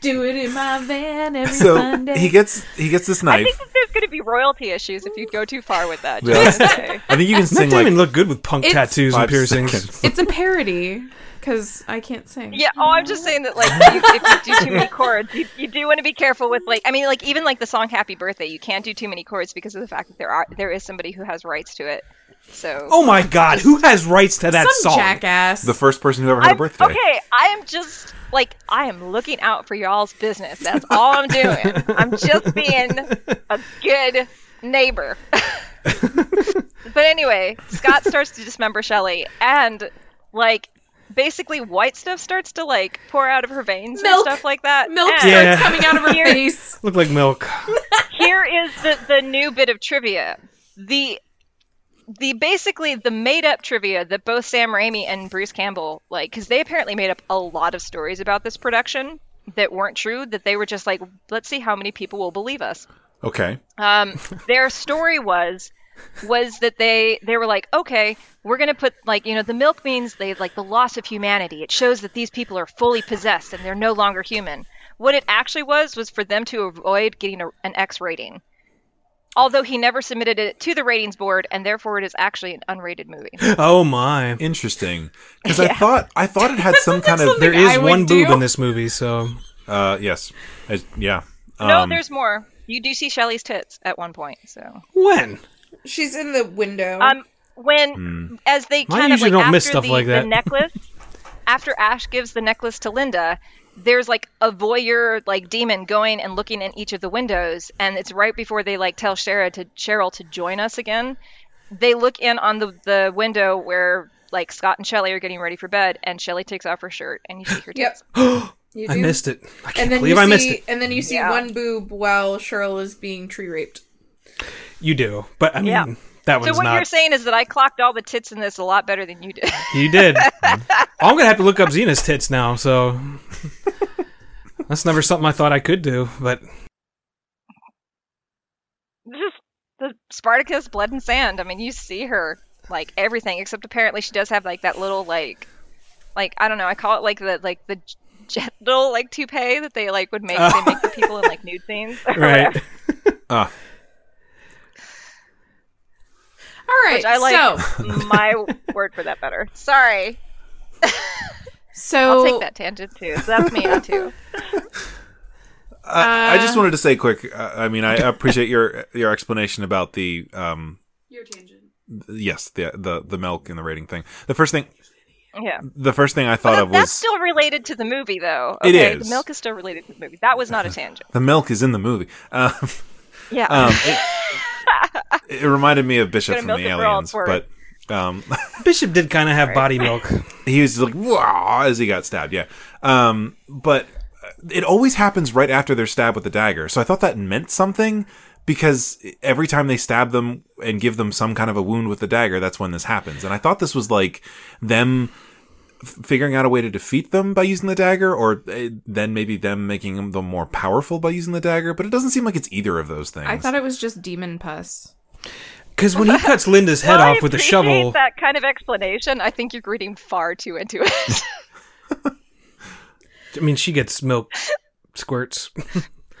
Speaker 4: do it in my van every
Speaker 6: so
Speaker 4: Sunday.
Speaker 6: he gets he gets this
Speaker 8: I
Speaker 6: knife.
Speaker 8: think that there's going to be royalty issues if you go too far with that.
Speaker 6: Yeah.
Speaker 8: just gonna say.
Speaker 6: I think you can
Speaker 7: Matt
Speaker 6: sing
Speaker 7: Damon
Speaker 6: like
Speaker 7: looked good with punk
Speaker 4: It's-
Speaker 7: tattoos and
Speaker 6: five
Speaker 7: piercings.
Speaker 6: seconds.
Speaker 4: it's a parody because I can't sing.
Speaker 8: Yeah. Oh, I'm just saying that, like, if you, if you do too many chords, you, you do want to be careful with, like, I mean, like, even like the song "Happy Birthday," you can't do too many chords because of the fact that there are there is somebody who has rights to it. So.
Speaker 7: Oh my god, who has rights to that
Speaker 4: Some
Speaker 7: song?
Speaker 4: jackass.
Speaker 6: The first person who ever had
Speaker 8: I'm,
Speaker 6: a birthday.
Speaker 8: okay, I am just like I am looking out for y'all's business. That's all I'm doing. I'm just being a good neighbor. but anyway, Scott starts to dismember Shelly and like basically white stuff starts to like pour out of her veins
Speaker 4: Milk.
Speaker 8: and stuff like that.
Speaker 4: Milk
Speaker 8: And
Speaker 7: Yeah.
Speaker 4: starts coming out of her
Speaker 8: Here-
Speaker 4: face.
Speaker 7: Look like milk.
Speaker 8: Here is the the new bit of trivia. The the basically the made up trivia that both Sam Raimi and Bruce Campbell like cuz they apparently made up a lot of stories about this production that weren't true that they were just like let's see how many people will believe us.
Speaker 6: Okay.
Speaker 8: um, their story was was that they they were like okay we're gonna put like you know the milk means they like the loss of humanity it shows that these people are fully possessed and they're no longer human what it actually was was for them to avoid getting a, an x rating although he never submitted it to the ratings board and therefore it is actually an unrated movie
Speaker 7: Oh my.
Speaker 6: Interesting. Because I thought I thought it had some kind of
Speaker 7: There is
Speaker 1: I would
Speaker 7: one boob
Speaker 1: do.
Speaker 7: in this movie, so
Speaker 6: uh yes. I- yeah.
Speaker 8: no
Speaker 6: Um,
Speaker 8: there's more you do see Shelley's tits at one point so
Speaker 7: when?
Speaker 4: She's in the window.
Speaker 8: Um, when
Speaker 7: Hmm.
Speaker 8: as they
Speaker 7: Mine
Speaker 8: kind of
Speaker 7: usually
Speaker 8: like
Speaker 7: don't
Speaker 8: after
Speaker 7: miss stuff
Speaker 8: the,
Speaker 7: like
Speaker 8: the
Speaker 7: that.
Speaker 8: necklace, after Ash gives the necklace to Linda, there's like a voyeur like demon going and looking in each of the windows, and it's right before they like tell Shara to Cheryl to join us again. They look in on the the window where like Scott and Shelley are getting ready for bed, and Shelley takes off her shirt, and you see her
Speaker 4: Yep.
Speaker 8: tits.
Speaker 4: You
Speaker 7: I
Speaker 4: do.
Speaker 7: missed it. I can't
Speaker 4: And then
Speaker 7: believe
Speaker 4: you
Speaker 7: I missed
Speaker 4: see,
Speaker 7: it.
Speaker 4: and then you see
Speaker 8: Yeah.
Speaker 4: one boob while Cheryl is being tree raped.
Speaker 7: You do, but I mean
Speaker 8: Yeah.
Speaker 7: that
Speaker 8: So
Speaker 7: one's
Speaker 8: what
Speaker 7: not.
Speaker 8: you're saying is that I clocked all the tits in this a lot better than you did.
Speaker 7: You did. I'm gonna have to look up Xena's tits now. So that's never something I thought I could do. But
Speaker 8: this is the Spartacus blood and sand. I mean, you see her like everything except apparently she does have like that little like like I don't know. I call it like the like the gentle like toupee that they like would make
Speaker 7: Oh.
Speaker 8: they make the people in like nude scenes.
Speaker 7: right,
Speaker 6: Ah,
Speaker 4: All right.
Speaker 8: Which I like
Speaker 4: So,
Speaker 8: my word for that better. Sorry.
Speaker 4: so
Speaker 8: I'll take that tangent too. So that's me now too.
Speaker 6: I I just wanted to say quick. Uh, I mean, I appreciate your your explanation about the um. Your tangent. Yes, the the the milk and the rating thing. The first thing,
Speaker 8: Yeah.
Speaker 6: the first thing I thought
Speaker 8: That-
Speaker 6: of was
Speaker 8: that's still related to the movie though.
Speaker 6: It
Speaker 8: Okay.
Speaker 6: is.
Speaker 8: The milk is still related to the movie. That was not a tangent.
Speaker 6: the milk is in the movie. Um,
Speaker 8: Yeah.
Speaker 6: um, it, it reminded me of Bishop
Speaker 8: Gonna
Speaker 6: from the
Speaker 8: milk it for all it's
Speaker 6: Aliens, but um,
Speaker 7: Bishop did kind of have body milk.
Speaker 6: he was like wow as he got stabbed. Yeah, um, but it always happens right after they're stabbed with the dagger. So I thought that meant something. Because every time they stab them and give them some kind of a wound with the dagger, that's when this happens. And I thought this was like them figuring out a way to defeat them by using the dagger, or eh, then maybe them making them more powerful by using the dagger. But it doesn't seem like it's either of those things.
Speaker 1: I thought it was just demon pus.
Speaker 7: Because when he cuts Linda's head
Speaker 8: Well, I
Speaker 7: off with a
Speaker 8: appreciate
Speaker 7: shovel,
Speaker 8: That kind of explanation, I think you're reading far too into it.
Speaker 7: I mean she gets milk squirts.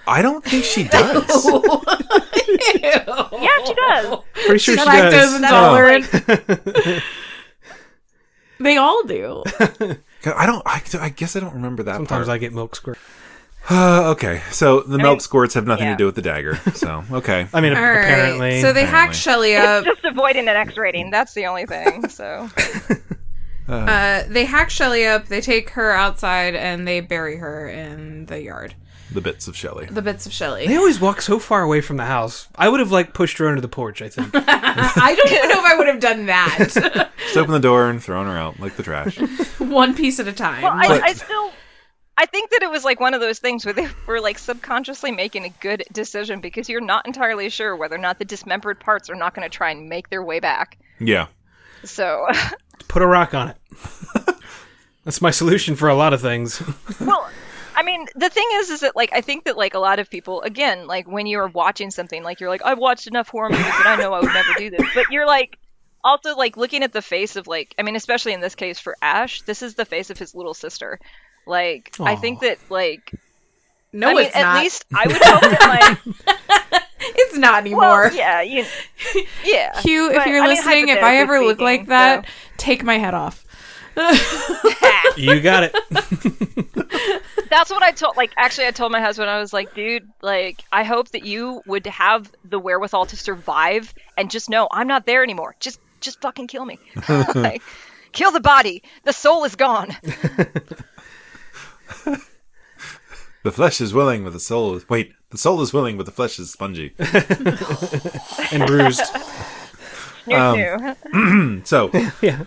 Speaker 6: I don't think she does.
Speaker 8: yeah, she does.
Speaker 7: Pretty sure she
Speaker 1: Lactose
Speaker 7: does.
Speaker 1: intolerant. they all do.
Speaker 6: I don't. I, I guess I don't remember that.
Speaker 7: Sometimes
Speaker 6: part.
Speaker 7: I get milk squirt.
Speaker 6: Uh, okay, so the milk squirts have nothing
Speaker 8: yeah.
Speaker 6: to do with the dagger. So okay,
Speaker 7: I mean,
Speaker 4: all right.
Speaker 7: apparently.
Speaker 4: So they hack
Speaker 6: Apparently.
Speaker 4: Shelly up.
Speaker 8: Just avoiding an X rating. That's the only thing. So
Speaker 4: Uh, they hack Shelly up. They take her outside and they bury her in the yard.
Speaker 6: the bits of Shelley.
Speaker 4: The bits of Shelly.
Speaker 7: They always walk so far away from the house. I would have like pushed her under the porch. I think.
Speaker 4: I don't know if I would have done that.
Speaker 6: Just open the door and thrown her out like the trash.
Speaker 4: One piece at a time.
Speaker 8: well, I,
Speaker 6: But-
Speaker 8: I still. I think that it was like one of those things where they were like subconsciously making a good decision because you're not entirely sure whether or not the dismembered parts are not going to try and make their way back.
Speaker 6: yeah,
Speaker 8: So,
Speaker 7: Put a rock on it. That's my solution for a lot of things.
Speaker 8: well, I mean, the thing is, is that like I think that like a lot of people, again, like when you're watching something, like you're like, I've watched enough horror movies and I know I would never do this, but you're like also like looking at the face of like I mean, especially in this case for Ash, this is the face of his little sister. Like I think that like
Speaker 4: no,
Speaker 8: I mean,
Speaker 4: it's
Speaker 8: at
Speaker 4: not.
Speaker 8: least I would hope that like
Speaker 4: it's not anymore.
Speaker 8: well, yeah, you, yeah.
Speaker 1: Hugh, if
Speaker 8: But,
Speaker 1: you're
Speaker 8: I mean,
Speaker 1: listening, if I ever
Speaker 8: hypothetically
Speaker 1: look like
Speaker 8: speaking,
Speaker 1: that,
Speaker 8: so-
Speaker 1: take my head off.
Speaker 7: You got it.
Speaker 8: That's what I told. Like, actually, I told my husband, I was like, dude, like, I hope that you would have the wherewithal to survive and just know I'm not there anymore. Just, just fucking kill me. like, kill the body. The soul is gone.
Speaker 6: the flesh is willing, but the soul is wait. The soul is willing, but the flesh is spongy.
Speaker 7: And bruised. Um,
Speaker 8: Snoo, snoo.
Speaker 6: So yeah.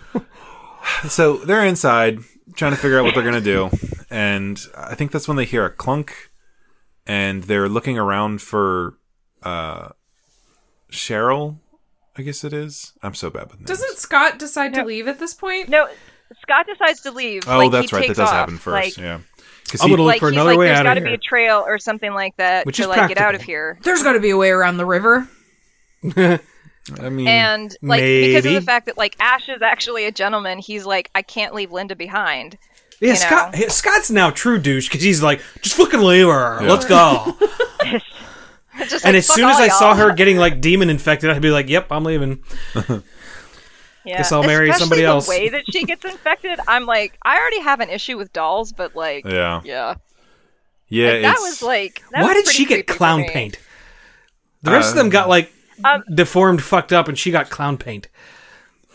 Speaker 6: So they're inside. trying to figure out what they're gonna do, and I think that's when they hear a clunk, and they're looking around for uh, Cheryl. I guess it is. I'm so bad with names.
Speaker 1: Doesn't Scott decide to leave at this point?
Speaker 8: No, Scott decides to leave.
Speaker 6: oh,
Speaker 8: like, he
Speaker 6: that's right. That
Speaker 8: takes
Speaker 6: does
Speaker 8: off.
Speaker 6: happen first.
Speaker 8: Like,
Speaker 6: yeah. 'Cause
Speaker 7: I'm
Speaker 6: he-
Speaker 7: gonna look
Speaker 8: like
Speaker 7: for
Speaker 8: he's
Speaker 7: another
Speaker 8: like,
Speaker 7: way
Speaker 8: there's
Speaker 7: out
Speaker 8: got
Speaker 7: of
Speaker 8: to be
Speaker 7: here.
Speaker 8: a trail or something like that
Speaker 7: Which
Speaker 8: to
Speaker 7: is
Speaker 8: like get out of
Speaker 7: practical.
Speaker 8: here.
Speaker 4: There's got to be a way around the river.
Speaker 6: I mean,
Speaker 8: And like because of
Speaker 7: Maybe.
Speaker 8: the fact that like Ash is actually a gentleman, he's like, I can't leave Linda behind.
Speaker 7: Yeah,
Speaker 8: you
Speaker 7: Scott. hey, Scott's now true douche because he's like, just fucking leave her.
Speaker 6: Yeah.
Speaker 7: Let's go.
Speaker 8: Just
Speaker 7: and
Speaker 8: like,
Speaker 7: as
Speaker 8: "Fuck
Speaker 7: soon as
Speaker 8: all
Speaker 7: I saw
Speaker 8: y'all."
Speaker 7: her getting like demon infected, I'd be like, yep, I'm leaving.
Speaker 8: yeah.
Speaker 7: guess I'll marry
Speaker 8: Especially
Speaker 7: somebody
Speaker 8: the
Speaker 7: else.
Speaker 8: way that she gets infected, I'm like, I already have an issue with dolls, but like, yeah,
Speaker 6: yeah, yeah.
Speaker 8: Like, that
Speaker 6: it's-
Speaker 8: was like, that
Speaker 7: Why
Speaker 8: was
Speaker 7: did
Speaker 8: pretty
Speaker 7: she get
Speaker 8: creepy for
Speaker 7: clown
Speaker 8: me.
Speaker 7: paint? The rest of them got like
Speaker 8: Um,
Speaker 7: deformed, fucked up, and she got clown paint.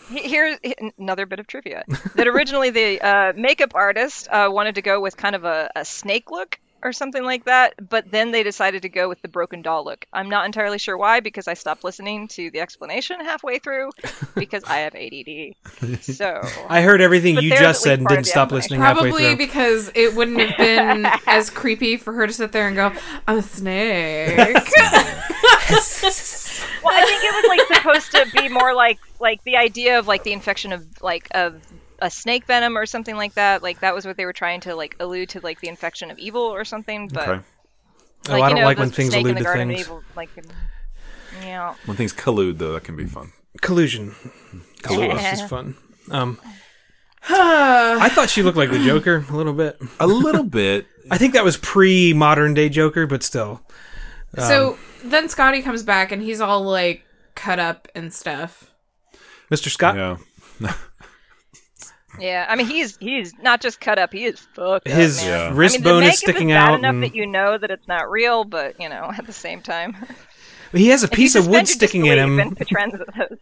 Speaker 8: He- Here's he- another bit of trivia that originally the uh, makeup artist uh, wanted to go with kind of a, a snake look or something like that, but then they decided to go with the broken doll look. I'm not entirely sure why because I stopped listening to the explanation halfway through because I have ADD. So
Speaker 7: I heard everything
Speaker 8: But
Speaker 7: you
Speaker 8: there's
Speaker 7: just said
Speaker 8: at least
Speaker 7: and
Speaker 8: part of
Speaker 7: didn't
Speaker 8: the
Speaker 7: stop
Speaker 8: explanation.
Speaker 7: listening halfway
Speaker 1: Probably
Speaker 7: through.
Speaker 1: because it wouldn't have been as creepy for her to sit there and go, I'm a snake.
Speaker 8: well, I think it was like supposed to be more like like the idea of like the infection of like of a snake venom or something like that. Like that was what they were trying to like allude to like the infection of evil or something, but
Speaker 6: okay.
Speaker 7: oh, I
Speaker 8: you
Speaker 7: don't
Speaker 8: know,
Speaker 7: like
Speaker 8: the
Speaker 7: when things
Speaker 8: snake in
Speaker 7: allude
Speaker 8: the
Speaker 7: to
Speaker 8: Garden of
Speaker 7: things.
Speaker 8: Evil, like, yeah.
Speaker 6: When things collude, though, that can be fun.
Speaker 7: Collusion. Collusion is fun. Um, I thought she looked like the Joker a little bit.
Speaker 6: A little bit.
Speaker 7: I think that was pre modern day Joker, but still.
Speaker 1: so then Scotty comes back and he's all like cut up and stuff.
Speaker 7: Mr. Scott,
Speaker 6: Yeah.
Speaker 8: Yeah, I mean he's he's not just cut up; he is fucked.
Speaker 7: his
Speaker 8: up, man.
Speaker 6: Yeah.
Speaker 7: wrist
Speaker 8: I mean, the
Speaker 7: bone
Speaker 8: makeup
Speaker 7: is sticking
Speaker 8: bad
Speaker 7: out.
Speaker 8: enough
Speaker 7: and-
Speaker 8: that you know that it's not real, but you know, at the same time,
Speaker 7: he has a
Speaker 8: If you
Speaker 7: piece of wood
Speaker 8: suspend your
Speaker 7: sticking in
Speaker 8: disbelief
Speaker 7: him.
Speaker 8: and the trends of those-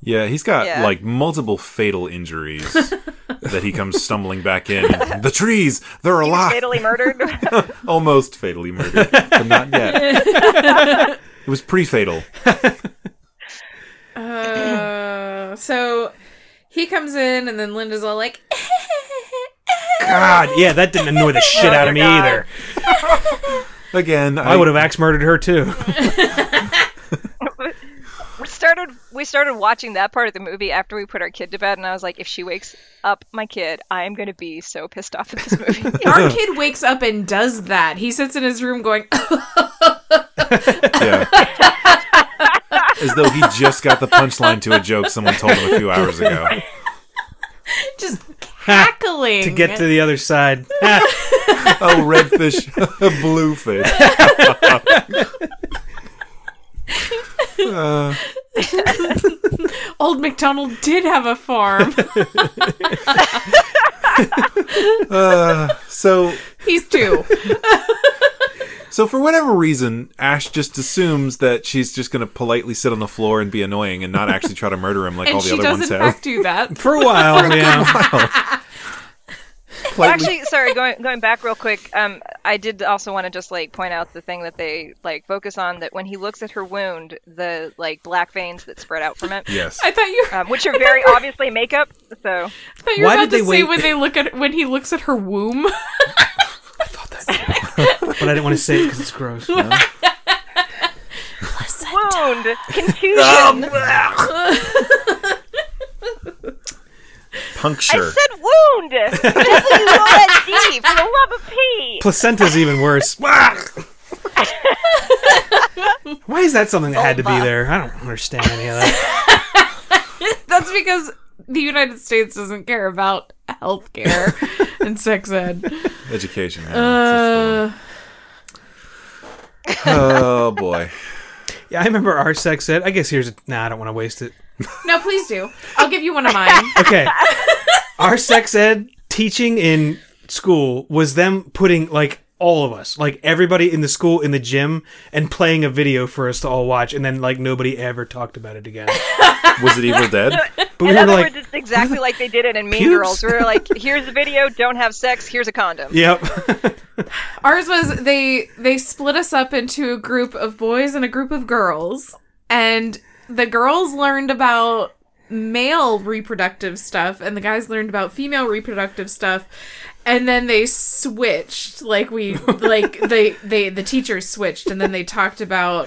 Speaker 6: Yeah, he's got
Speaker 8: Yeah.
Speaker 6: like multiple fatal injuries that he comes stumbling back in. The trees, they're
Speaker 8: he was
Speaker 6: alive.
Speaker 8: fatally murdered.
Speaker 6: Almost fatally murdered, but not yet. it was pre-fatal.
Speaker 1: Uh, so he comes in and then Linda's all like,
Speaker 7: God, yeah, that didn't annoy the
Speaker 8: Oh
Speaker 7: shit out of me either.
Speaker 6: Again,
Speaker 7: I would have axe murdered her too.
Speaker 8: we started we started watching that part of the movie after we put our kid to bed, and I was like, if she wakes up my kid, I am going to be so pissed off at this movie.
Speaker 1: Our kid wakes up and does that. He sits in his room going,
Speaker 6: Yeah. As though he just got the punchline to a joke someone told him a few hours ago.
Speaker 1: just cackling.
Speaker 7: to get to the other side. Eh,
Speaker 6: Oh, red fish, blue fish. Uh,
Speaker 1: Old MacDonald did have a farm.
Speaker 6: uh, so
Speaker 1: he's two.
Speaker 6: So for whatever reason, Ash just assumes that she's just going to politely sit on the floor and be annoying and not actually try to murder him like all
Speaker 1: And
Speaker 6: the
Speaker 1: she
Speaker 6: other
Speaker 1: does,
Speaker 6: ones
Speaker 1: in
Speaker 6: have.
Speaker 1: fact, do that.
Speaker 7: For a while, yeah.
Speaker 8: Well, actually, sorry, going going back real quick, um, I did also want to just like point out the thing that they like focus on that when he looks at her wound, the like black veins that spread out from it,
Speaker 6: yes.
Speaker 1: I thought you were
Speaker 8: um, which are very obviously makeup. So
Speaker 1: But you're
Speaker 7: Why
Speaker 1: about
Speaker 7: did they
Speaker 1: to say
Speaker 7: wait-
Speaker 1: when they look at when he looks at her womb.
Speaker 7: But I didn't want to say it because it's gross.
Speaker 8: wound contusion. I
Speaker 6: Puncture.
Speaker 8: said wound. Why would you go that deep? For the love of Pete.
Speaker 7: Placenta's even worse. Why is that something that had to be there? I don't understand any of that.
Speaker 1: That's because the United States doesn't care about healthcare and sex ed.
Speaker 6: Education. yeah,
Speaker 4: Uh.
Speaker 6: it's just the one. oh boy.
Speaker 7: Yeah, I remember our sex ed. I guess here's a. Nah, I don't want to waste it.
Speaker 1: No, please do. I'll give you one of mine.
Speaker 7: Okay. our sex ed teaching in school was them putting, like, all of us, like everybody in the school, in the gym, and playing a video for us to all watch, and then, like, nobody ever talked about it again.
Speaker 6: Was it Evil Dead?
Speaker 7: But we
Speaker 8: in
Speaker 7: were
Speaker 8: other
Speaker 7: like,
Speaker 8: words, it's exactly like they did it in Mean
Speaker 7: pubes?
Speaker 8: Girls. We were like, here's a video, don't have sex, here's a condom.
Speaker 7: yep.
Speaker 1: Ours was they they split us up into a group of boys and a group of girls, and the girls learned about
Speaker 4: male reproductive stuff and the guys learned about female reproductive stuff and then they switched like we like they they the teachers switched and then they talked about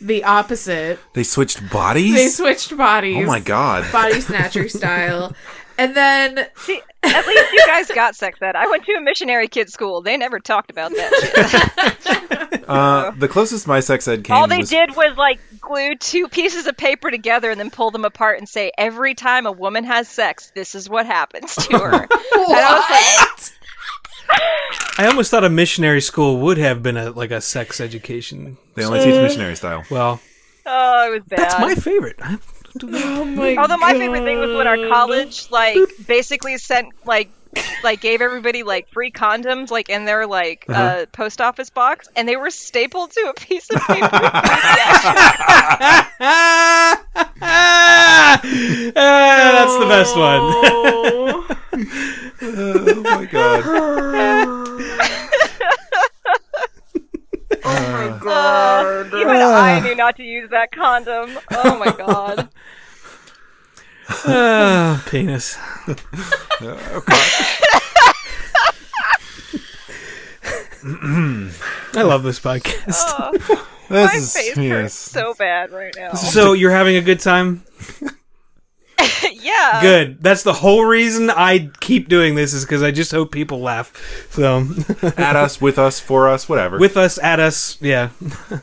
Speaker 4: the opposite
Speaker 6: They switched bodies.
Speaker 4: they switched bodies
Speaker 6: oh my god.
Speaker 4: body snatcher style and then
Speaker 8: See, at least you guys got sex ed. I went to a missionary kids school. They never talked about that. Shit.
Speaker 6: Uh, the closest my sex ed came.
Speaker 8: All they
Speaker 6: was-
Speaker 8: did was like glue two pieces of paper together and then pull them apart and say, every time a woman has sex, this is what happens to her.
Speaker 7: I almost thought a missionary school would have been a like a sex education.
Speaker 6: They only teach missionary style.
Speaker 7: Well,
Speaker 8: oh, it was bad.
Speaker 7: that's my favorite. I-
Speaker 8: Although my favorite thing was when our college like basically sent like like gave everybody like free condoms like in their like
Speaker 7: Uh-huh.
Speaker 8: uh post office box and they were stapled to a piece of paper. Yeah.
Speaker 7: ah, ah, ah, that's the best one.
Speaker 6: oh my god.
Speaker 8: Uh, even I knew not to use that condom. Oh my god.
Speaker 7: Ah, penis. I love this podcast.
Speaker 8: Oh,
Speaker 6: This
Speaker 8: my
Speaker 6: is
Speaker 8: face hurts
Speaker 6: yes.
Speaker 8: so bad right now.
Speaker 7: So you're having a good time?
Speaker 8: yeah.
Speaker 7: Good. That's the whole reason I keep doing this is because I just hope people laugh. So
Speaker 6: At us, with us, for us, whatever.
Speaker 7: with us, at us, yeah.
Speaker 8: Alright,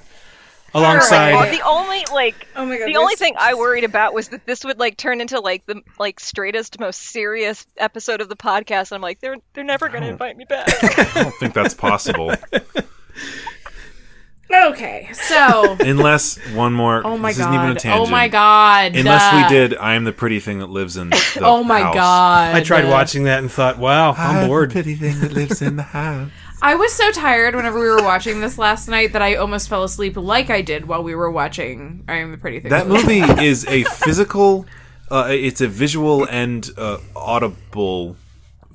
Speaker 8: well,
Speaker 7: Alongside.
Speaker 8: the only like
Speaker 4: oh my god
Speaker 8: the only thing I worried about was that this would like turn into like the like straightest, most serious episode of the podcast. And I'm like, they're they're never gonna
Speaker 6: Oh.
Speaker 8: invite me back.
Speaker 6: I don't think that's possible
Speaker 4: okay so
Speaker 6: unless one more.
Speaker 4: oh my
Speaker 6: this Isn't even a
Speaker 4: god oh
Speaker 6: tangent.
Speaker 4: my god
Speaker 6: Unless
Speaker 4: Uh,
Speaker 6: we did, I am the pretty thing that lives in. The
Speaker 4: oh my
Speaker 6: house.
Speaker 4: god
Speaker 7: I tried watching that and thought, wow, I'm bored.
Speaker 6: pretty thing that lives in the house.
Speaker 4: I was so tired whenever we were watching this last night that I almost fell asleep like I did while we were watching I Am the Pretty Thing.
Speaker 6: That movie is a physical, uh, it's a visual and uh, audible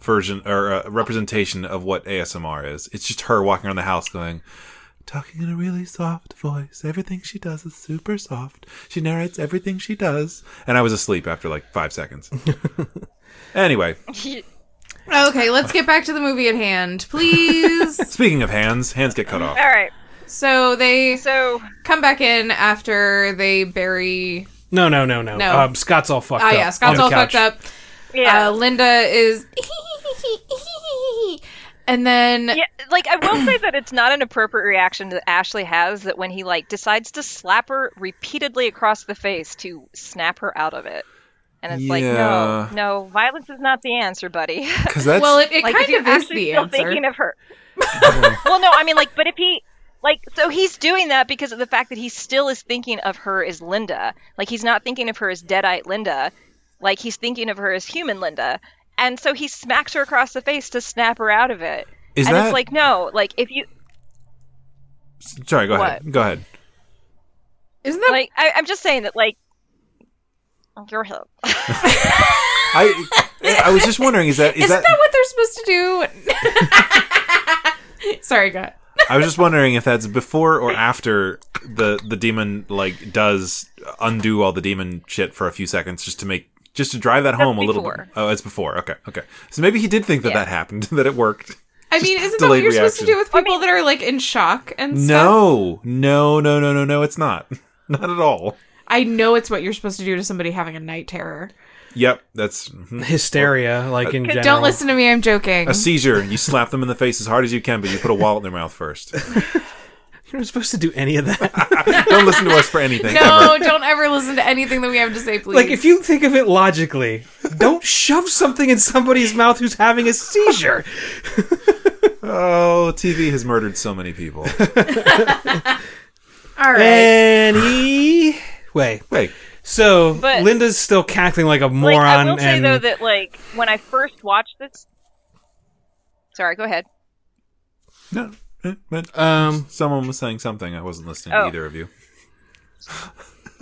Speaker 6: version or uh, representation of what ASMR is. It's just her walking around the house going, talking in a really soft voice. Everything she does is super soft. She narrates everything she does. And I was asleep after like five seconds. anyway,
Speaker 4: Okay, let's get back to the movie at hand, please.
Speaker 6: speaking of hands, hands get cut off.
Speaker 8: All right,
Speaker 4: so they
Speaker 8: so
Speaker 4: come back in after they bury.
Speaker 7: No, no, no, no.
Speaker 4: No.
Speaker 7: Um, Scott's all fucked
Speaker 4: Ah,
Speaker 7: up.
Speaker 4: yeah, Scott's
Speaker 7: on the
Speaker 4: all
Speaker 7: couch.
Speaker 4: fucked up.
Speaker 8: yeah,
Speaker 4: Uh, Linda is. and then.
Speaker 8: yeah, like I will say that it's not an appropriate reaction that Ashley has that when he like decides to slap her repeatedly across the face to snap her out of it. And it's like,
Speaker 6: Yeah.
Speaker 8: no, no, violence is not the answer, buddy.
Speaker 6: Because that's.
Speaker 4: Well, it, it
Speaker 8: like if
Speaker 4: kind
Speaker 8: you're
Speaker 4: of is
Speaker 8: actually
Speaker 4: the
Speaker 8: still
Speaker 4: answer.
Speaker 8: thinking of her. well, no, I mean, like, but if he, like, so he's doing that because of the fact that he still is thinking of her as Linda. Like, he's not thinking of her as Deadite Linda. Like, he's thinking of her as human Linda. And so he smacks her across the face to snap her out of it.
Speaker 6: Is
Speaker 8: and
Speaker 6: that-
Speaker 8: it's like, no, like, if you,
Speaker 6: sorry, go ahead.
Speaker 8: what?
Speaker 6: Go ahead.
Speaker 4: Isn't that.
Speaker 8: like, I, I'm just saying that, like, your help.
Speaker 6: I I was just wondering, is that is
Speaker 4: isn't
Speaker 6: that,
Speaker 4: that, what they're supposed to do? Sorry, God.
Speaker 6: I was just wondering if that's before or after the the demon like does undo all the demon shit for a few seconds just to make just to drive that home a little bit.
Speaker 8: before.
Speaker 6: Oh, it's before. Okay, okay. So maybe he did think that that happened, that it worked.
Speaker 4: I mean, isn't that what
Speaker 6: delayed
Speaker 4: you're supposed to
Speaker 6: reaction.
Speaker 4: do with people that are like in shock and stuff?
Speaker 6: No, no, no, no, no, no. It's not. Not at all.
Speaker 4: I know it's what you're supposed to do to somebody having a night terror.
Speaker 6: Yep, that's mhm.
Speaker 7: Hysteria, like in general.
Speaker 4: Don't listen to me, I'm joking.
Speaker 6: a seizure. You slap them in the face as hard as you can, but you put a wallet in their mouth first.
Speaker 7: You're not supposed to do any of that.
Speaker 6: Don't listen to us for anything. ever.
Speaker 4: No, don't ever listen to anything that we have to say, please.
Speaker 7: like, if you think of it logically, don't shove something in somebody's mouth who's having a seizure.
Speaker 6: Oh, TV has murdered so many people.
Speaker 4: All right.
Speaker 6: eh.
Speaker 7: Anyway,
Speaker 6: Wait,
Speaker 7: so
Speaker 8: But-
Speaker 7: Linda's still cackling like a
Speaker 8: like,
Speaker 7: moron.
Speaker 8: I will say,
Speaker 7: and
Speaker 8: though, that, like, when I first watched this. Sorry, go ahead.
Speaker 6: no. eh, but-
Speaker 7: um,
Speaker 6: Someone was saying something. I wasn't listening to
Speaker 8: Oh.
Speaker 6: either of you.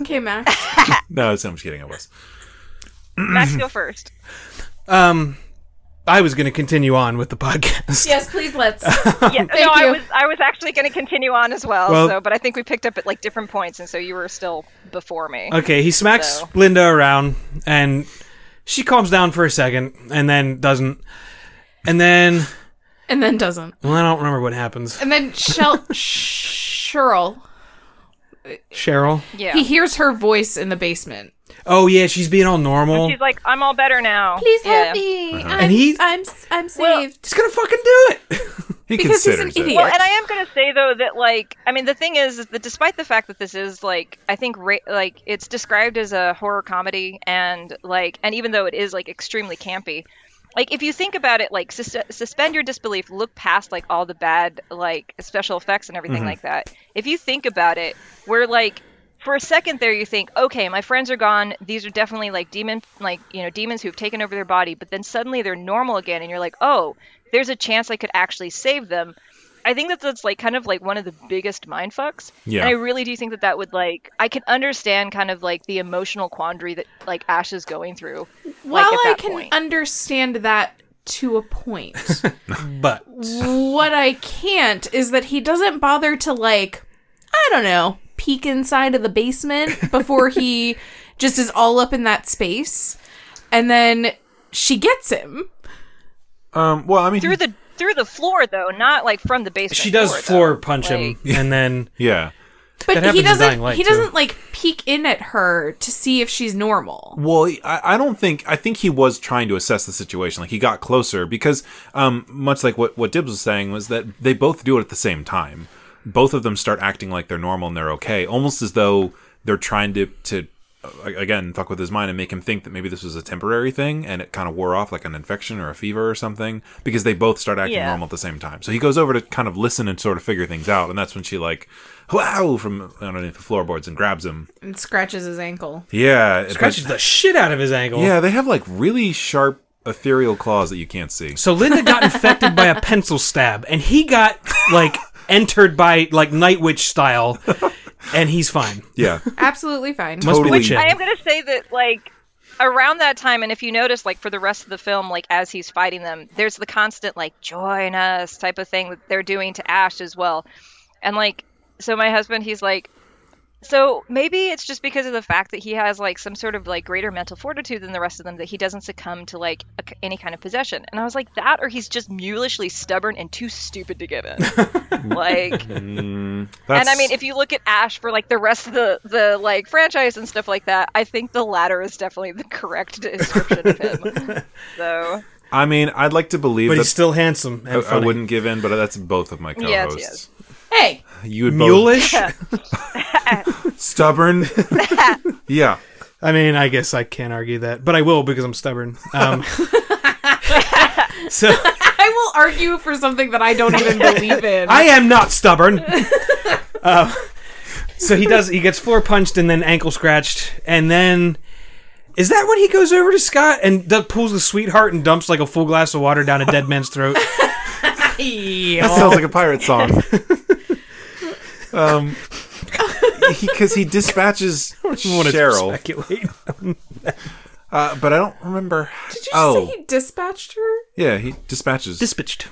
Speaker 4: Okay, Max.
Speaker 6: No, I'm just kidding. I was.
Speaker 8: Max, go first.
Speaker 7: um, I was going to continue on with the podcast.
Speaker 4: Yes, please let's.
Speaker 8: Yeah, no,
Speaker 4: you.
Speaker 8: I was I was actually going to continue on as well,
Speaker 7: Well-
Speaker 8: so but I think we picked up at like different points, and so you were still before me.
Speaker 7: Okay, he smacks
Speaker 8: So-
Speaker 7: Linda around, and she calms down for a second, and then doesn't, and then
Speaker 4: and then doesn't.
Speaker 7: well, I don't remember what happens.
Speaker 4: And then Shel- Cheryl.
Speaker 7: Cheryl.
Speaker 8: Yeah,
Speaker 4: He hears her voice in the basement.
Speaker 7: Oh yeah, she's being all normal.
Speaker 8: she's like, I'm all better now.
Speaker 4: Please
Speaker 8: yeah.
Speaker 4: help me. I'm,
Speaker 7: And he-
Speaker 4: I'm I'm saved.
Speaker 7: He's gonna fucking do it.
Speaker 6: He
Speaker 4: Because he's an
Speaker 6: considers it.
Speaker 4: idiot.
Speaker 8: Well, and I am gonna say though that like I mean the thing is, is that despite the fact that this is like I think ra- like it's described as a horror comedy and like and even though it is like extremely campy, like if you think about it, like sus- suspend your disbelief, look past like all the bad like special effects and everything like that. If you think about it, we're like for a second there you think okay my friends are gone these are definitely like demon like you know demons who've taken over their body but then suddenly they're normal again and you're like oh there's a chance i could actually save them i think that that's like kind of like one of the biggest mind fucks
Speaker 6: Yeah.
Speaker 8: and i really do think that that would like i can understand kind of like the emotional quandary that like ash is going through
Speaker 4: While
Speaker 8: like at
Speaker 4: I
Speaker 8: that
Speaker 4: can
Speaker 8: point
Speaker 4: understand that to a point,
Speaker 7: but
Speaker 4: what I can't is that he doesn't bother to like, I don't know, peek inside of the basement before he just is all up in that space, and then she gets him.
Speaker 6: Um, well, I mean,
Speaker 8: through the through the floor though not like from the basement
Speaker 7: she does
Speaker 8: though.
Speaker 7: floor punch him, and then
Speaker 6: yeah,
Speaker 7: That
Speaker 4: But
Speaker 7: happens
Speaker 4: he
Speaker 7: in
Speaker 4: doesn't.
Speaker 7: Dying Light,
Speaker 4: he
Speaker 7: too.
Speaker 4: doesn't like peek in at her to see if she's normal.
Speaker 6: Well, I, I don't think I think he was trying to assess the situation. Like he got closer because, um, much like what what Dibs was saying, was that they both do it at the same time. Both of them start acting like they're normal and they're okay, almost as though they're trying to to uh, again fuck with his mind and make him think that maybe this was a temporary thing and it kind of wore off like an infection or a fever or something because they both start acting
Speaker 8: Yeah.
Speaker 6: normal at the same time. So he goes over to kind of listen and sort of figure things out, and that's when she like. Wow! From underneath the floorboards and grabs him.
Speaker 4: And scratches his ankle.
Speaker 6: Yeah, it hurts.
Speaker 7: scratches the shit out of his ankle.
Speaker 6: Yeah, they have like really sharp ethereal claws that you can't see.
Speaker 7: So Linda got infected by a pencil stab, and he got like entered by like night witch style, and he's fine.
Speaker 6: Yeah,
Speaker 4: Absolutely fine.
Speaker 7: Must
Speaker 6: Totally.
Speaker 7: be
Speaker 6: Which
Speaker 7: legit.
Speaker 8: I am going to say that, like, around that time, and if you notice, like, for the rest of the film, like, as he's fighting them, there's the constant, like, join us type of thing that they're doing to Ash as well. And, like, so my husband, he's like, so maybe it's just because of the fact that he has like some sort of like greater mental fortitude than the rest of them that he doesn't succumb to like a, any kind of possession. And I was like that, or he's just mulishly stubborn and too stupid to give in. like
Speaker 6: that's,
Speaker 8: and I mean, if you look at Ash for like the rest of the the like franchise and stuff like that, I think the latter is definitely the correct description of him. So
Speaker 6: I mean, I'd like to believe
Speaker 7: But
Speaker 6: that
Speaker 7: he's still handsome
Speaker 6: I,
Speaker 7: and
Speaker 6: I
Speaker 7: funny.
Speaker 6: wouldn't give in, but that's both of my
Speaker 8: Yes,
Speaker 6: co-hosts.
Speaker 4: Hey,
Speaker 6: You would both
Speaker 7: Mulish.
Speaker 6: stubborn. yeah,
Speaker 7: I mean, I guess I can't argue that, but I will because I'm stubborn. Um, so
Speaker 4: I will argue for something that I don't even believe in.
Speaker 7: I am not stubborn. Uh, so he does. He gets floor punched and then ankle scratched, and then is that when he goes over to Scott and d- pulls the sweetheart and dumps like a full glass of water down a dead man's throat?
Speaker 6: that sounds like a pirate song. um, because he, dispatches
Speaker 7: wanna
Speaker 6: Cheryl,
Speaker 7: speculate.
Speaker 6: uh, but I don't remember.
Speaker 4: Did you
Speaker 6: oh,
Speaker 4: just say he dispatched her?
Speaker 6: yeah, he dispatches.
Speaker 7: Dispatched.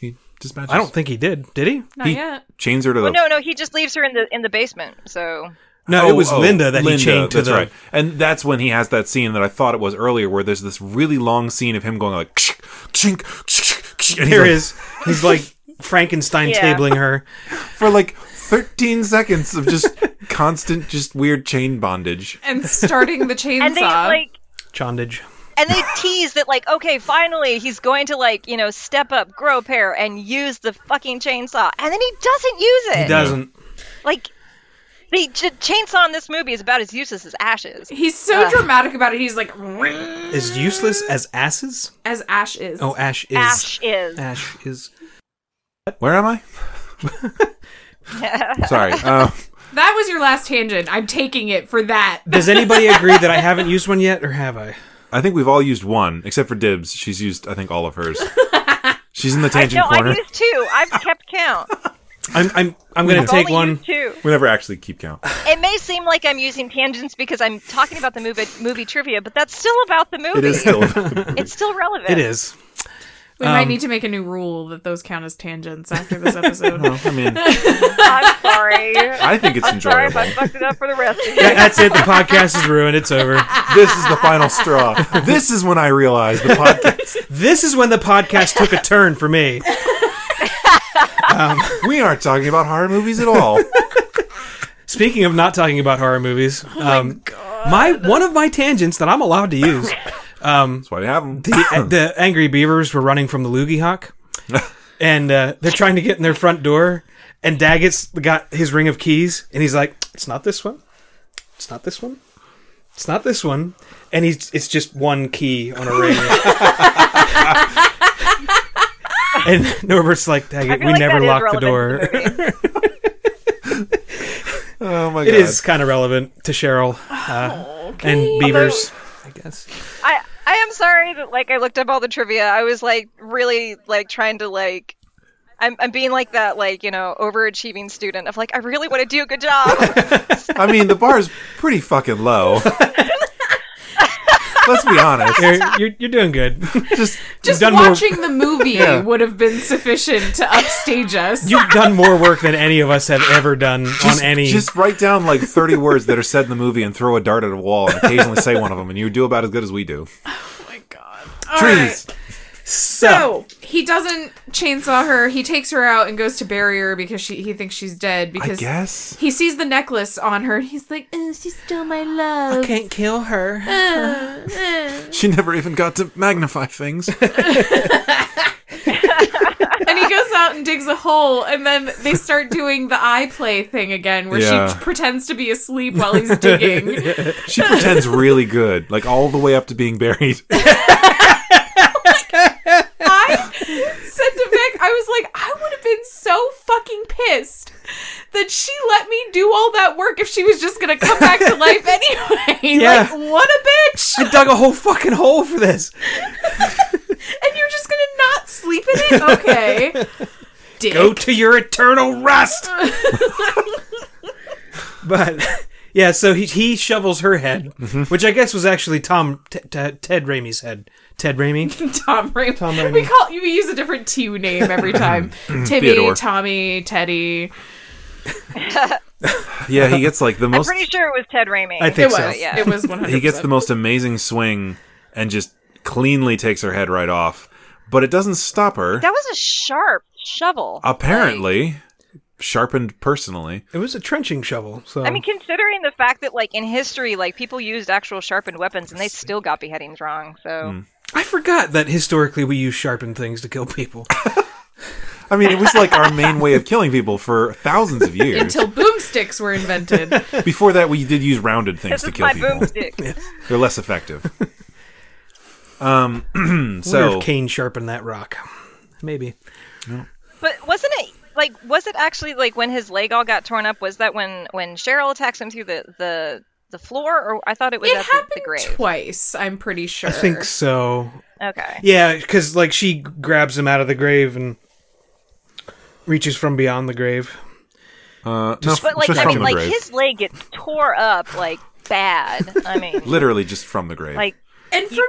Speaker 6: he dispatches.
Speaker 7: I don't think he did. Did he?
Speaker 4: Not
Speaker 6: he
Speaker 4: yet.
Speaker 6: chains her to the.
Speaker 8: Well, no, no, he just leaves her in the in the basement. So
Speaker 7: No,
Speaker 6: Oh,
Speaker 7: it was
Speaker 6: oh,
Speaker 7: Linda that
Speaker 6: Linda,
Speaker 7: he chained to
Speaker 6: that's
Speaker 7: the.
Speaker 6: right. and that's when he has that scene that I thought it was earlier, where there's this really long scene of him going like, kshk, kshink, kshk, kshk, and he's
Speaker 7: Here
Speaker 6: like-
Speaker 7: is he's like Frankenstein
Speaker 8: Yeah.
Speaker 7: tabling her.
Speaker 6: for like 13 seconds of just constant, just weird chain bondage.
Speaker 4: And starting the chainsaw.
Speaker 8: and they like
Speaker 7: Chondage.
Speaker 8: and they tease that like okay, finally he's going to like you know step up, grow a pair, and use the fucking chainsaw, and then he doesn't use it.
Speaker 7: He doesn't.
Speaker 8: Like the ch- chainsaw in this movie is about as useless as ashes.
Speaker 4: He's so dramatic about it. He's like, "Ring,"
Speaker 7: Is useless as asses.
Speaker 4: as Ash is.
Speaker 7: Oh, Ash is.
Speaker 8: Ash is.
Speaker 7: Ash is.
Speaker 6: Where am I? Sorry. Uh,
Speaker 4: That was your last tangent. I'm taking it for that.
Speaker 7: Does anybody agree that I haven't used one yet, or have I?
Speaker 6: I think we've all used one, except for Dibs. She's used, I think, all of hers. She's in the
Speaker 8: I,
Speaker 6: tangent
Speaker 8: no,
Speaker 6: corner.
Speaker 8: I've used two. I've kept count.
Speaker 7: I'm I'm I'm gonna
Speaker 8: I've
Speaker 7: take
Speaker 8: only
Speaker 7: one.
Speaker 8: used two.
Speaker 6: We never actually keep count.
Speaker 8: It may seem like I'm using tangents because I'm talking about the movie movie trivia, but that's still about the movie.
Speaker 6: It is still.
Speaker 8: It's still relevant.
Speaker 7: It is.
Speaker 4: We might need to make a new rule that those count as tangents after this episode.
Speaker 6: Well, I mean,
Speaker 8: I'm sorry.
Speaker 6: I think it's
Speaker 8: Sorry if
Speaker 6: enjoyable.
Speaker 8: I fucked it up for the rest of you.
Speaker 7: That- That's it. The podcast is ruined. It's over.
Speaker 6: This is the final straw. This is when I realized the podcast.
Speaker 7: This is when the podcast took a turn for me.
Speaker 6: We aren't talking about horror movies at all.
Speaker 7: Speaking of not talking about horror movies, um, my one of my tangents that I'm allowed to use,
Speaker 6: That's why they have them.
Speaker 7: the, the angry beavers were running from the loogie hawk, and uh, they're trying to get in their front door, and Daggett's got his ring of keys, and he's like, "It's not this one, it's not this one, it's not this one," and he's it's just one key on a ring. and Norbert's like,
Speaker 8: I
Speaker 7: "Daggett,
Speaker 8: feel
Speaker 7: we
Speaker 8: like
Speaker 7: never
Speaker 8: that is
Speaker 7: lock the
Speaker 8: relevant to
Speaker 7: door."
Speaker 8: the movie.
Speaker 6: Oh my god!
Speaker 7: It is kind of relevant to Cheryl uh,
Speaker 8: Oh,
Speaker 7: and Beavers. I guess.
Speaker 8: I I am sorry that like I looked up all the trivia. I was like really like trying to like I'm I'm being like that like you know overachieving student of like I really want to do a good job.
Speaker 6: I mean, the bar is pretty fucking low. Let's be honest.
Speaker 7: You're, you're, you're doing good.
Speaker 6: Just
Speaker 4: Just
Speaker 7: done more-
Speaker 4: watching the movie would have been sufficient to upstage us.
Speaker 7: You've done more work than any of us have ever done
Speaker 6: just,
Speaker 7: on any.
Speaker 6: just write down like 30 words that are said in the movie and throw a dart at a wall and occasionally say one of them and you do about as good as we do.
Speaker 4: All
Speaker 6: Trees.
Speaker 7: so,
Speaker 4: So he doesn't chainsaw her. He takes her out and goes to bury her because she he thinks she's dead.
Speaker 6: I
Speaker 4: Because
Speaker 6: guess.
Speaker 4: he sees the necklace on her. and He's like, "Oh, she stole my love."
Speaker 7: can't kill her.
Speaker 6: She never even got to magnify things.
Speaker 4: and he goes out and digs a hole, and then they start doing the eye play thing again, where
Speaker 6: Yeah.
Speaker 4: she pretends to be asleep while he's digging.
Speaker 6: She pretends really good, like all the way up to being buried.
Speaker 4: I said to Vic, I was like, I would have been so fucking pissed that she let me do all that work if she was just gonna come back to life anyway.
Speaker 7: Yeah.
Speaker 4: Like, what a bitch!
Speaker 7: I dug a whole fucking hole for this.
Speaker 4: And you're just gonna not sleep in it? Okay. Dick.
Speaker 7: Go to your eternal rest. but yeah, so he he shovels her head, which I guess was actually Tom T- T- Ted Raimi's head. Ted Raimi.
Speaker 4: Tom Raimi.
Speaker 7: Tom Raimi.
Speaker 4: We call we use a different T name every time. Timmy,
Speaker 6: Mm, Theodore.
Speaker 4: Tommy, Teddy.
Speaker 6: Yeah, he gets like the
Speaker 8: I'm
Speaker 6: most
Speaker 8: pretty sure it was Ted Raimi.
Speaker 7: I
Speaker 4: It
Speaker 7: think
Speaker 4: was.
Speaker 7: so.
Speaker 8: yeah.
Speaker 4: It was one hundred.
Speaker 6: he gets the most amazing swing and just cleanly takes her head right off, but it doesn't stop her.
Speaker 8: that was a sharp shovel.
Speaker 6: Apparently, sharpened personally.
Speaker 7: It was a trenching shovel. So
Speaker 6: Oh.
Speaker 8: I mean, considering the fact that like in history, like people used actual sharpened weapons and they still got beheadings wrong. So
Speaker 6: Hmm.
Speaker 7: I forgot that historically we use sharpened things to kill people.
Speaker 6: I mean, it was like our main way of killing people for thousands of years.
Speaker 4: until boomsticks were invented.
Speaker 6: Before that, we did use rounded things
Speaker 8: this
Speaker 6: to
Speaker 8: is
Speaker 6: kill
Speaker 8: my
Speaker 6: people.
Speaker 8: boomstick.
Speaker 6: They're less effective. um,
Speaker 7: Wonder
Speaker 6: so
Speaker 7: if Kane sharpened that rock. Maybe.
Speaker 8: But wasn't it like was it actually like when his leg all got torn up? Was that when when Cheryl attacks him through the the the floor? Or I thought it was
Speaker 4: it
Speaker 8: at the- the,
Speaker 4: happened
Speaker 8: grave.
Speaker 4: twice, I'm pretty sure.
Speaker 7: I think so.
Speaker 8: okay.
Speaker 7: Yeah, because like she grabs him out of the grave and reaches from beyond the grave.
Speaker 6: uh, no,
Speaker 8: But like
Speaker 6: just
Speaker 8: I
Speaker 6: from
Speaker 8: mean,
Speaker 6: the
Speaker 8: like
Speaker 6: grave.
Speaker 8: his leg gets tore up like bad. I mean,
Speaker 6: Literally, just from the grave.
Speaker 8: like
Speaker 4: And from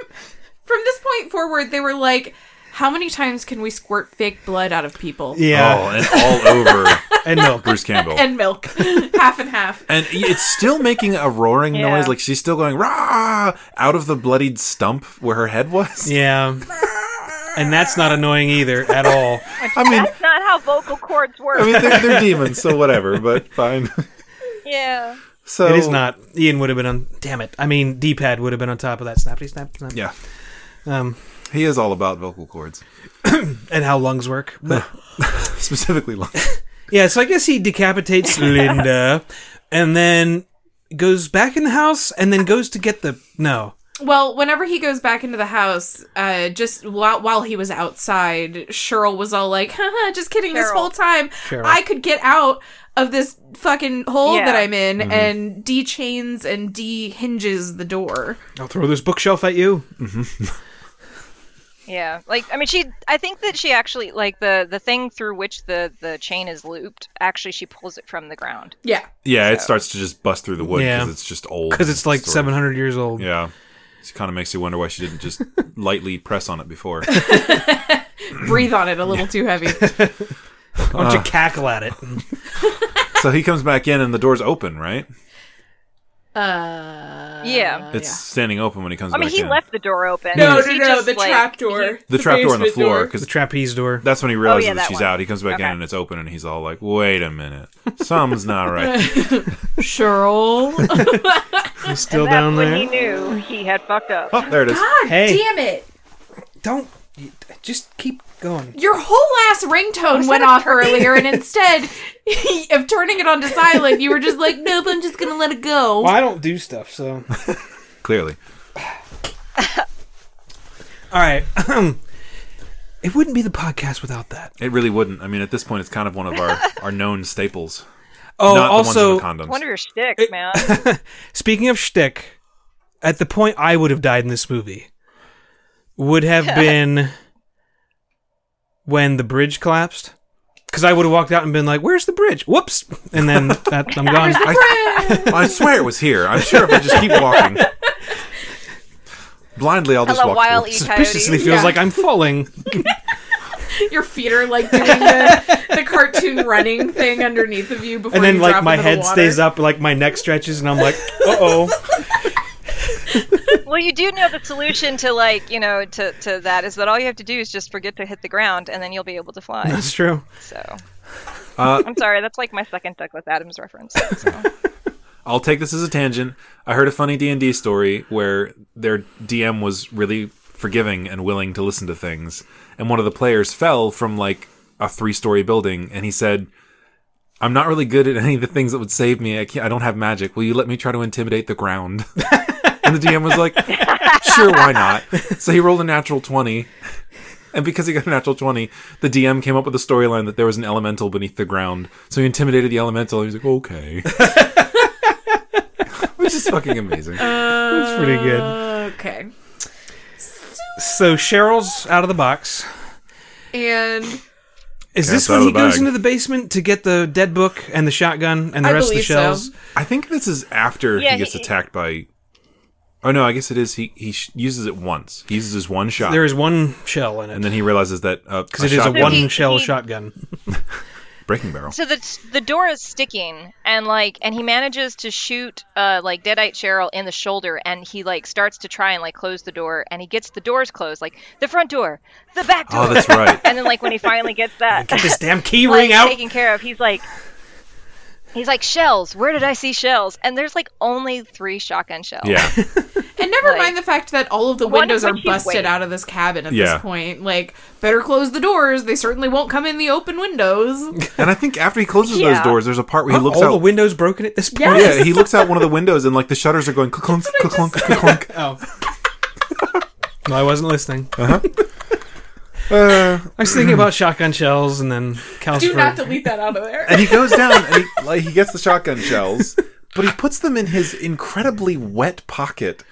Speaker 4: from this point forward, they were like, "How many times can we squirt fake blood out of people?"
Speaker 6: Oh, and all over
Speaker 7: and milk.
Speaker 6: Bruce Campbell.
Speaker 4: And milk, half and half.
Speaker 6: and it's still making a roaring noise like she's still going rah out of the bloodied stump where her head was
Speaker 7: Yeah, and that's not annoying either at all.
Speaker 6: i mean
Speaker 8: that's not how vocal cords work.
Speaker 6: i mean they're, they're demons so whatever but fine
Speaker 8: yeah.
Speaker 6: so
Speaker 7: It is not. Ian would have been on. Damn it! I mean, D-pad would have been on top of that. Snappity snap snap.
Speaker 6: yeah
Speaker 7: Um,
Speaker 6: he is all about vocal cords
Speaker 7: and how lungs work. But
Speaker 6: specifically lung-
Speaker 7: yeah, so I guess he decapitates Linda, and then goes back in the house, and then goes to get the no.
Speaker 4: Well, whenever he goes back into the house, uh, just while, while he was outside, Cheryl was all like, Haha, just kidding, this
Speaker 8: Cheryl.
Speaker 4: whole time I could get out of this fucking hole
Speaker 8: Yeah.
Speaker 4: that I'm in and de chains and de hinges the door.
Speaker 7: I'll throw this bookshelf at you.
Speaker 8: Yeah, like I mean, she. I think that she actually like the the thing through which the the chain is looped. Actually, she pulls it from the ground.
Speaker 4: Yeah.
Speaker 6: Yeah, it starts to just bust through the wood because
Speaker 7: Yeah.
Speaker 6: it's just old.
Speaker 7: because it's like
Speaker 6: Sort of.
Speaker 7: 700 years old.
Speaker 6: Yeah. It kind of makes you wonder why she didn't just lightly press on it before.
Speaker 1: Breathe on it a little too heavy.
Speaker 7: Why don't you cackle at it?
Speaker 6: so he comes back in and the door's open, right?
Speaker 1: Uh,
Speaker 8: Oh, Yeah.
Speaker 6: It's standing open when he comes
Speaker 8: I mean,
Speaker 6: back
Speaker 8: he
Speaker 6: in.
Speaker 8: left the door open.
Speaker 4: No, no,
Speaker 8: He
Speaker 4: no.
Speaker 8: just,
Speaker 4: the
Speaker 8: like-
Speaker 4: trap door.
Speaker 6: the trapdoor on the
Speaker 4: basement
Speaker 6: floor
Speaker 7: The
Speaker 6: because
Speaker 7: trapeze door.
Speaker 6: that's when he realizes
Speaker 8: Oh, yeah,
Speaker 6: that,
Speaker 8: that
Speaker 6: she's
Speaker 8: one.
Speaker 6: out. He comes back in
Speaker 8: Okay.
Speaker 6: and it's open, and he's all like, "Wait a minute, something's not right."
Speaker 1: Cheryl.
Speaker 7: It's
Speaker 8: And
Speaker 7: still
Speaker 8: that's
Speaker 7: down
Speaker 8: when
Speaker 7: there.
Speaker 8: he knew he had fucked up.
Speaker 6: Oh, there it is.
Speaker 4: God
Speaker 7: Hey.
Speaker 4: damn it.
Speaker 7: Don't you- just keep going.
Speaker 4: Your whole ass ringtone went off earlier, and instead of turning it on to silent, you were just like, nope, I'm just gonna let it go.
Speaker 7: Well, I don't do stuff, so.
Speaker 6: Clearly,
Speaker 7: All right. it wouldn't be the podcast without that.
Speaker 6: it really wouldn't. I mean, at this point, it's kind of one of our our known staples.
Speaker 7: Oh,
Speaker 6: not the
Speaker 7: also,
Speaker 6: ones with the condoms.
Speaker 8: One of your sticks, man.
Speaker 7: speaking of shtick, at the point I would have died in this movie would have been when the bridge collapsed. Because I would have walked out and been like, "Where's the bridge? Whoops!" And then that, I'm gone.
Speaker 6: I, I swear it was here. I'm sure if I just keep walking. Blindly, I'll just
Speaker 8: Hello,
Speaker 6: walk.
Speaker 8: Wild
Speaker 6: towards-
Speaker 8: E.
Speaker 7: suspiciously
Speaker 8: Coyote.
Speaker 7: feels like I'm falling.
Speaker 4: Your feet are like doing the, the cartoon running thing underneath of you before
Speaker 7: and then
Speaker 4: you
Speaker 7: like
Speaker 4: drop
Speaker 7: my
Speaker 4: into the
Speaker 7: head
Speaker 4: water.
Speaker 7: stays up, like my neck stretches, and I'm like, "Uh oh."
Speaker 8: well, you do know the solution to like you know to to that is that all you have to do is just forget to hit the ground, and then you'll be able to fly.
Speaker 7: That's true.
Speaker 8: So.
Speaker 6: Uh,
Speaker 8: I'm sorry, that's like my second Douglas Adams reference.
Speaker 6: I'll take this as a tangent. I heard a funny D and D story where their DM was really forgiving and willing to listen to things, and one of the players fell from like a three-story building, and he said, "I'm not really good at any of the things that would save me. I, can't, I don't have magic. Will you let me try to intimidate the ground?" and the DM was like, "Sure, why not?" So he rolled a natural twenty. And because he got a natural 20, the DM came up with a storyline that there was an elemental beneath the ground. So he intimidated the elemental. And he was like, okay. Which is fucking amazing.
Speaker 8: Uh,
Speaker 7: That's pretty good.
Speaker 4: Okay.
Speaker 7: So Cheryl's out of the box.
Speaker 4: And
Speaker 7: Is
Speaker 6: Yeah,
Speaker 7: this
Speaker 6: it's out
Speaker 7: when
Speaker 6: of
Speaker 7: he
Speaker 6: the
Speaker 7: goes
Speaker 6: bag.
Speaker 7: into the basement to get the dead book and the shotgun and the
Speaker 4: I
Speaker 7: rest of the
Speaker 4: believe so.
Speaker 7: shells?
Speaker 6: I think this is after
Speaker 8: Yeah,
Speaker 6: he gets
Speaker 8: he-
Speaker 6: attacked by. Oh no, I guess it is. He he sh- uses it once. He uses his one shot,
Speaker 7: There is one shell in it.
Speaker 6: and then he realizes that uh, because
Speaker 7: because it is a
Speaker 8: shotgun.
Speaker 7: one
Speaker 8: So he-
Speaker 7: shell
Speaker 8: he-
Speaker 7: shotgun.
Speaker 6: breaking barrel.
Speaker 8: so the the door is sticking, and like, and he manages to shoot uh like Deadite Cheryl in the shoulder, and he like starts to try and like close the door, and he gets the doors closed, like the front door, the back door,
Speaker 6: Oh, that's right.
Speaker 8: and then like when he finally gets that
Speaker 7: Get this damn key
Speaker 8: like,
Speaker 7: ring out.
Speaker 8: taken care of, he's like. He's like shells. Where did I see shells? And there's like only three shotgun shells.
Speaker 6: Yeah,
Speaker 4: and never
Speaker 8: Like-
Speaker 4: mind the fact that all of the
Speaker 8: One of
Speaker 4: windows are
Speaker 8: which you
Speaker 4: busted
Speaker 8: wait.
Speaker 4: out of this cabin at
Speaker 6: Yeah.
Speaker 4: this point. Like, better close the doors. They certainly won't come in the open windows.
Speaker 6: and I think after he closes those
Speaker 8: Yeah.
Speaker 6: doors, there's a part where he looks
Speaker 7: all
Speaker 6: out.
Speaker 7: the windows broken at this point.
Speaker 6: yeah, he looks out one of the windows, and like the shutters are going clunk clunk clunk clunk.
Speaker 7: Oh. no, I wasn't listening.
Speaker 6: Uh,
Speaker 7: I was thinking about shotgun shells and then Cal's
Speaker 4: Do not delete that out of there.
Speaker 6: and he goes down and he, like, he gets the shotgun shells, but he puts them in his incredibly wet pocket.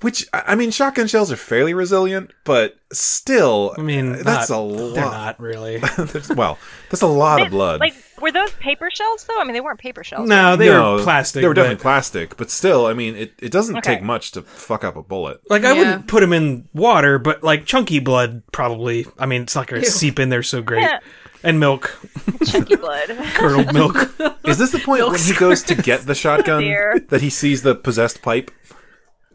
Speaker 6: Which I I mean, shotgun shells are fairly resilient, but still, uh,
Speaker 7: I mean,
Speaker 6: that's
Speaker 7: not-
Speaker 6: a
Speaker 7: They're
Speaker 6: lot.
Speaker 7: not really.
Speaker 6: There's- well, that's a lot of blood.
Speaker 8: Like, were those paper shells though? I mean, they weren't paper shells.
Speaker 7: No, they
Speaker 6: No,
Speaker 7: were plastic.
Speaker 6: They were
Speaker 7: but-
Speaker 6: definitely plastic, but still, I mean, it, it doesn't
Speaker 8: Okay.
Speaker 6: take much to fuck up a bullet.
Speaker 7: Like I
Speaker 4: Yeah.
Speaker 7: wouldn't put them in water, but like chunky blood probably. I mean, it's not going to seep in there so great.
Speaker 8: Yeah.
Speaker 7: And milk,
Speaker 8: Chunky blood.
Speaker 7: curdled milk.
Speaker 6: Is this the point when he goes to get the shotgun
Speaker 8: Dear.
Speaker 6: that he sees the possessed pipe?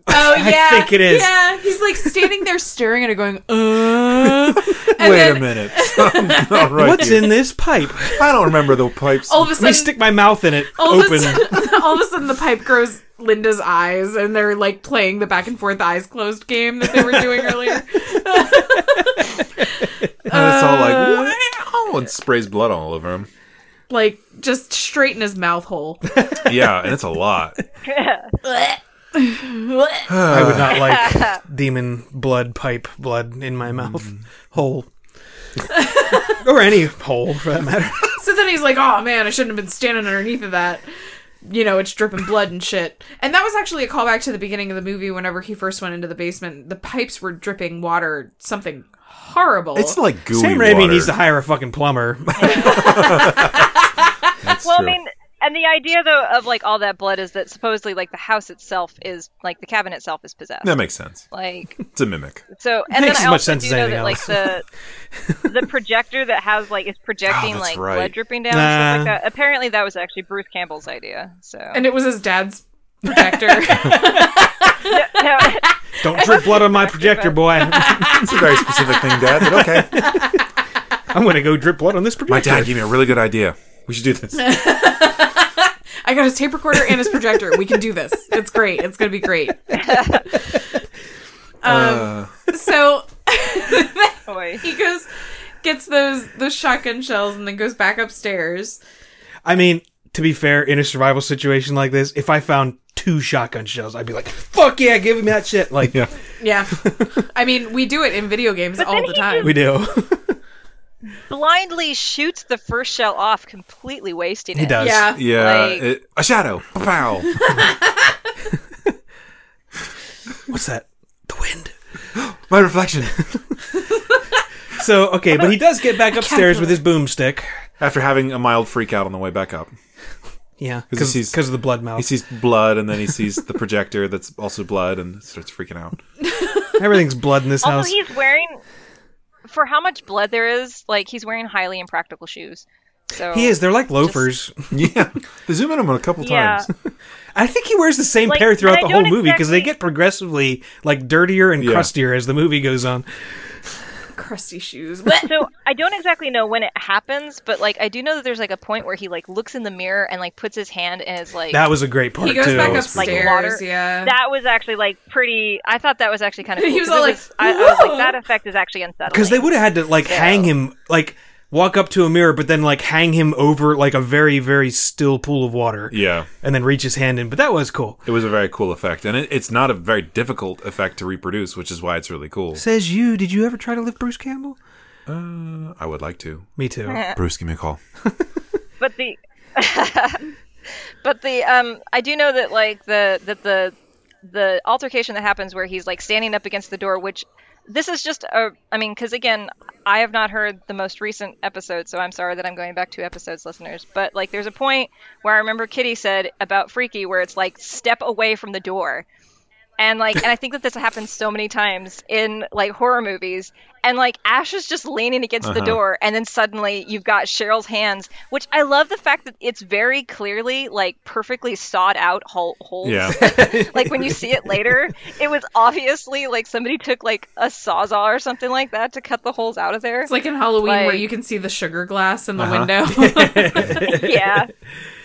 Speaker 4: Oh yeah,
Speaker 7: I think it is.
Speaker 4: Yeah, he's like standing there staring at it, going, "Oh, "Uh." And
Speaker 6: Wait
Speaker 4: then
Speaker 6: a minute, Something's not right
Speaker 7: What's
Speaker 6: here.
Speaker 7: in this pipe?
Speaker 6: I don't remember the pipes.
Speaker 4: All of a
Speaker 7: Let me
Speaker 4: sudden,
Speaker 7: stick my mouth in it.
Speaker 4: all of a
Speaker 7: open.
Speaker 4: sudden- all of a sudden, the pipe grows Linda's eyes, and they're like playing the back and forth eyes closed game that they were doing earlier.
Speaker 6: And it's all
Speaker 7: Uh,
Speaker 6: like, wow, and sprays blood all over him.
Speaker 4: like just straight in his mouth hole.
Speaker 6: Yeah, and it's a lot.
Speaker 7: I would not like demon blood pipe blood in my mouth
Speaker 6: Mm.
Speaker 7: hole. or any hole for that matter.
Speaker 4: So then he's like, "Oh man, I shouldn't have been standing underneath of that." you know, it's dripping blood and shit. And that was actually a callback to the beginning of the movie whenever he first went into the basement. The pipes were dripping water, something horrible.
Speaker 6: It's like gooey
Speaker 7: Sam Raimi
Speaker 6: water.
Speaker 7: needs to hire a fucking plumber.
Speaker 6: That's
Speaker 8: Well,
Speaker 6: true.
Speaker 8: I mean, and the idea though of like all that blood is that supposedly like the house itself is like the cabin itself is possessed.
Speaker 6: that makes sense.
Speaker 8: Like
Speaker 6: It's a mimic.
Speaker 8: so, and
Speaker 7: Makes
Speaker 8: then
Speaker 7: as
Speaker 8: I
Speaker 7: much
Speaker 8: also
Speaker 7: sense
Speaker 8: do
Speaker 7: as
Speaker 8: know
Speaker 7: anything
Speaker 8: that like the the projector that has like is projecting
Speaker 6: that's
Speaker 8: like
Speaker 6: right.
Speaker 8: blood dripping down and
Speaker 7: Oh, Nah.
Speaker 8: stuff like that. Apparently, that was actually Bruce Campbell's idea. So
Speaker 4: and it was his dad's projector.
Speaker 8: No,
Speaker 7: Don't drip blood on my projector, boy.
Speaker 6: It's a very specific thing, Dad. But okay.
Speaker 7: I'm gonna go drip blood on this projector.
Speaker 6: My dad gave me a really good idea. We should do this.
Speaker 4: I got his tape recorder and his projector. We can do this. It's great. It's going to be great.
Speaker 7: Um,
Speaker 6: Uh,
Speaker 4: So
Speaker 8: boy.
Speaker 4: he goes, gets those, those shotgun shells, and then goes back upstairs.
Speaker 7: I mean, to be fair, in a survival situation like this, if I found two shotgun shells, I'd be like, "Fuck yeah, give him that shit!" Like
Speaker 6: yeah,
Speaker 4: Yeah. I mean, we do it in video games all
Speaker 8: then
Speaker 4: the
Speaker 8: he
Speaker 4: time.
Speaker 7: we do.
Speaker 8: blindly shoots the first shell off, completely wasting it.
Speaker 7: he does.
Speaker 4: Yeah.
Speaker 6: Uh, yeah.
Speaker 8: Like-
Speaker 6: it- a shadow. Pow.
Speaker 7: What's that? The wind.
Speaker 6: My reflection.
Speaker 7: So okay, but he does get back upstairs with his boomstick.
Speaker 6: After having a mild freak out on the way back up,
Speaker 7: Yeah,
Speaker 6: 'Cause he
Speaker 7: because
Speaker 6: sees-
Speaker 7: of the blood
Speaker 6: he
Speaker 7: mouth.
Speaker 6: sees blood, and then he sees the projector that's also blood, and starts freaking out.
Speaker 7: Everything's blood in this
Speaker 8: Although
Speaker 7: house.
Speaker 8: he's wearing, for how much blood there is, like he's wearing highly impractical shoes. So
Speaker 7: He is. They're like loafers.
Speaker 6: Yeah, they zoom in on him a couple
Speaker 8: Yeah.
Speaker 6: times.
Speaker 7: I think he wears the same
Speaker 8: Like,
Speaker 7: pair
Speaker 8: and
Speaker 7: throughout
Speaker 8: I
Speaker 7: the whole
Speaker 8: don't
Speaker 7: movie because they
Speaker 8: exactly-
Speaker 7: get progressively like dirtier and
Speaker 6: Yeah.
Speaker 7: crustier as the movie goes on.
Speaker 4: Crusty shoes.
Speaker 8: So I don't exactly know when it happens, but like I do know that there's like a point where he like looks in the mirror and like puts his hand in his like
Speaker 7: That was a great part
Speaker 4: He goes
Speaker 7: too.
Speaker 4: back
Speaker 6: was pretty
Speaker 4: upstairs.
Speaker 8: cool. Like water-
Speaker 4: yeah.
Speaker 8: that was actually like pretty. I thought that was actually kind of.
Speaker 4: He
Speaker 8: Cool,
Speaker 4: was
Speaker 8: 'cause
Speaker 4: all
Speaker 8: it
Speaker 4: like,
Speaker 8: I, I was
Speaker 4: "Whoa."
Speaker 8: like, that effect is actually unsettling.
Speaker 7: because they would have had to like hang him like walk up to a mirror but then like hang him over like a very very still pool of water
Speaker 6: Yeah,
Speaker 7: and then reach his hand in but that was cool
Speaker 6: it was a very cool effect, and it, it's not a very difficult effect to reproduce, which is why it's really cool.
Speaker 7: says you did you ever try to live bruce campbell
Speaker 6: Uh, I would like to.
Speaker 7: me too
Speaker 6: Bruce, give me a call.
Speaker 8: but the but the um i do know that like the that the the altercation that happens where he's like standing up against the door which this is just a i mean because again i have not heard the most recent episode so i'm sorry that i'm going back two episodes listeners but like there's a point where i remember kitty said about freaky where it's like step away from the door and like and i think that this happens so many times in like horror movies and like ash is just leaning against the door and then suddenly you've got cheryl's hands which i love the fact that it's very clearly like perfectly sawed out hole- holes
Speaker 6: Yeah.
Speaker 8: like when you see it later it was obviously like somebody took like a sawzall or something like that to cut the holes out of there
Speaker 4: It's like in Halloween where
Speaker 8: Like-
Speaker 4: you can see the sugar glass in the
Speaker 1: Uh-huh.
Speaker 4: window.
Speaker 8: yeah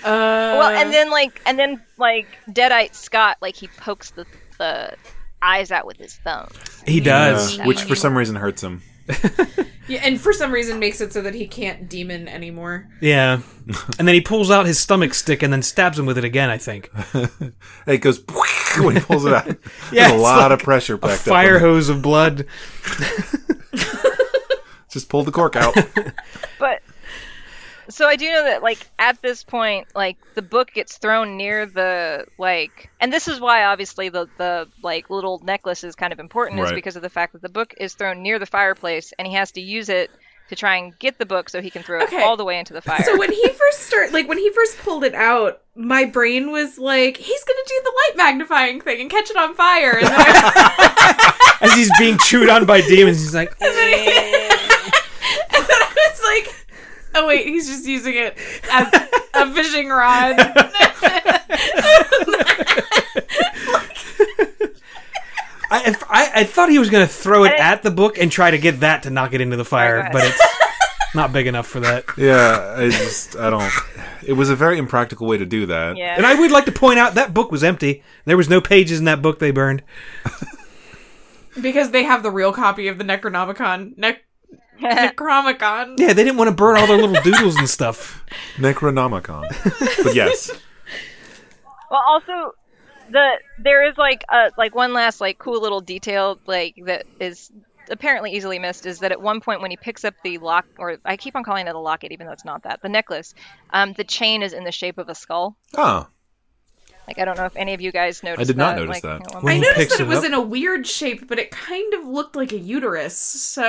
Speaker 8: well and then like and then like deadite scott like he pokes the the eyes out with his thumb
Speaker 7: he does
Speaker 6: Yeah, which for some reason hurts him.
Speaker 4: Yeah, and for some reason makes it so that he can't demon anymore.
Speaker 7: yeah and then he pulls out his stomach stick and then stabs him with it again i think
Speaker 6: It goes when he pulls it out.
Speaker 7: Yeah,
Speaker 6: There's a
Speaker 7: it's
Speaker 6: lot of
Speaker 7: like
Speaker 6: pressure
Speaker 7: a
Speaker 6: packed up.
Speaker 7: fire
Speaker 6: on it.
Speaker 7: hose of blood
Speaker 6: Just pulled the cork out.
Speaker 8: but so I do know that like at this point, like the book gets thrown near the like, and this is why obviously the the like little necklace is kind of important
Speaker 6: Right.
Speaker 8: is because of the fact that the book is thrown near the fireplace and he has to use it to try and get the book so he can throw
Speaker 4: Okay.
Speaker 8: it all the way into the fire.
Speaker 4: So when he first start like when he first pulled it out, my brain was like, he's gonna do the light magnifying thing and catch it on fire. And then I,
Speaker 7: as he's being chewed on by demons he's like
Speaker 4: and then I was like, oh wait, he's just using it as a fishing rod.
Speaker 7: I, if- I, I thought he was going to throw it
Speaker 8: I-
Speaker 7: at the book and try to get that to knock it into the fire,
Speaker 8: Right, right.
Speaker 7: but it's not big enough for that.
Speaker 6: yeah, I just I don't. It was a very impractical way to do that.
Speaker 8: yeah,
Speaker 7: And I would like to point out that book was empty. There was no pages in that book they burned.
Speaker 4: because they have the real copy of the Necronomicon. Nec- Necromicon.
Speaker 7: Yeah, they didn't want to burn all their little doodles and stuff.
Speaker 6: Necronomicon. but yes,
Speaker 8: Well, also the there is like a like one last like cool little detail like that is apparently easily missed is that at one point when he picks up the lock or I keep on calling it a locket even though it's not that the necklace, um, the chain is in the shape of a skull.
Speaker 6: oh,
Speaker 8: Like I don't know if any of you guys noticed.
Speaker 6: did not
Speaker 8: that,
Speaker 6: notice
Speaker 8: like,
Speaker 6: that.
Speaker 8: at one
Speaker 7: When
Speaker 4: I
Speaker 7: he
Speaker 4: noticed
Speaker 7: picks
Speaker 4: that it
Speaker 7: it
Speaker 4: was
Speaker 7: up-
Speaker 4: in a weird shape, but it kind of looked like a uterus. So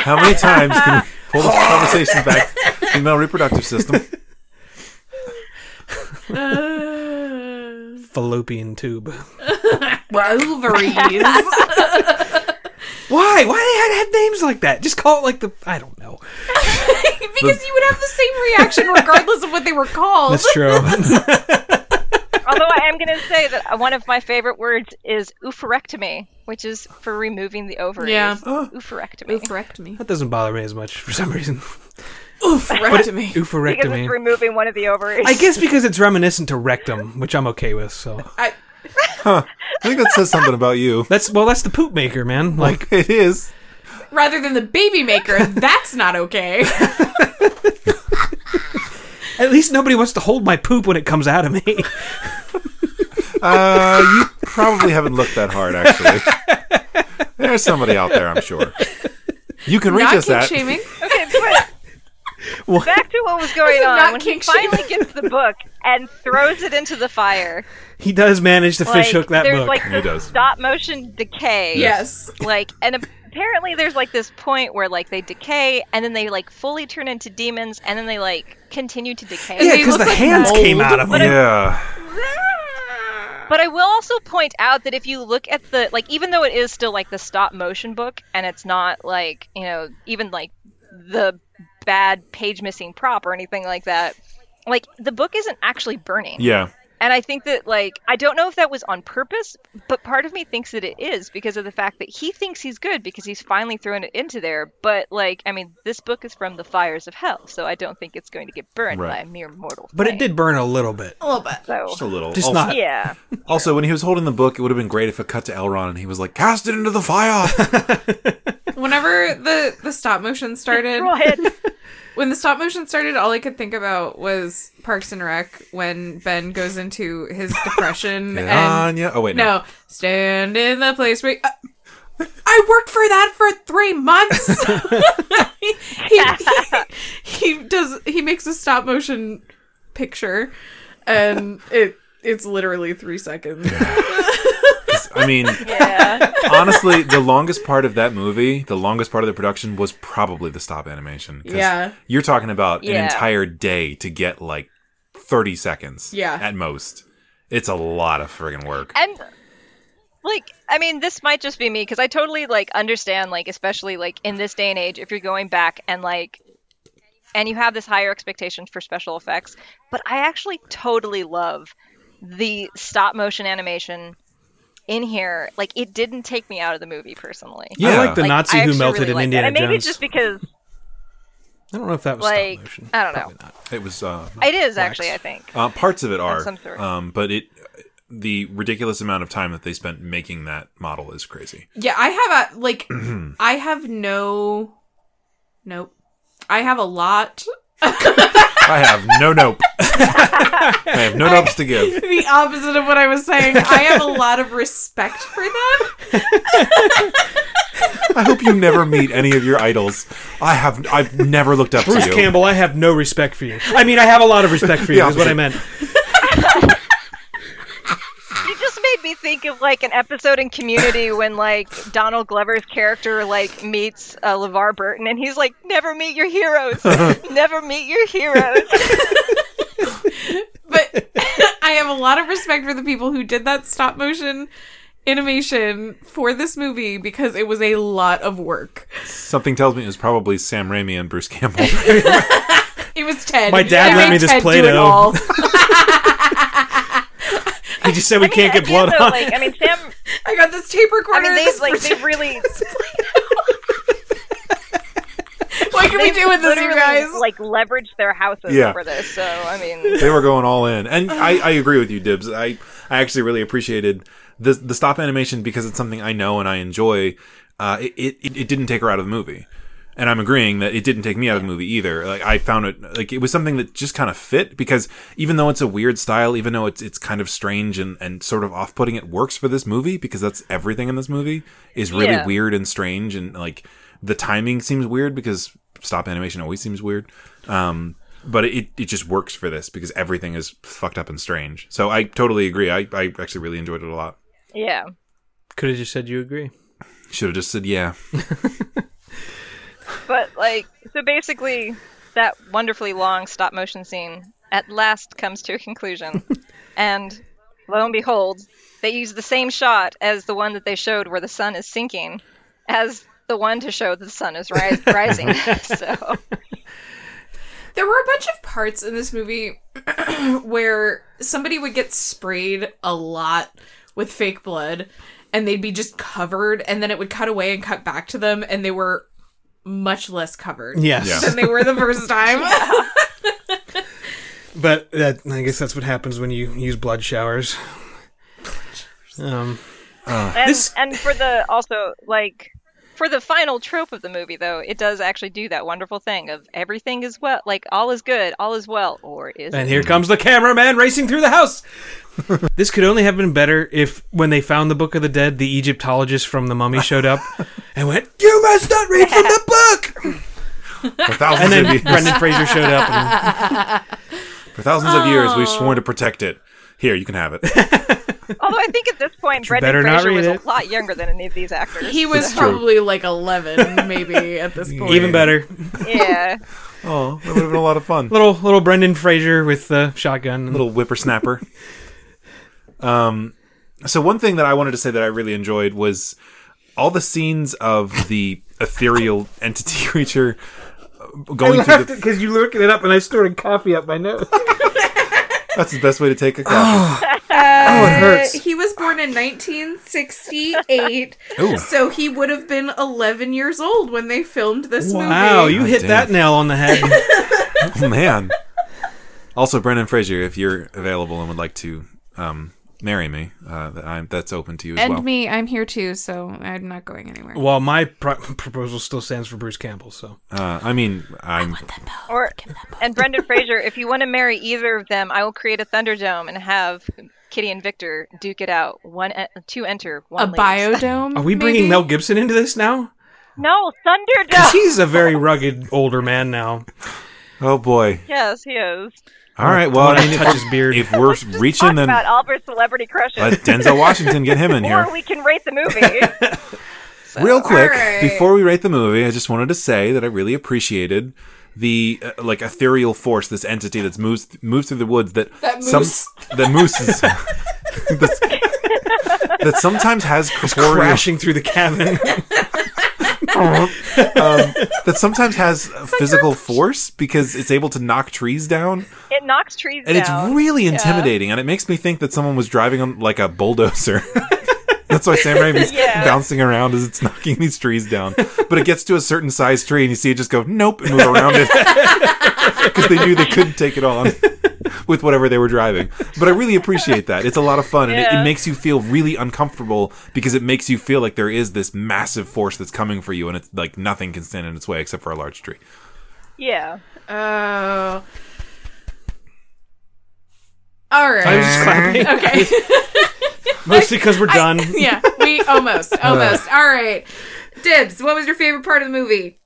Speaker 6: How many times can we pull this conversation back to female reproductive system?
Speaker 4: uh,
Speaker 7: Fallopian tube.
Speaker 4: ovaries.
Speaker 7: Why? Why they had, had names like that? Just call it like the I don't know.
Speaker 4: because you would have the same reaction regardless of what they were called.
Speaker 7: That's true.
Speaker 8: Although I am going to say that one of my favorite words is oophorectomy, which is for removing the ovaries.
Speaker 4: Yeah.
Speaker 8: Oophorectomy.
Speaker 4: Oophorectomy.
Speaker 7: that doesn't bother me as much for some reason.
Speaker 4: Oophorectomy.
Speaker 8: Because it's
Speaker 7: Oophorectomy.
Speaker 8: removing one of the ovaries.
Speaker 7: I guess because it's reminiscent to rectum, which I'm okay with. So
Speaker 6: I think that says something about you.
Speaker 7: that's well, that's the poop maker, man.
Speaker 6: Like
Speaker 7: Like
Speaker 6: it is.
Speaker 4: Rather than the baby maker, that's not okay.
Speaker 7: at least nobody wants to hold my poop when it comes out of me.
Speaker 6: Uh, you probably haven't looked that hard, actually. There's somebody out there, I'm sure. You can reach
Speaker 4: Not
Speaker 6: us
Speaker 4: kink
Speaker 6: at
Speaker 4: shaming.
Speaker 8: Okay, but back to what was going
Speaker 4: is
Speaker 8: on
Speaker 4: not
Speaker 8: when he
Speaker 4: kink shaming.
Speaker 8: finally gets the book and throws it into the fire.
Speaker 7: He does manage to
Speaker 8: Like,
Speaker 7: fish hook that
Speaker 8: there's
Speaker 7: book.
Speaker 8: like
Speaker 6: He
Speaker 8: this
Speaker 6: does.
Speaker 8: stop motion decay.
Speaker 4: Yes.
Speaker 8: Like, and apparently there's like this point where like they decay and then they like fully turn into demons and then they like continue to decay.
Speaker 7: yeah,
Speaker 4: they
Speaker 7: because
Speaker 4: look
Speaker 7: the
Speaker 4: like
Speaker 7: hands
Speaker 4: mold,
Speaker 7: came out of him.
Speaker 6: yeah.
Speaker 8: But I will also point out that if you look at the like even though it is still like the stop motion book and it's not like, you know, even like the bad page missing prop or anything like that, like the book isn't actually burning.
Speaker 6: Yeah.
Speaker 8: And I think that like I don't know if that was on purpose, but part of me thinks that it is because of the fact that he thinks he's good because he's finally thrown it into there, but like I mean, this book is from the fires of hell, so I don't think it's going to get burned by
Speaker 6: Right.
Speaker 8: a mere mortal.
Speaker 7: But it
Speaker 8: flame.
Speaker 7: did burn a little bit.
Speaker 4: A little bit.
Speaker 6: Just
Speaker 8: So
Speaker 6: a little.
Speaker 7: Just
Speaker 6: also,
Speaker 7: not-
Speaker 8: yeah.
Speaker 6: also, when he was holding the book, it would have been great if it cut to Elrond and he was like, cast it into the fire.
Speaker 4: Whenever the the stop motion started,
Speaker 8: Right.
Speaker 4: when the stop motion started, all I could think about was Parks and Rec when Ben goes into his depression and
Speaker 6: Anya. Oh, wait, no.
Speaker 4: No, stand in the place where. Uh, I worked for that for three months. he, he, he does. He makes a stop motion picture, and it it's literally three seconds.
Speaker 6: I mean,
Speaker 8: Yeah.
Speaker 6: honestly, the longest part of that movie, the longest part of the production was probably the stop animation. 'cause
Speaker 4: Yeah.
Speaker 6: You're talking about an
Speaker 8: Yeah.
Speaker 6: entire day to get like 30 seconds
Speaker 4: Yeah.
Speaker 6: at most. It's a lot of friggin' work.
Speaker 8: And like, I mean, this might just be me because I totally like understand, like, especially like in this day and age, if you're going back and like, and you have this higher expectations for special effects. But I actually totally love the stop motion animation in here. Like, it didn't take me out of the movie personally.
Speaker 6: Yeah.
Speaker 7: I like the
Speaker 8: Like,
Speaker 7: Nazi
Speaker 8: I
Speaker 7: who
Speaker 8: actually
Speaker 7: melted
Speaker 8: really
Speaker 7: in
Speaker 8: liked it.
Speaker 7: Indiana
Speaker 8: And maybe
Speaker 7: Jones.
Speaker 8: it's just because,
Speaker 7: I don't know if that was
Speaker 8: like,
Speaker 7: stop motion.
Speaker 8: I don't know.
Speaker 7: Probably not.
Speaker 6: It was uh,
Speaker 8: It is actually, I think.
Speaker 6: uh parts of it are
Speaker 8: some sort.
Speaker 6: um but it the ridiculous amount of time that they spent making that model is crazy.
Speaker 4: Yeah, I have a like I have no nope. I have a lot
Speaker 6: I have no nope. I have no nopes to give.
Speaker 4: the opposite of what I was saying. I have a lot of respect for them.
Speaker 6: I hope you never meet any of your idols. I have I've never looked up
Speaker 7: Bruce
Speaker 6: to you.
Speaker 7: Campbell, I have no respect for you. I mean, I have a lot of respect for you.
Speaker 6: The
Speaker 7: is what I
Speaker 6: opposite.
Speaker 7: meant.
Speaker 8: You just made me think of like an episode in Community when like Donald Glover's character like meets uh, LeVar Burton and he's like, "Never meet your heroes, never meet your heroes."
Speaker 4: but I have a lot of respect for the people who did that stop motion animation for this movie because it was a lot of work.
Speaker 6: Something tells me it was probably Sam Raimi and Bruce Campbell.
Speaker 4: It was Ted.
Speaker 7: My dad
Speaker 4: It
Speaker 7: let
Speaker 4: made
Speaker 7: me this
Speaker 4: Ted do it
Speaker 7: Play-Doh.
Speaker 4: all.
Speaker 7: He just said we can't get
Speaker 8: And also,
Speaker 7: blood on.
Speaker 8: Like, I mean, Sam.
Speaker 4: I got this tape
Speaker 8: I
Speaker 4: recorder.
Speaker 8: mean,
Speaker 4: this
Speaker 8: they like they
Speaker 4: project-
Speaker 8: really
Speaker 4: what can we do with this, you
Speaker 8: literally
Speaker 4: guys?
Speaker 8: like leveraged their houses
Speaker 6: Yeah.
Speaker 8: for this. So I mean,
Speaker 6: they were going all in and I, I agree with you dibs i i actually really appreciated the the stop animation because it's something i know and i enjoy uh it it, it didn't take her out of the movie and i'm agreeing that it didn't take me out of the movie either like i found it like it was something that just kind of fit because even though it's a weird style even though it's it's kind of strange and and sort of off-putting it works for this movie because that's everything in this movie is really
Speaker 8: Yeah.
Speaker 6: weird and strange and like the timing seems weird because stop animation always seems weird um but it, it just works for this because everything is fucked up and strange. So I totally agree. I, I actually really enjoyed it a lot.
Speaker 8: Yeah.
Speaker 7: Could have just said you agree.
Speaker 6: Should have just said yeah.
Speaker 8: But like, so basically, that wonderfully long stop motion scene at last comes to a conclusion, and lo and behold, they use the same shot as the one that they showed where the sun is sinking, as the one to show that the sun is ri- rising. so
Speaker 4: There were a bunch of parts in this movie where somebody would get sprayed a lot with fake blood and they'd be just covered and then it would cut away and cut back to them and they were much less covered
Speaker 7: Yes.
Speaker 6: Yeah.
Speaker 4: than they were the first time.
Speaker 7: But that I guess that's what happens when you use blood showers. Um,
Speaker 8: and,
Speaker 7: This-
Speaker 8: and for the also like for the final trope of the movie though it does actually do that wonderful thing of everything is well like all is good all is well or is
Speaker 7: and here comes the cameraman racing through the house. this could only have been better if, when they found the Book of the Dead, the Egyptologist from the Mummy showed up and went, "You must not read from the book."
Speaker 6: For thousands of
Speaker 7: And then
Speaker 6: years,
Speaker 7: Brendan Fraser showed up. And,
Speaker 6: for thousands of years, we've sworn to protect it. Here, you can have it.
Speaker 8: although i think at this point
Speaker 7: better
Speaker 8: brendan
Speaker 7: not
Speaker 8: fraser
Speaker 7: read
Speaker 8: was
Speaker 7: it.
Speaker 8: a lot younger than any of these actors
Speaker 4: he was probably like 11 maybe at this point.
Speaker 7: even better,
Speaker 8: yeah
Speaker 6: Oh, that would have been a lot of fun.
Speaker 7: little little Brendan Fraser with the shotgun.
Speaker 6: little whippersnapper. um, so one thing that I wanted to say that I really enjoyed was all the scenes of the ethereal entity creature uh, going through the.
Speaker 7: because you were looking it up, and I started coffee up my nose.
Speaker 6: That's the best way to take a coffee.
Speaker 4: oh,
Speaker 6: it hurts.
Speaker 4: He was born in 1968,
Speaker 6: Ooh.
Speaker 4: so he would have been 11 years old when they filmed this
Speaker 7: Wow,
Speaker 4: movie.
Speaker 7: you
Speaker 6: I
Speaker 7: hit
Speaker 6: did.
Speaker 7: that nail on the head.
Speaker 6: Oh, man. Also, Brendan Fraser, if you're available and would like to um, marry me, uh, that I'm, that's open to you as
Speaker 1: And
Speaker 6: well.
Speaker 1: me, I'm here too, so I'm not going anywhere.
Speaker 7: well, my pro- proposal still stands for Bruce Campbell, so
Speaker 6: Uh, I mean, I'm
Speaker 8: or and brendan fraser if you want to marry either of them i will create a thunderdome and have kitty and victor duke it out one en- two enter one
Speaker 1: A
Speaker 8: leaves.
Speaker 1: biodome?
Speaker 7: are we
Speaker 1: maybe?
Speaker 7: bringing Mel Gibson into this now?
Speaker 8: no
Speaker 7: Because
Speaker 8: thunderdome
Speaker 7: he's a very rugged older man now.
Speaker 6: oh boy.
Speaker 8: yes he is
Speaker 6: All right. Well,
Speaker 7: I
Speaker 6: I
Speaker 7: wanna
Speaker 6: mean, if
Speaker 7: touch
Speaker 6: we're-
Speaker 7: his beard.
Speaker 6: If we're
Speaker 8: talk
Speaker 6: reaching, then
Speaker 8: about
Speaker 6: let
Speaker 8: all of our celebrity crushes
Speaker 6: Denzel Washington get him in here.
Speaker 8: or we can rate the movie
Speaker 6: Real quick,
Speaker 4: Alright.
Speaker 6: before we rate the movie, I just wanted to say that I really appreciated the uh, like ethereal force, this entity that's moves moves through the woods that that
Speaker 4: moose.
Speaker 6: that moose is, that's- that sometimes has corporeal
Speaker 7: Crashing through the cabin.
Speaker 6: um, that sometimes has physical force because it's able to knock trees down,
Speaker 8: It knocks trees
Speaker 6: and
Speaker 8: down.
Speaker 6: it's really intimidating, and it makes me think that someone was driving on like a bulldozer. That's why Sam Raimi's
Speaker 8: Yeah.
Speaker 6: bouncing around as it's knocking these trees down. But it gets to a certain size tree, and you see it just go, nope, and move around it. Because they knew they couldn't take it on with whatever they were driving. But I really appreciate that. It's a lot of fun, and it, it
Speaker 8: Yeah.
Speaker 6: makes you feel really uncomfortable because it makes you feel like there is this massive force that's coming for you, and it's like nothing can stand in its way except for a large tree.
Speaker 8: yeah.
Speaker 4: Oh. All right.
Speaker 7: I was just clapping.
Speaker 4: okay.
Speaker 7: Mostly because we're done.
Speaker 4: yeah, we almost, almost. All right. Dibs, what was your favorite part of the movie?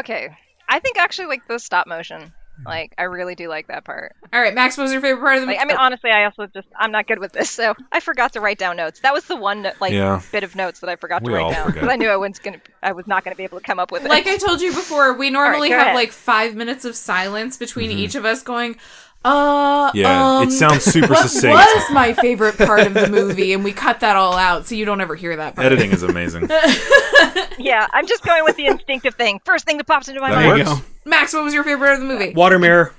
Speaker 8: Okay. I think actually like the stop motion. Like I really do like that part.
Speaker 4: All right, Max, what was your favorite part of the movie? Uh,
Speaker 8: Like I mean honestly I also just I'm not good with this so I forgot to write down notes. That was the one no- like
Speaker 6: Yeah.
Speaker 8: bit of notes that I forgot
Speaker 6: We
Speaker 8: to
Speaker 6: all
Speaker 8: write down
Speaker 6: forget.
Speaker 8: because I knew I wasn't gonna I was not gonna be able to come up with it.
Speaker 4: like I told you before, we normally
Speaker 8: go
Speaker 4: have
Speaker 8: ahead.
Speaker 4: like five minutes of silence between each of us going, uh,
Speaker 6: Yeah,
Speaker 4: um,
Speaker 6: it sounds super
Speaker 4: what
Speaker 6: succinct.
Speaker 4: was my favorite part of the movie? And we cut that all out, so you don't ever hear that part.
Speaker 6: Editing is amazing.
Speaker 8: yeah, I'm just going with the instinctive thing. First thing that pops into my
Speaker 6: That
Speaker 8: mind.
Speaker 7: There you
Speaker 6: works.
Speaker 7: go.
Speaker 4: Max, what was your favorite part of the movie?
Speaker 7: Water mirror.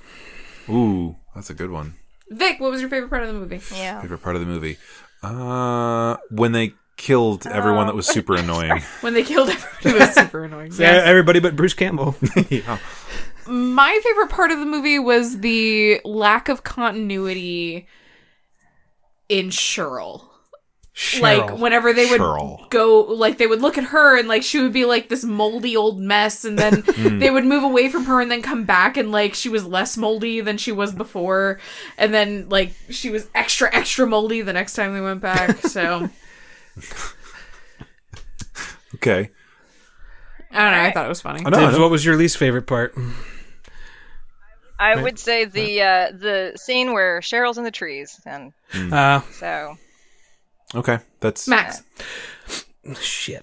Speaker 6: Ooh, that's a good one.
Speaker 4: Vic, what was your favorite part of the movie?
Speaker 8: Yeah.
Speaker 6: Favorite part of the movie? Uh, when they killed everyone that was super
Speaker 8: Oh.
Speaker 6: annoying.
Speaker 4: When they killed everyone, it was super annoying.
Speaker 7: Yeah, E-, Everybody but Bruce Campbell.
Speaker 4: my favorite part of the movie was the lack of continuity in Cheryl. Like
Speaker 7: Cheryl.
Speaker 4: whenever they would
Speaker 6: Cheryl.
Speaker 4: go, like they would look at her and like she would be like this moldy old mess, and then they would move away from her and then come back and like she was less moldy than she was before, and then like she was extra extra moldy the next time they went back. So
Speaker 6: Okay.
Speaker 4: I don't know. I thought it was funny.
Speaker 6: I know. I
Speaker 7: Dibs,
Speaker 6: know.
Speaker 7: what was your least favorite part?
Speaker 8: I would say the uh, the scene where Cheryl's in the trees, and
Speaker 7: Uh,
Speaker 8: so
Speaker 6: Okay, that's
Speaker 9: Max.
Speaker 7: shit.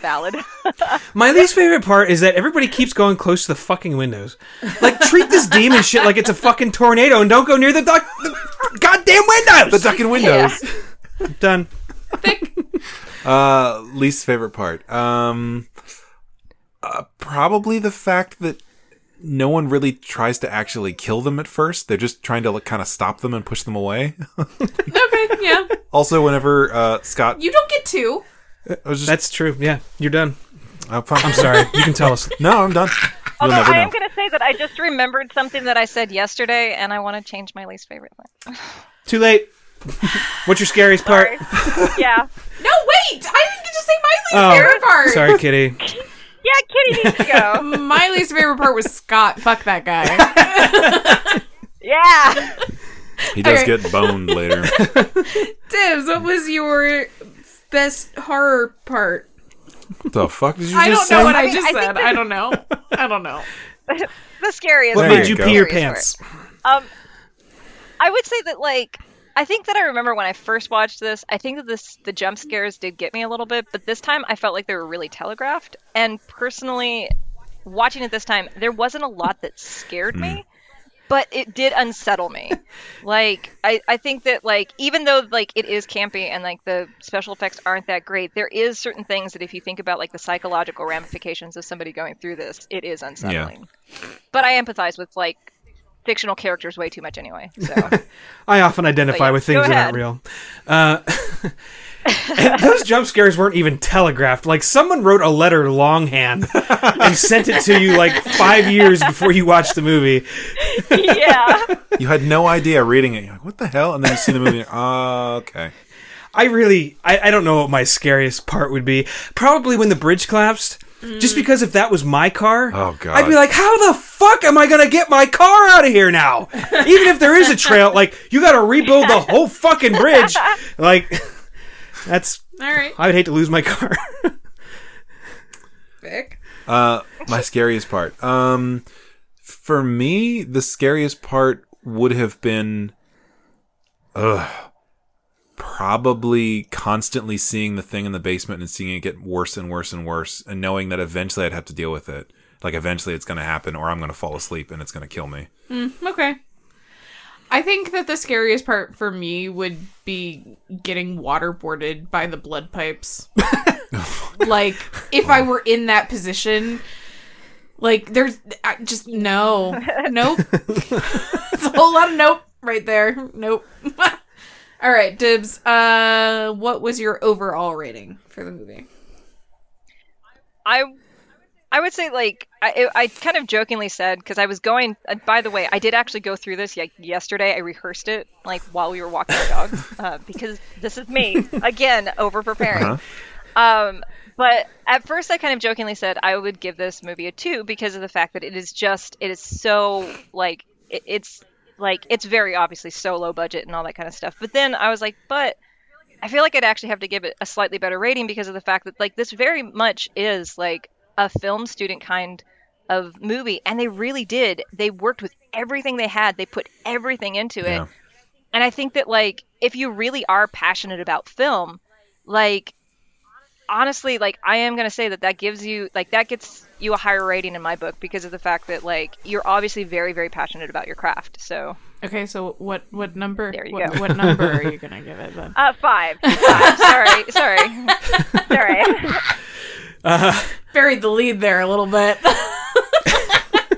Speaker 8: valid.
Speaker 7: My least favorite part is that everybody keeps going close to the fucking windows. Like, treat this demon shit like it's a fucking tornado and don't go near the, duck the goddamn
Speaker 6: the
Speaker 7: windows!
Speaker 6: ducking windows.
Speaker 7: Done.
Speaker 6: Uh, least favorite part. Um, uh, probably the fact that no one really tries to actually kill them at first. They're just trying to like, kind of stop them and push them away.
Speaker 4: Okay, yeah.
Speaker 6: also, whenever uh, Scott,
Speaker 4: You don't get two.
Speaker 6: I was just
Speaker 7: That's true. Yeah, you're done.
Speaker 6: I'm fine.
Speaker 7: I'm sorry. You can tell us.
Speaker 6: No, I'm done. You'll
Speaker 8: Although
Speaker 6: never
Speaker 8: I
Speaker 6: know.
Speaker 8: am going to say that I just remembered something that I said yesterday, and I want to change my least favorite one.
Speaker 7: Too late. What's your scariest part?
Speaker 8: Sorry. yeah,
Speaker 4: No, wait! I didn't get to say my least
Speaker 7: Oh,
Speaker 4: favorite part.
Speaker 7: Sorry, kitty.
Speaker 8: yeah, Kitty needs to go.
Speaker 1: My least favorite part was Scott. Fuck that guy.
Speaker 8: Yeah,
Speaker 6: He does get boned later.
Speaker 4: Dibs, what was your best horror part?
Speaker 6: the fuck did you
Speaker 1: I
Speaker 6: just
Speaker 1: don't
Speaker 6: say?
Speaker 1: know what I
Speaker 4: mean,
Speaker 1: just
Speaker 8: I think
Speaker 1: said. I don't know. I don't know.
Speaker 8: the scariest.
Speaker 7: What
Speaker 6: There
Speaker 8: part,
Speaker 7: made
Speaker 6: you
Speaker 7: you
Speaker 6: go.
Speaker 7: pee your
Speaker 8: scariest part.
Speaker 7: pants?
Speaker 8: Um, I would say that like I think that I remember when I first watched this. I think that this the jump scares did get me a little bit, but this time I felt like they were really telegraphed. And personally, watching it this time, there wasn't a lot that scared me, but it did unsettle me. like I, I think that like even though like it is campy and like the special effects aren't that great, there is certain things that if you think about like the psychological ramifications of somebody going through this, it is unsettling. But I empathize with like fictional characters way too much anyway. So
Speaker 7: I often identify
Speaker 8: yeah,
Speaker 7: with
Speaker 8: go
Speaker 7: things that
Speaker 8: ahead.
Speaker 7: aren't real. Uh, and those jump scares weren't even telegraphed. Like someone wrote a letter longhand and sent it to you like five years before you watched the movie.
Speaker 8: yeah,
Speaker 6: You had no idea reading it. You're like, what the hell? And then you see the movie. and you're, Oh, okay.
Speaker 7: I really, I, I don't know what my scariest part would be. Probably when the bridge collapsed. Just because if that was my car,
Speaker 6: Oh, God.
Speaker 7: I'd be like, how the fuck am I gonna get my car out of here now? Even if there is a trail, like you gotta rebuild the whole fucking bridge. Like, that's
Speaker 4: All right,
Speaker 7: I would hate to lose my car.
Speaker 4: Vic.
Speaker 6: Uh, my scariest part. Um, for me, the scariest part would have been, ugh, probably constantly seeing the thing in the basement and seeing it get worse and worse and worse, and knowing that eventually I'd have to deal with it. Like eventually it's going to happen, or I'm going to fall asleep and it's going to kill me.
Speaker 1: Okay. I think that the scariest part for me would be getting waterboarded by the blood pipes. like if I were in that position, like there's I just no, nope. it's a whole lot of nope right there. Nope. All right, Dibs. Uh, what was your overall rating for the movie?
Speaker 8: I, I would say like I, I kind of jokingly said because I was going. Uh, by the way, I did actually go through this like yesterday. I rehearsed it like while we were walking our dogs uh, because this is me again over preparing. Um, but at first, I kind of jokingly said I would give this movie a two because of the fact that it is just it is so like it, it's like it's very obviously so low budget and all that kind of stuff. But then I was like, but I feel like I'd actually have to give it a slightly better rating because of the fact that like this very much is like a film student kind of movie, and they really did. They worked with everything they had. They put everything into it.
Speaker 6: Yeah.
Speaker 8: And I think that like if you really are passionate about film, like honestly, like I am gonna say that that gives you like that gets you a higher rating in my book because of the fact that like you're obviously very very passionate about your craft. So
Speaker 1: Okay, so what what number?
Speaker 8: There you
Speaker 1: what,
Speaker 8: go.
Speaker 1: what number are you gonna give it then?
Speaker 8: uh, five, five. sorry, sorry, sorry.
Speaker 1: Buried the lead there a little bit.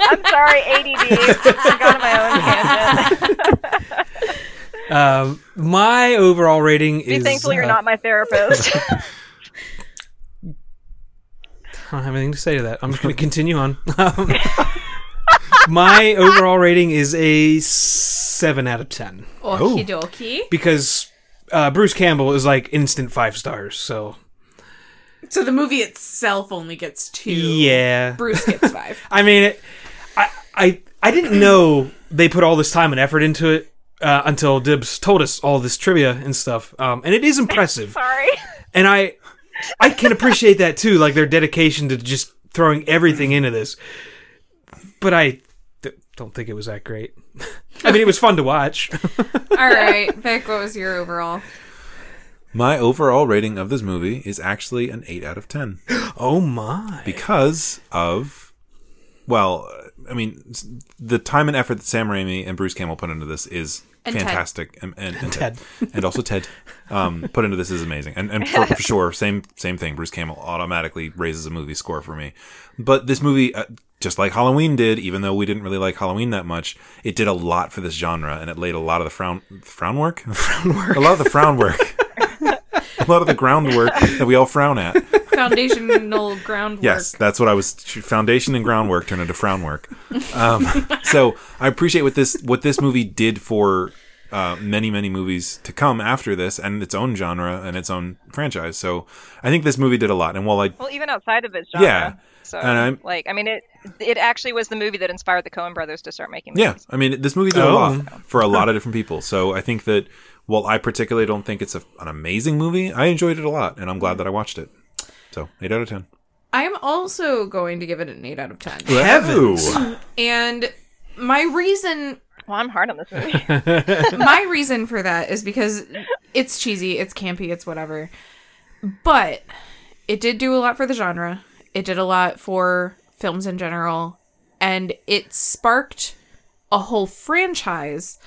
Speaker 8: I'm sorry, ADD. I got on my own tangent.
Speaker 7: Um, my overall rating
Speaker 8: Be
Speaker 7: is.
Speaker 8: thankful you're
Speaker 7: uh,
Speaker 8: not my therapist.
Speaker 7: I don't have anything to say to that. I'm just going to continue on. Um, my overall rating is a seven out of ten
Speaker 4: Okie dokie.
Speaker 7: because uh, Bruce Campbell is like instant five stars. So
Speaker 4: So the movie itself only gets two.
Speaker 7: yeah,
Speaker 4: Bruce gets five.
Speaker 7: I mean, it, I I I didn't know they put all this time and effort into it. Uh, until Dibs told us all this trivia and stuff, um, and it is impressive.
Speaker 8: sorry.
Speaker 7: and I I can appreciate that too, like their dedication to just throwing everything into this. But I th- don't think it was that great. I mean, it was fun to watch.
Speaker 1: All right, Vic, what was your overall?
Speaker 6: My overall rating of this movie is actually an 8 out of 10
Speaker 7: oh my!
Speaker 6: because of, well, I mean, s- the time and effort that Sam Raimi and Bruce Campbell put into this is
Speaker 1: And Ted.
Speaker 6: fantastic. And, and, and Ted. and also Ted um, put into this is amazing. And, and for, for sure, same same thing. Bruce Campbell automatically raises a movie score for me. But this movie, uh, just like Halloween did, even though we didn't really like Halloween that much, it did a lot for this genre, and it laid a lot of the frown frown work, frown work, a lot of the frown work. A lot of the groundwork that we all frown at.
Speaker 1: Foundational groundwork.
Speaker 6: Yes, that's what I was. Foundation and groundwork turned into frown work. Um, so I appreciate what this what this movie did for uh, many many movies to come after this and its own genre and its own franchise. So I think this movie did a lot. And while I
Speaker 8: Well, even outside of its genre.
Speaker 6: Yeah.
Speaker 8: So,
Speaker 6: And I'm-
Speaker 8: like, I mean, it it actually was the movie that inspired the Coen brothers to start making
Speaker 6: yeah,
Speaker 8: movies.
Speaker 6: I mean this movie did a
Speaker 7: Oh.
Speaker 6: lot for a lot of different people. So I think that while I particularly don't think it's a, an amazing movie, I enjoyed it a lot, and I'm glad that I watched it. So eight out of ten.
Speaker 4: I'm also going to give it an 8 out of 10.
Speaker 6: Heavens.
Speaker 4: And my reason
Speaker 8: Well, I'm hard on this movie.
Speaker 4: my reason for that is because it's cheesy, it's campy, it's whatever. But it did do a lot for the genre. It did a lot for films in general and it sparked a whole franchise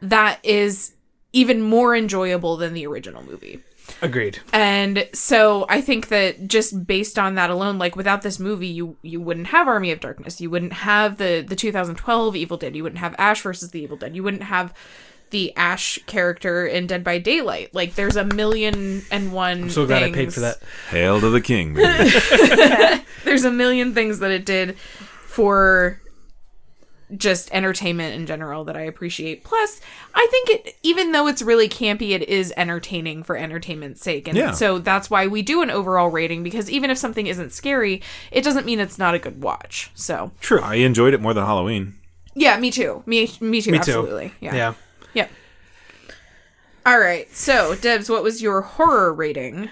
Speaker 4: that is even more enjoyable than the original movie.
Speaker 7: Agreed.
Speaker 4: And so I think that just based on that alone, like without this movie, you you wouldn't have Army of Darkness, you wouldn't have the the 2012 Evil Dead, you wouldn't have Ash versus the Evil Dead, you wouldn't have the Ash character in Dead by Daylight. Like there's a million and one.
Speaker 7: So glad I paid for
Speaker 4: things-
Speaker 7: that.
Speaker 6: Hail to the king. baby.
Speaker 4: There's a million things that it did for just entertainment in general that I appreciate. Plus, I think it even though it's really campy, it is entertaining for entertainment's sake. And
Speaker 6: Yeah.
Speaker 4: so that's why we do an overall rating because even if something isn't scary, it doesn't mean it's not a good watch. So,
Speaker 6: True. I enjoyed it more than Halloween.
Speaker 4: yeah, me too. Me me too,
Speaker 7: Me too.
Speaker 4: absolutely. Yeah.
Speaker 7: Yeah.
Speaker 4: Yep. All right. So, Debs, what was your horror rating?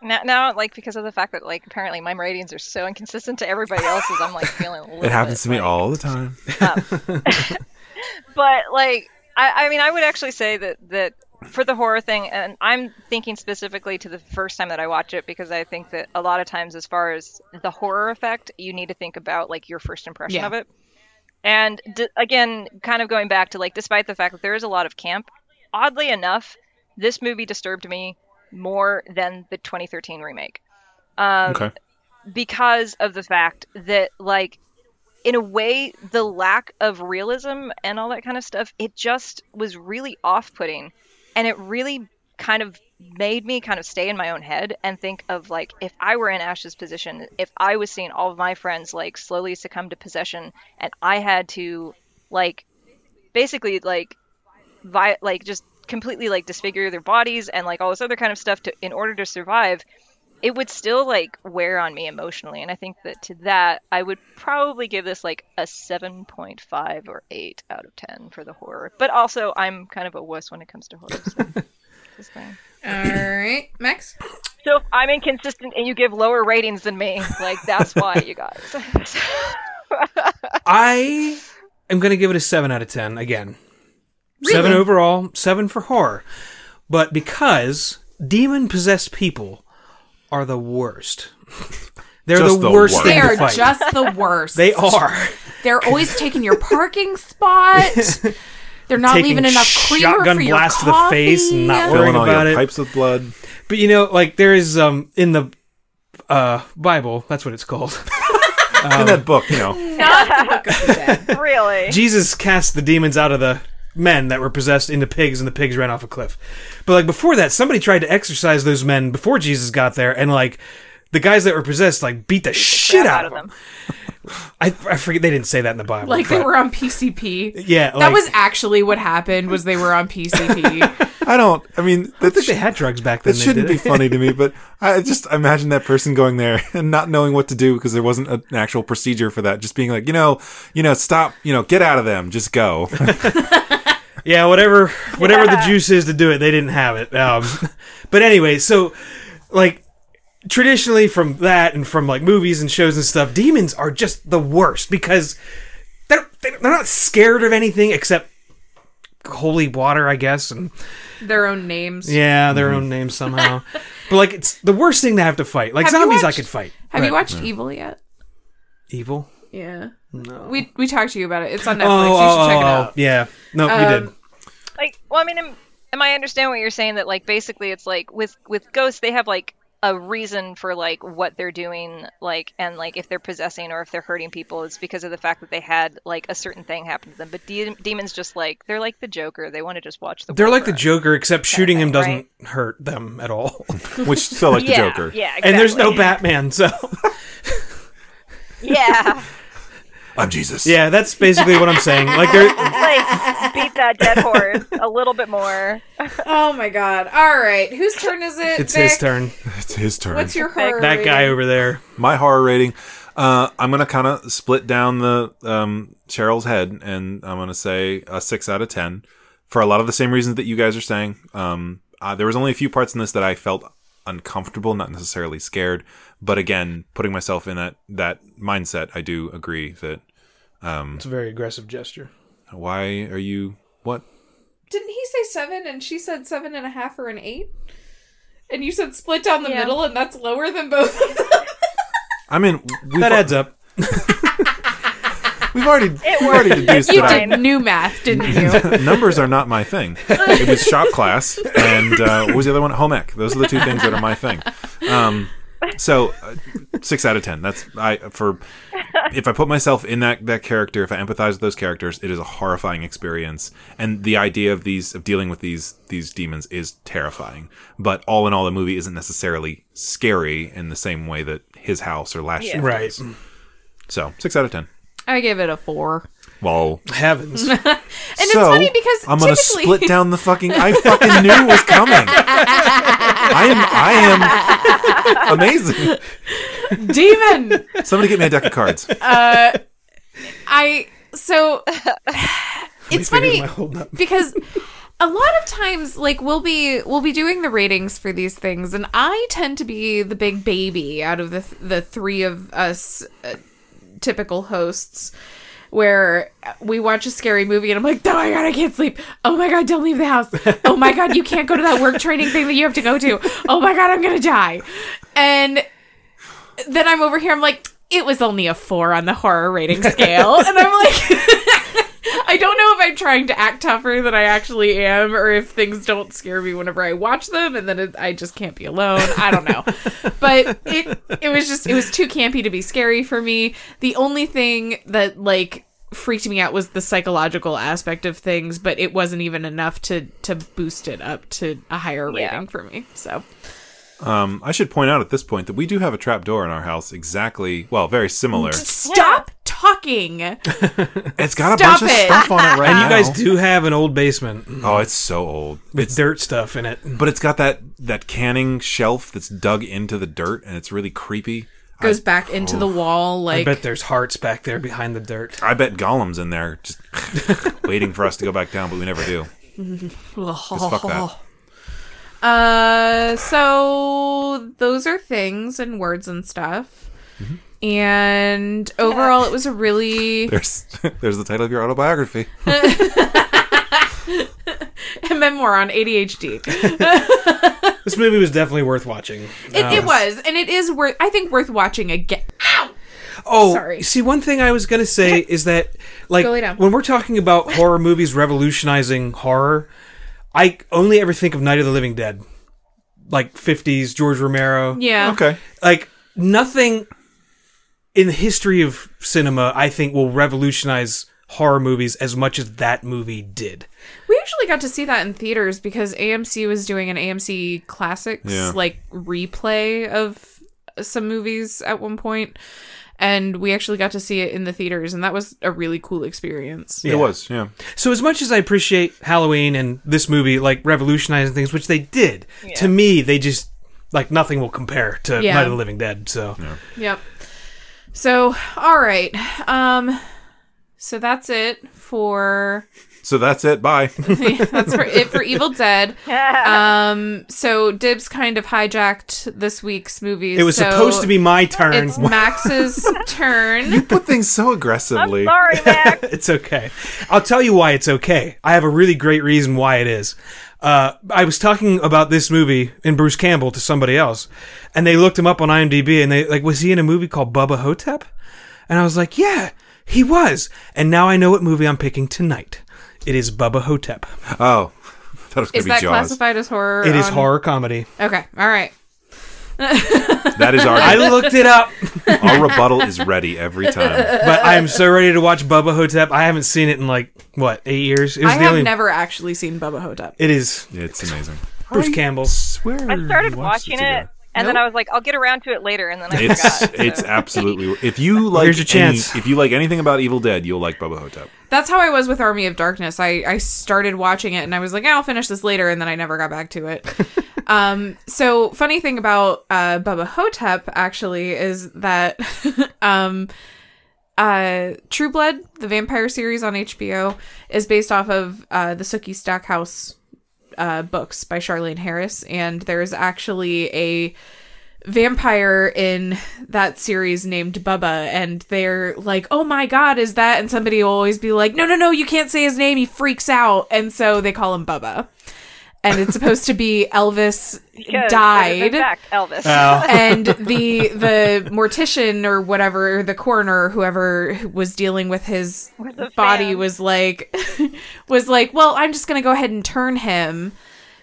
Speaker 8: now, now, like, because of the fact that, like, apparently my ratings are so inconsistent to everybody else's, I'm like feeling. A little
Speaker 6: It happens
Speaker 8: bit,
Speaker 6: to me
Speaker 8: like-
Speaker 6: all the time.
Speaker 8: but like I, I mean i would actually say that that for the horror thing and i'm thinking specifically to the first time that i watch it because i think that a lot of times as far as the horror effect you need to think about like your first impression
Speaker 4: Yeah.
Speaker 8: of it and d- again kind of going back to like despite the fact that there is a lot of camp oddly enough this movie disturbed me more than the 2013 remake um,
Speaker 6: Okay.
Speaker 8: because of the fact that like in a way the lack of realism and all that kind of stuff it just was really off-putting and it really kind of made me kind of stay in my own head and think of like if i were in ash's position if i was seeing all of my friends like slowly succumb to possession and i had to like basically like vi- like just completely like disfigure their bodies and like all this other kind of stuff to in order to survive it would still like wear on me emotionally and i think that to that i would probably give this like a 7.5 or 8 out of 10 for the horror but also i'm kind of a wuss when it comes to horror so, just saying.
Speaker 4: All right, Max.
Speaker 8: so if i'm inconsistent and you give lower ratings than me like that's why you guys
Speaker 7: I am going to give it a 7 out of 10 again. 7
Speaker 4: Really?
Speaker 7: overall, 7 for horror. But because demon possessed people are the worst. They're
Speaker 6: Just
Speaker 7: the,
Speaker 6: the
Speaker 7: worst.
Speaker 6: worst.
Speaker 7: thing
Speaker 4: They
Speaker 7: to
Speaker 4: are
Speaker 7: fight.
Speaker 4: just the worst.
Speaker 7: They are.
Speaker 4: They're always taking your parking spot. They're not
Speaker 7: Taking
Speaker 4: leaving enough creamer
Speaker 7: shotgun
Speaker 4: for your
Speaker 7: blast to
Speaker 4: coffee.
Speaker 7: the face and not worry-
Speaker 6: Filling all
Speaker 7: about
Speaker 6: your
Speaker 7: it.
Speaker 6: pipes with blood.
Speaker 7: But you know, like there is um in the uh Bible, that's what it's called. Um,
Speaker 6: In that book, you know.
Speaker 8: really
Speaker 7: Jesus cast the demons out of the men that were possessed into pigs, and the pigs ran off a cliff. But like before that, somebody tried to exorcise those men before Jesus got there, and like the guys that were possessed like beat the shit
Speaker 8: crap
Speaker 7: out, of them. I, I forget they didn't say that in the Bible.
Speaker 4: Like they
Speaker 7: but-
Speaker 4: were on PCP.
Speaker 7: Yeah,
Speaker 4: that
Speaker 7: like-
Speaker 4: was actually what happened. Was they were on PCP?
Speaker 6: I don't. I mean, that,
Speaker 7: They had drugs back then.
Speaker 6: that
Speaker 7: they
Speaker 6: shouldn't be
Speaker 7: did it.
Speaker 6: funny to me, but I just imagine that person going there and not knowing what to do because there wasn't an actual procedure for that. Just being like, you know, you know, stop, you know, get out of them, just go.
Speaker 7: Yeah, whatever, whatever the juice is to do it, they didn't have it. Um, but anyway, so like traditionally from that and from like movies and shows and stuff, demons are just the worst because they're they're not scared of anything except holy water, I guess, and
Speaker 4: Their own names.
Speaker 7: yeah, their own name somehow. but like, it's the worst thing to have to fight. Like
Speaker 4: Have you
Speaker 7: zombies, I
Speaker 4: watched-
Speaker 7: could fight.
Speaker 4: Have you
Speaker 7: Right.
Speaker 4: watched Evil yet?
Speaker 7: Evil?
Speaker 4: Yeah.
Speaker 7: No.
Speaker 4: We we talked to you about it. It's on Netflix.
Speaker 7: oh,
Speaker 4: you should
Speaker 7: oh,
Speaker 4: check it
Speaker 7: oh,
Speaker 4: out. Um,
Speaker 7: yeah. No, we did.
Speaker 8: like well i mean am, am i understand what you're saying that like basically it's like with with ghosts they have like a reason for like what they're doing like and like if they're possessing or if they're hurting people it's because of the fact that they had like a certain thing happen to them but de- demons just like they're like the joker they want to just watch the
Speaker 7: They're
Speaker 8: world
Speaker 7: like the
Speaker 8: burn.
Speaker 7: Joker, except shooting him doesn't
Speaker 8: right?
Speaker 7: hurt them at all.
Speaker 6: Which so like
Speaker 8: yeah,
Speaker 6: the Joker.
Speaker 8: yeah exactly.
Speaker 7: And there's no Batman, so
Speaker 8: yeah
Speaker 6: I'm Jesus.
Speaker 7: yeah, that's basically what I'm saying. Like they're
Speaker 8: like beat that dead horse a little bit more
Speaker 4: Oh my god. All right. Whose turn is it?
Speaker 7: it's his
Speaker 4: Vic?
Speaker 7: turn.
Speaker 6: It's his turn.
Speaker 4: What's your horror?
Speaker 7: That
Speaker 4: rating?
Speaker 7: guy over there.
Speaker 6: my horror rating uh, i'm gonna kind of split down the um, cheryl's head and i'm gonna say a 6 out of 10 for a lot of the same reasons that you guys are saying um, uh, there was only a few parts in this that i felt uncomfortable not necessarily scared but again putting myself in that that mindset i do agree that um,
Speaker 7: It's a very aggressive gesture.
Speaker 6: why are you what
Speaker 4: Didn't he say seven and she said seven and a half or an eight? And you said split down the
Speaker 8: Yeah.
Speaker 4: middle, and that's lower than both of them.
Speaker 6: i mean we've,
Speaker 7: That adds up.
Speaker 6: we've already we've already
Speaker 8: works.
Speaker 6: deduced
Speaker 8: You
Speaker 6: that I-
Speaker 8: did
Speaker 4: new math, didn't you?
Speaker 6: numbers are not my thing. It was shop class and uh, what was the other one? Home ec. Those are the two things that are my thing. Um, so uh, six out of ten. That's I for if I put myself in that that character, if I empathize with those characters, it is a horrifying experience. And the idea of these of dealing with these these demons is terrifying. But all in all, the movie isn't necessarily scary in the same way that his house or last year.
Speaker 7: Right.
Speaker 6: So six out of ten.
Speaker 1: I give it a four.
Speaker 6: Whoa.
Speaker 7: Heavens.
Speaker 6: And
Speaker 4: it's funny because
Speaker 6: I'm gonna
Speaker 4: typically-
Speaker 6: split down the fucking. I fucking knew it was coming. I am. I am amazing.
Speaker 4: Demon.
Speaker 6: Somebody get me a deck of cards.
Speaker 4: I so it's funny because a lot of times like we'll be we'll be doing the ratings for these things and I tend to be the big baby out of the th- the three of us uh, typical hosts where we watch a scary movie and I'm like, oh my god, I can't sleep. Oh my god, don't leave the house. Oh my god, you can't go to that work training thing that you have to go to. Oh my god, I'm gonna die. And then I'm over here, I'm like, it was only a four on the horror rating scale. and I'm like, I don't know if I'm trying to act tougher than I actually am or if things don't scare me whenever I watch them and then it, I just can't be alone. I don't know. but it it was just it was too campy to be scary for me. The only thing that like freaked me out was the psychological aspect of things, but it wasn't even enough to to boost it up to a higher
Speaker 8: Yeah.
Speaker 4: rating for me. So
Speaker 6: Um, I should point out at this point that we do have a trap door in our house. Exactly. Well, very similar.
Speaker 4: stop talking.
Speaker 6: It's got
Speaker 4: Stop
Speaker 6: a bunch of
Speaker 4: it.
Speaker 6: stuff on it right
Speaker 7: and you
Speaker 6: now.
Speaker 7: guys do have an old basement
Speaker 6: Oh, it's so old.
Speaker 7: with dirt stuff in it.
Speaker 6: But it's got that that canning shelf that's dug into the dirt, and it's really creepy.
Speaker 4: Goes back into the wall
Speaker 7: I
Speaker 4: like
Speaker 7: bet there's hearts back there behind the dirt.
Speaker 6: I bet Gollum's in there just waiting for us to go back down, but we never do. 'Cause fuck
Speaker 4: Oh.
Speaker 6: that.
Speaker 4: Uh, so those are things and words and stuff.
Speaker 7: Mm-hmm.
Speaker 4: And overall, it was a really
Speaker 6: There's there's the title of your autobiography.
Speaker 4: memoir on ADHD.
Speaker 7: This movie was definitely worth watching. Um,
Speaker 4: It, it was, and it is worth. I think worth watching again.
Speaker 7: Oh,
Speaker 4: Sorry.
Speaker 7: see, one thing I was gonna say is that, like,
Speaker 4: Go lay down.
Speaker 7: when we're talking about horror movies revolutionizing horror, I only ever think of Night of the Living Dead, like '50s George Romero.
Speaker 4: Yeah.
Speaker 6: Okay.
Speaker 7: Like nothing in the history of cinema, I think, will revolutionize horror movies as much as that movie did.
Speaker 4: We actually got to see that in theaters because AMC was doing an AMC Classics
Speaker 6: Yeah.
Speaker 4: like replay of some movies at one point, and we actually got to see it in the theaters, and that was a really cool experience.
Speaker 7: Yeah.
Speaker 6: It was, yeah.
Speaker 7: So as much as I appreciate Halloween and this movie like revolutionizing things, which they did, to me they just like nothing will compare to
Speaker 4: Yeah.
Speaker 7: Night of the Living Dead. So
Speaker 4: Yep. So, all right. Um so that's it for
Speaker 6: So that's it. Bye.
Speaker 4: That's for, it for Evil Dead. Um, so Dibs kind of hijacked this week's movies.
Speaker 7: It was
Speaker 4: so
Speaker 7: supposed to be my turn.
Speaker 4: It's Max's turn.
Speaker 6: you put things so aggressively.
Speaker 8: Sorry, Mac.
Speaker 7: it's okay. I'll tell you why it's okay. I have a really great reason why it is. Uh, I was talking about this movie and Bruce Campbell to somebody else, and they looked him up on IMDb, and they like, was he in a movie called Bubba Hotep? And I was like, yeah, he was. And now I know what movie I'm picking tonight. It is Bubba Hotep.
Speaker 6: Oh, I thought it was going
Speaker 4: Is
Speaker 6: to be
Speaker 4: that
Speaker 6: Jaws.
Speaker 4: classified as horror?
Speaker 7: It is
Speaker 4: on-
Speaker 7: horror comedy.
Speaker 4: Okay. All right.
Speaker 6: That is our
Speaker 7: I looked it up,
Speaker 6: our rebuttal is ready every time.
Speaker 7: but I am so ready to watch Bubba Hotep. I haven't seen it in like what eight years. It was
Speaker 4: I
Speaker 7: the
Speaker 4: have
Speaker 7: only.
Speaker 4: never actually seen Bubba Hotep.
Speaker 7: it is
Speaker 6: It's amazing.
Speaker 7: Bruce Campbell.
Speaker 6: Swear.
Speaker 8: I started watching it, and then I was like, I'll get around to it later, and then I
Speaker 6: It's
Speaker 8: forgot.
Speaker 6: it's absolutely if you like
Speaker 7: Here's your
Speaker 6: any-
Speaker 7: chance.
Speaker 6: if you like anything about Evil Dead, you'll like Bubba Hotep.
Speaker 4: That's how I was with Army of Darkness. I, I started watching it and I was like, I'll finish this later, and then I never got back to it. um, so funny thing about uh, Bubba Hotep actually is that um, uh, True Blood, the vampire series on HBO, is based off of uh, the Sookie Stackhouse uh, books by Charlene Harris, and there's actually a vampire in that series named Bubba, and they're like, "Oh my God, is that?" And somebody will always be like, "No, no, no, you can't say his name. He freaks out," and so they call him Bubba. And it's supposed to be Elvis
Speaker 8: Because, In
Speaker 4: died
Speaker 8: fact, Elvis.
Speaker 4: and the the mortician or whatever the coroner whoever who was dealing with his
Speaker 8: a
Speaker 4: body
Speaker 8: fan.
Speaker 4: was like was like well i'm just gonna go ahead and turn him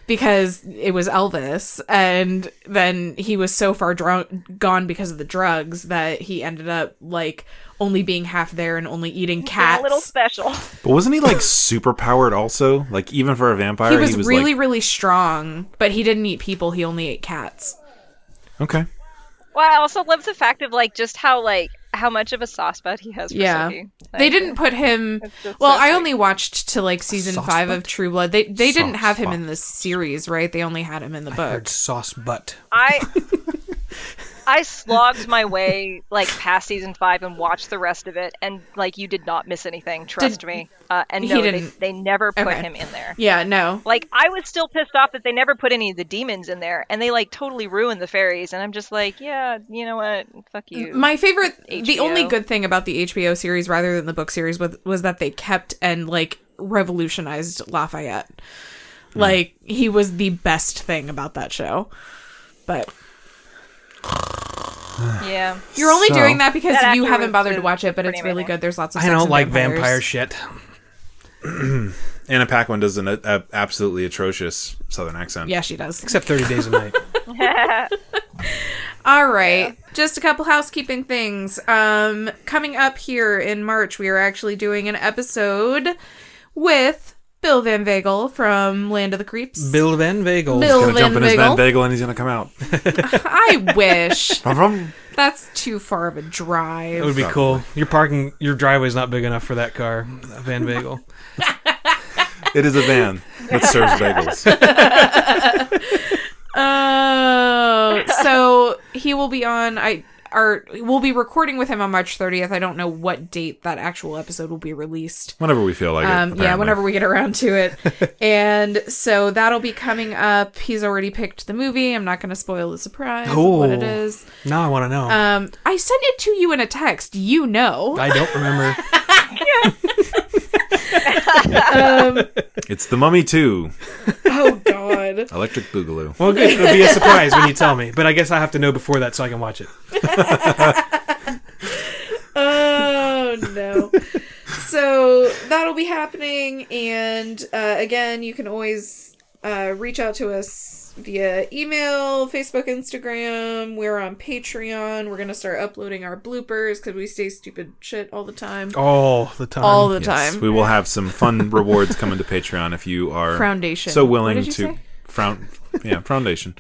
Speaker 4: because it was elvis and then he was so far drunk gone because of the drugs that he ended up like only being half there and only eating
Speaker 8: a little
Speaker 4: cats
Speaker 8: special.
Speaker 6: But wasn't he like super powered also? Like even for a vampire,
Speaker 4: he was, really
Speaker 6: like,
Speaker 4: really strong but he didn't eat people he only ate cats
Speaker 6: okay.
Speaker 8: Well, I also love the fact of like just how like how much of a soft spot he has for
Speaker 4: Yeah.
Speaker 8: Sookie. Like,
Speaker 4: they didn't put him.
Speaker 8: just
Speaker 4: Well,
Speaker 8: so
Speaker 4: I
Speaker 8: sweet.
Speaker 4: only watched to like season
Speaker 7: Sauce
Speaker 4: five of
Speaker 7: butt?
Speaker 4: True Blood. They they didn't
Speaker 6: Sauce
Speaker 4: have him in
Speaker 6: butt.
Speaker 4: the series, right? They only had him in the
Speaker 7: Heard
Speaker 4: book.
Speaker 7: sauce butt.
Speaker 8: I I slogged my way like past season five and watched the rest of it, and like you did not miss anything. Trust me. Uh, and
Speaker 4: He
Speaker 8: no,
Speaker 4: didn't.
Speaker 8: They, they never put
Speaker 4: Okay.
Speaker 8: him in there.
Speaker 4: Yeah, no.
Speaker 8: Like I was still pissed off that they never put any of the demons in there, and they like totally ruined the fairies. And I'm just like, yeah, you know what? Fuck you.
Speaker 4: My favorite, the
Speaker 8: HBO.
Speaker 4: only good thing about the HBO series rather than the book series was was that they kept and like revolutionized Lafayette.
Speaker 7: Hmm.
Speaker 4: Like he was the best thing about that show. But
Speaker 8: yeah.
Speaker 4: you're only
Speaker 6: So-
Speaker 4: doing that because
Speaker 8: That
Speaker 4: you
Speaker 8: actor
Speaker 4: haven't
Speaker 8: was-
Speaker 4: bothered to
Speaker 8: was
Speaker 4: watch it, but it's
Speaker 8: pretty
Speaker 4: really
Speaker 8: amazing.
Speaker 4: good. There's lots of
Speaker 7: I
Speaker 4: sex
Speaker 7: don't
Speaker 4: and
Speaker 7: like
Speaker 4: vampires.
Speaker 7: vampire shit.
Speaker 6: Anna Paquin does an uh, absolutely atrocious Southern accent.
Speaker 4: Yeah, she does.
Speaker 7: Except 30 Days a Night.
Speaker 4: All right. Just a couple housekeeping things. Um coming up here in March, we are actually doing an episode with Bill Van Vagel from Land of the Creeps.
Speaker 7: Bill Van Vagel.
Speaker 4: Bill
Speaker 6: Gonna jump
Speaker 4: Van
Speaker 6: in his
Speaker 4: Bagel.
Speaker 6: Van Bagel and he's gonna come out.
Speaker 4: I wish.
Speaker 6: Vroom.
Speaker 4: That's too far of a
Speaker 7: That
Speaker 4: drive.
Speaker 7: would be cool. Your parking, your driveway's not big enough for that car, Van Bagel.
Speaker 6: it is a van that serves bagels.
Speaker 4: Oh, so he will be on I or we'll be recording with him on March 30th. I don't know what date that actual episode will be released.
Speaker 6: Whenever we feel like it.
Speaker 4: Um, yeah,
Speaker 6: apparently.
Speaker 4: whenever we get around to it. and so that'll be coming up. He's already picked the movie. I'm not going to spoil the surprise of what it
Speaker 7: Cool.
Speaker 4: is.
Speaker 7: Now I want to know.
Speaker 4: Um, I sent it to you in a text. You know.
Speaker 7: I don't remember.
Speaker 6: It's the Mummy Two,
Speaker 4: oh God.
Speaker 6: Electric Boogaloo.
Speaker 7: Well, good. It'll be a surprise when you tell me. But I guess I have to know before that so I can watch it.
Speaker 4: Oh no. so that'll be happening, and uh, again, you can always uh, reach out to us via email, Facebook, Instagram. We're on Patreon. We're gonna start uploading our bloopers because we say stupid shit all the time.
Speaker 7: All the time.
Speaker 4: all the
Speaker 6: Oh, Yes,
Speaker 4: time.
Speaker 6: we will have some fun rewards coming to Patreon if you are
Speaker 4: Foundation.
Speaker 6: so
Speaker 4: What
Speaker 6: willing
Speaker 4: did you
Speaker 6: to
Speaker 4: say?
Speaker 6: frown. Yeah, foundation.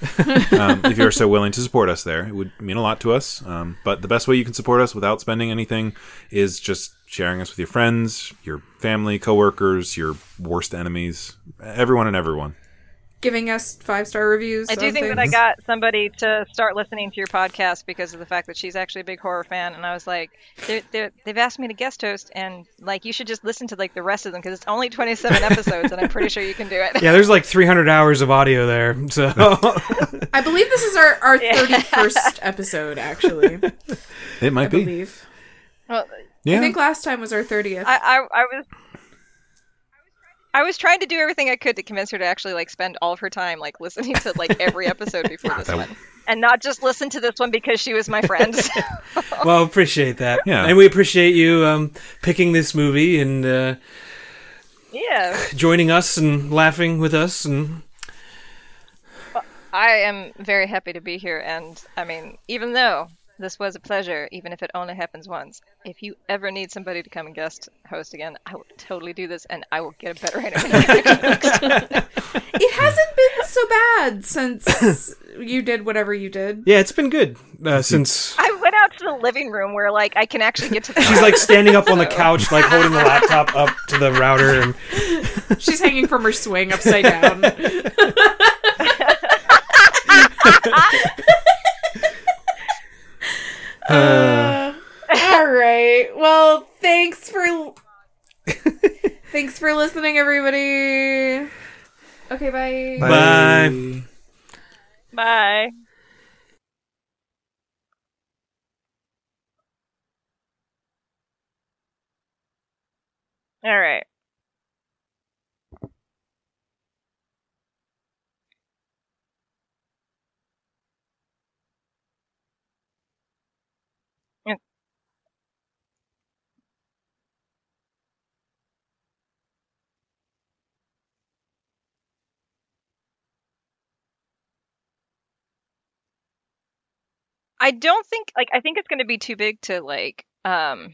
Speaker 6: um, if you are so willing to support us there, it would mean a lot to us. Um, but the best way you can support us without spending anything is just sharing us with your friends, your family, coworkers, your worst enemies, everyone and everyone.
Speaker 4: giving us five star reviews.
Speaker 8: I do
Speaker 4: on
Speaker 8: think that I
Speaker 4: things.
Speaker 8: got somebody to start listening to your podcast because of the fact that she's actually a big horror fan, and I was like, they're, they're, they've asked me to guest host, and like you should just listen to like the rest of them because it's only 27 episodes, and I'm pretty sure you can do it.
Speaker 7: Yeah, there's like 300 hours of audio there. So
Speaker 4: I believe this is our our thirty first episode actually.
Speaker 6: It
Speaker 4: I
Speaker 6: might be.
Speaker 4: believe.
Speaker 8: Well,
Speaker 6: Yeah.
Speaker 4: I think last time was our thirtieth.
Speaker 8: I, I, I was. I was trying to do everything I could to convince her to actually like spend all of her time like listening to like every episode before this
Speaker 6: That-
Speaker 8: one, and not just listen to this one because she was my friend.
Speaker 7: well, appreciate that.
Speaker 6: Yeah.
Speaker 7: and we appreciate you um, picking this movie and uh,
Speaker 8: yeah,
Speaker 7: joining us and laughing with us. And
Speaker 8: I am very happy to be here, and I mean, even though this was a pleasure, even if it only happens once, if you ever need somebody to come and guest host again, I will totally do this, and I will get a better interview.
Speaker 4: it hasn't been so bad since you did whatever you did.
Speaker 7: yeah, it's been good uh, since
Speaker 8: I went out to the living room where like I can actually get to. The
Speaker 7: she's like standing up on the couch, like holding the laptop up to the router. And
Speaker 4: She's hanging from her swing upside down. Uh, all right. Well, thanks for thanks for listening, everybody. Okay, bye.
Speaker 7: bye.
Speaker 8: Bye. All right. Yeah. I don't think like I think it's going to be too big to like um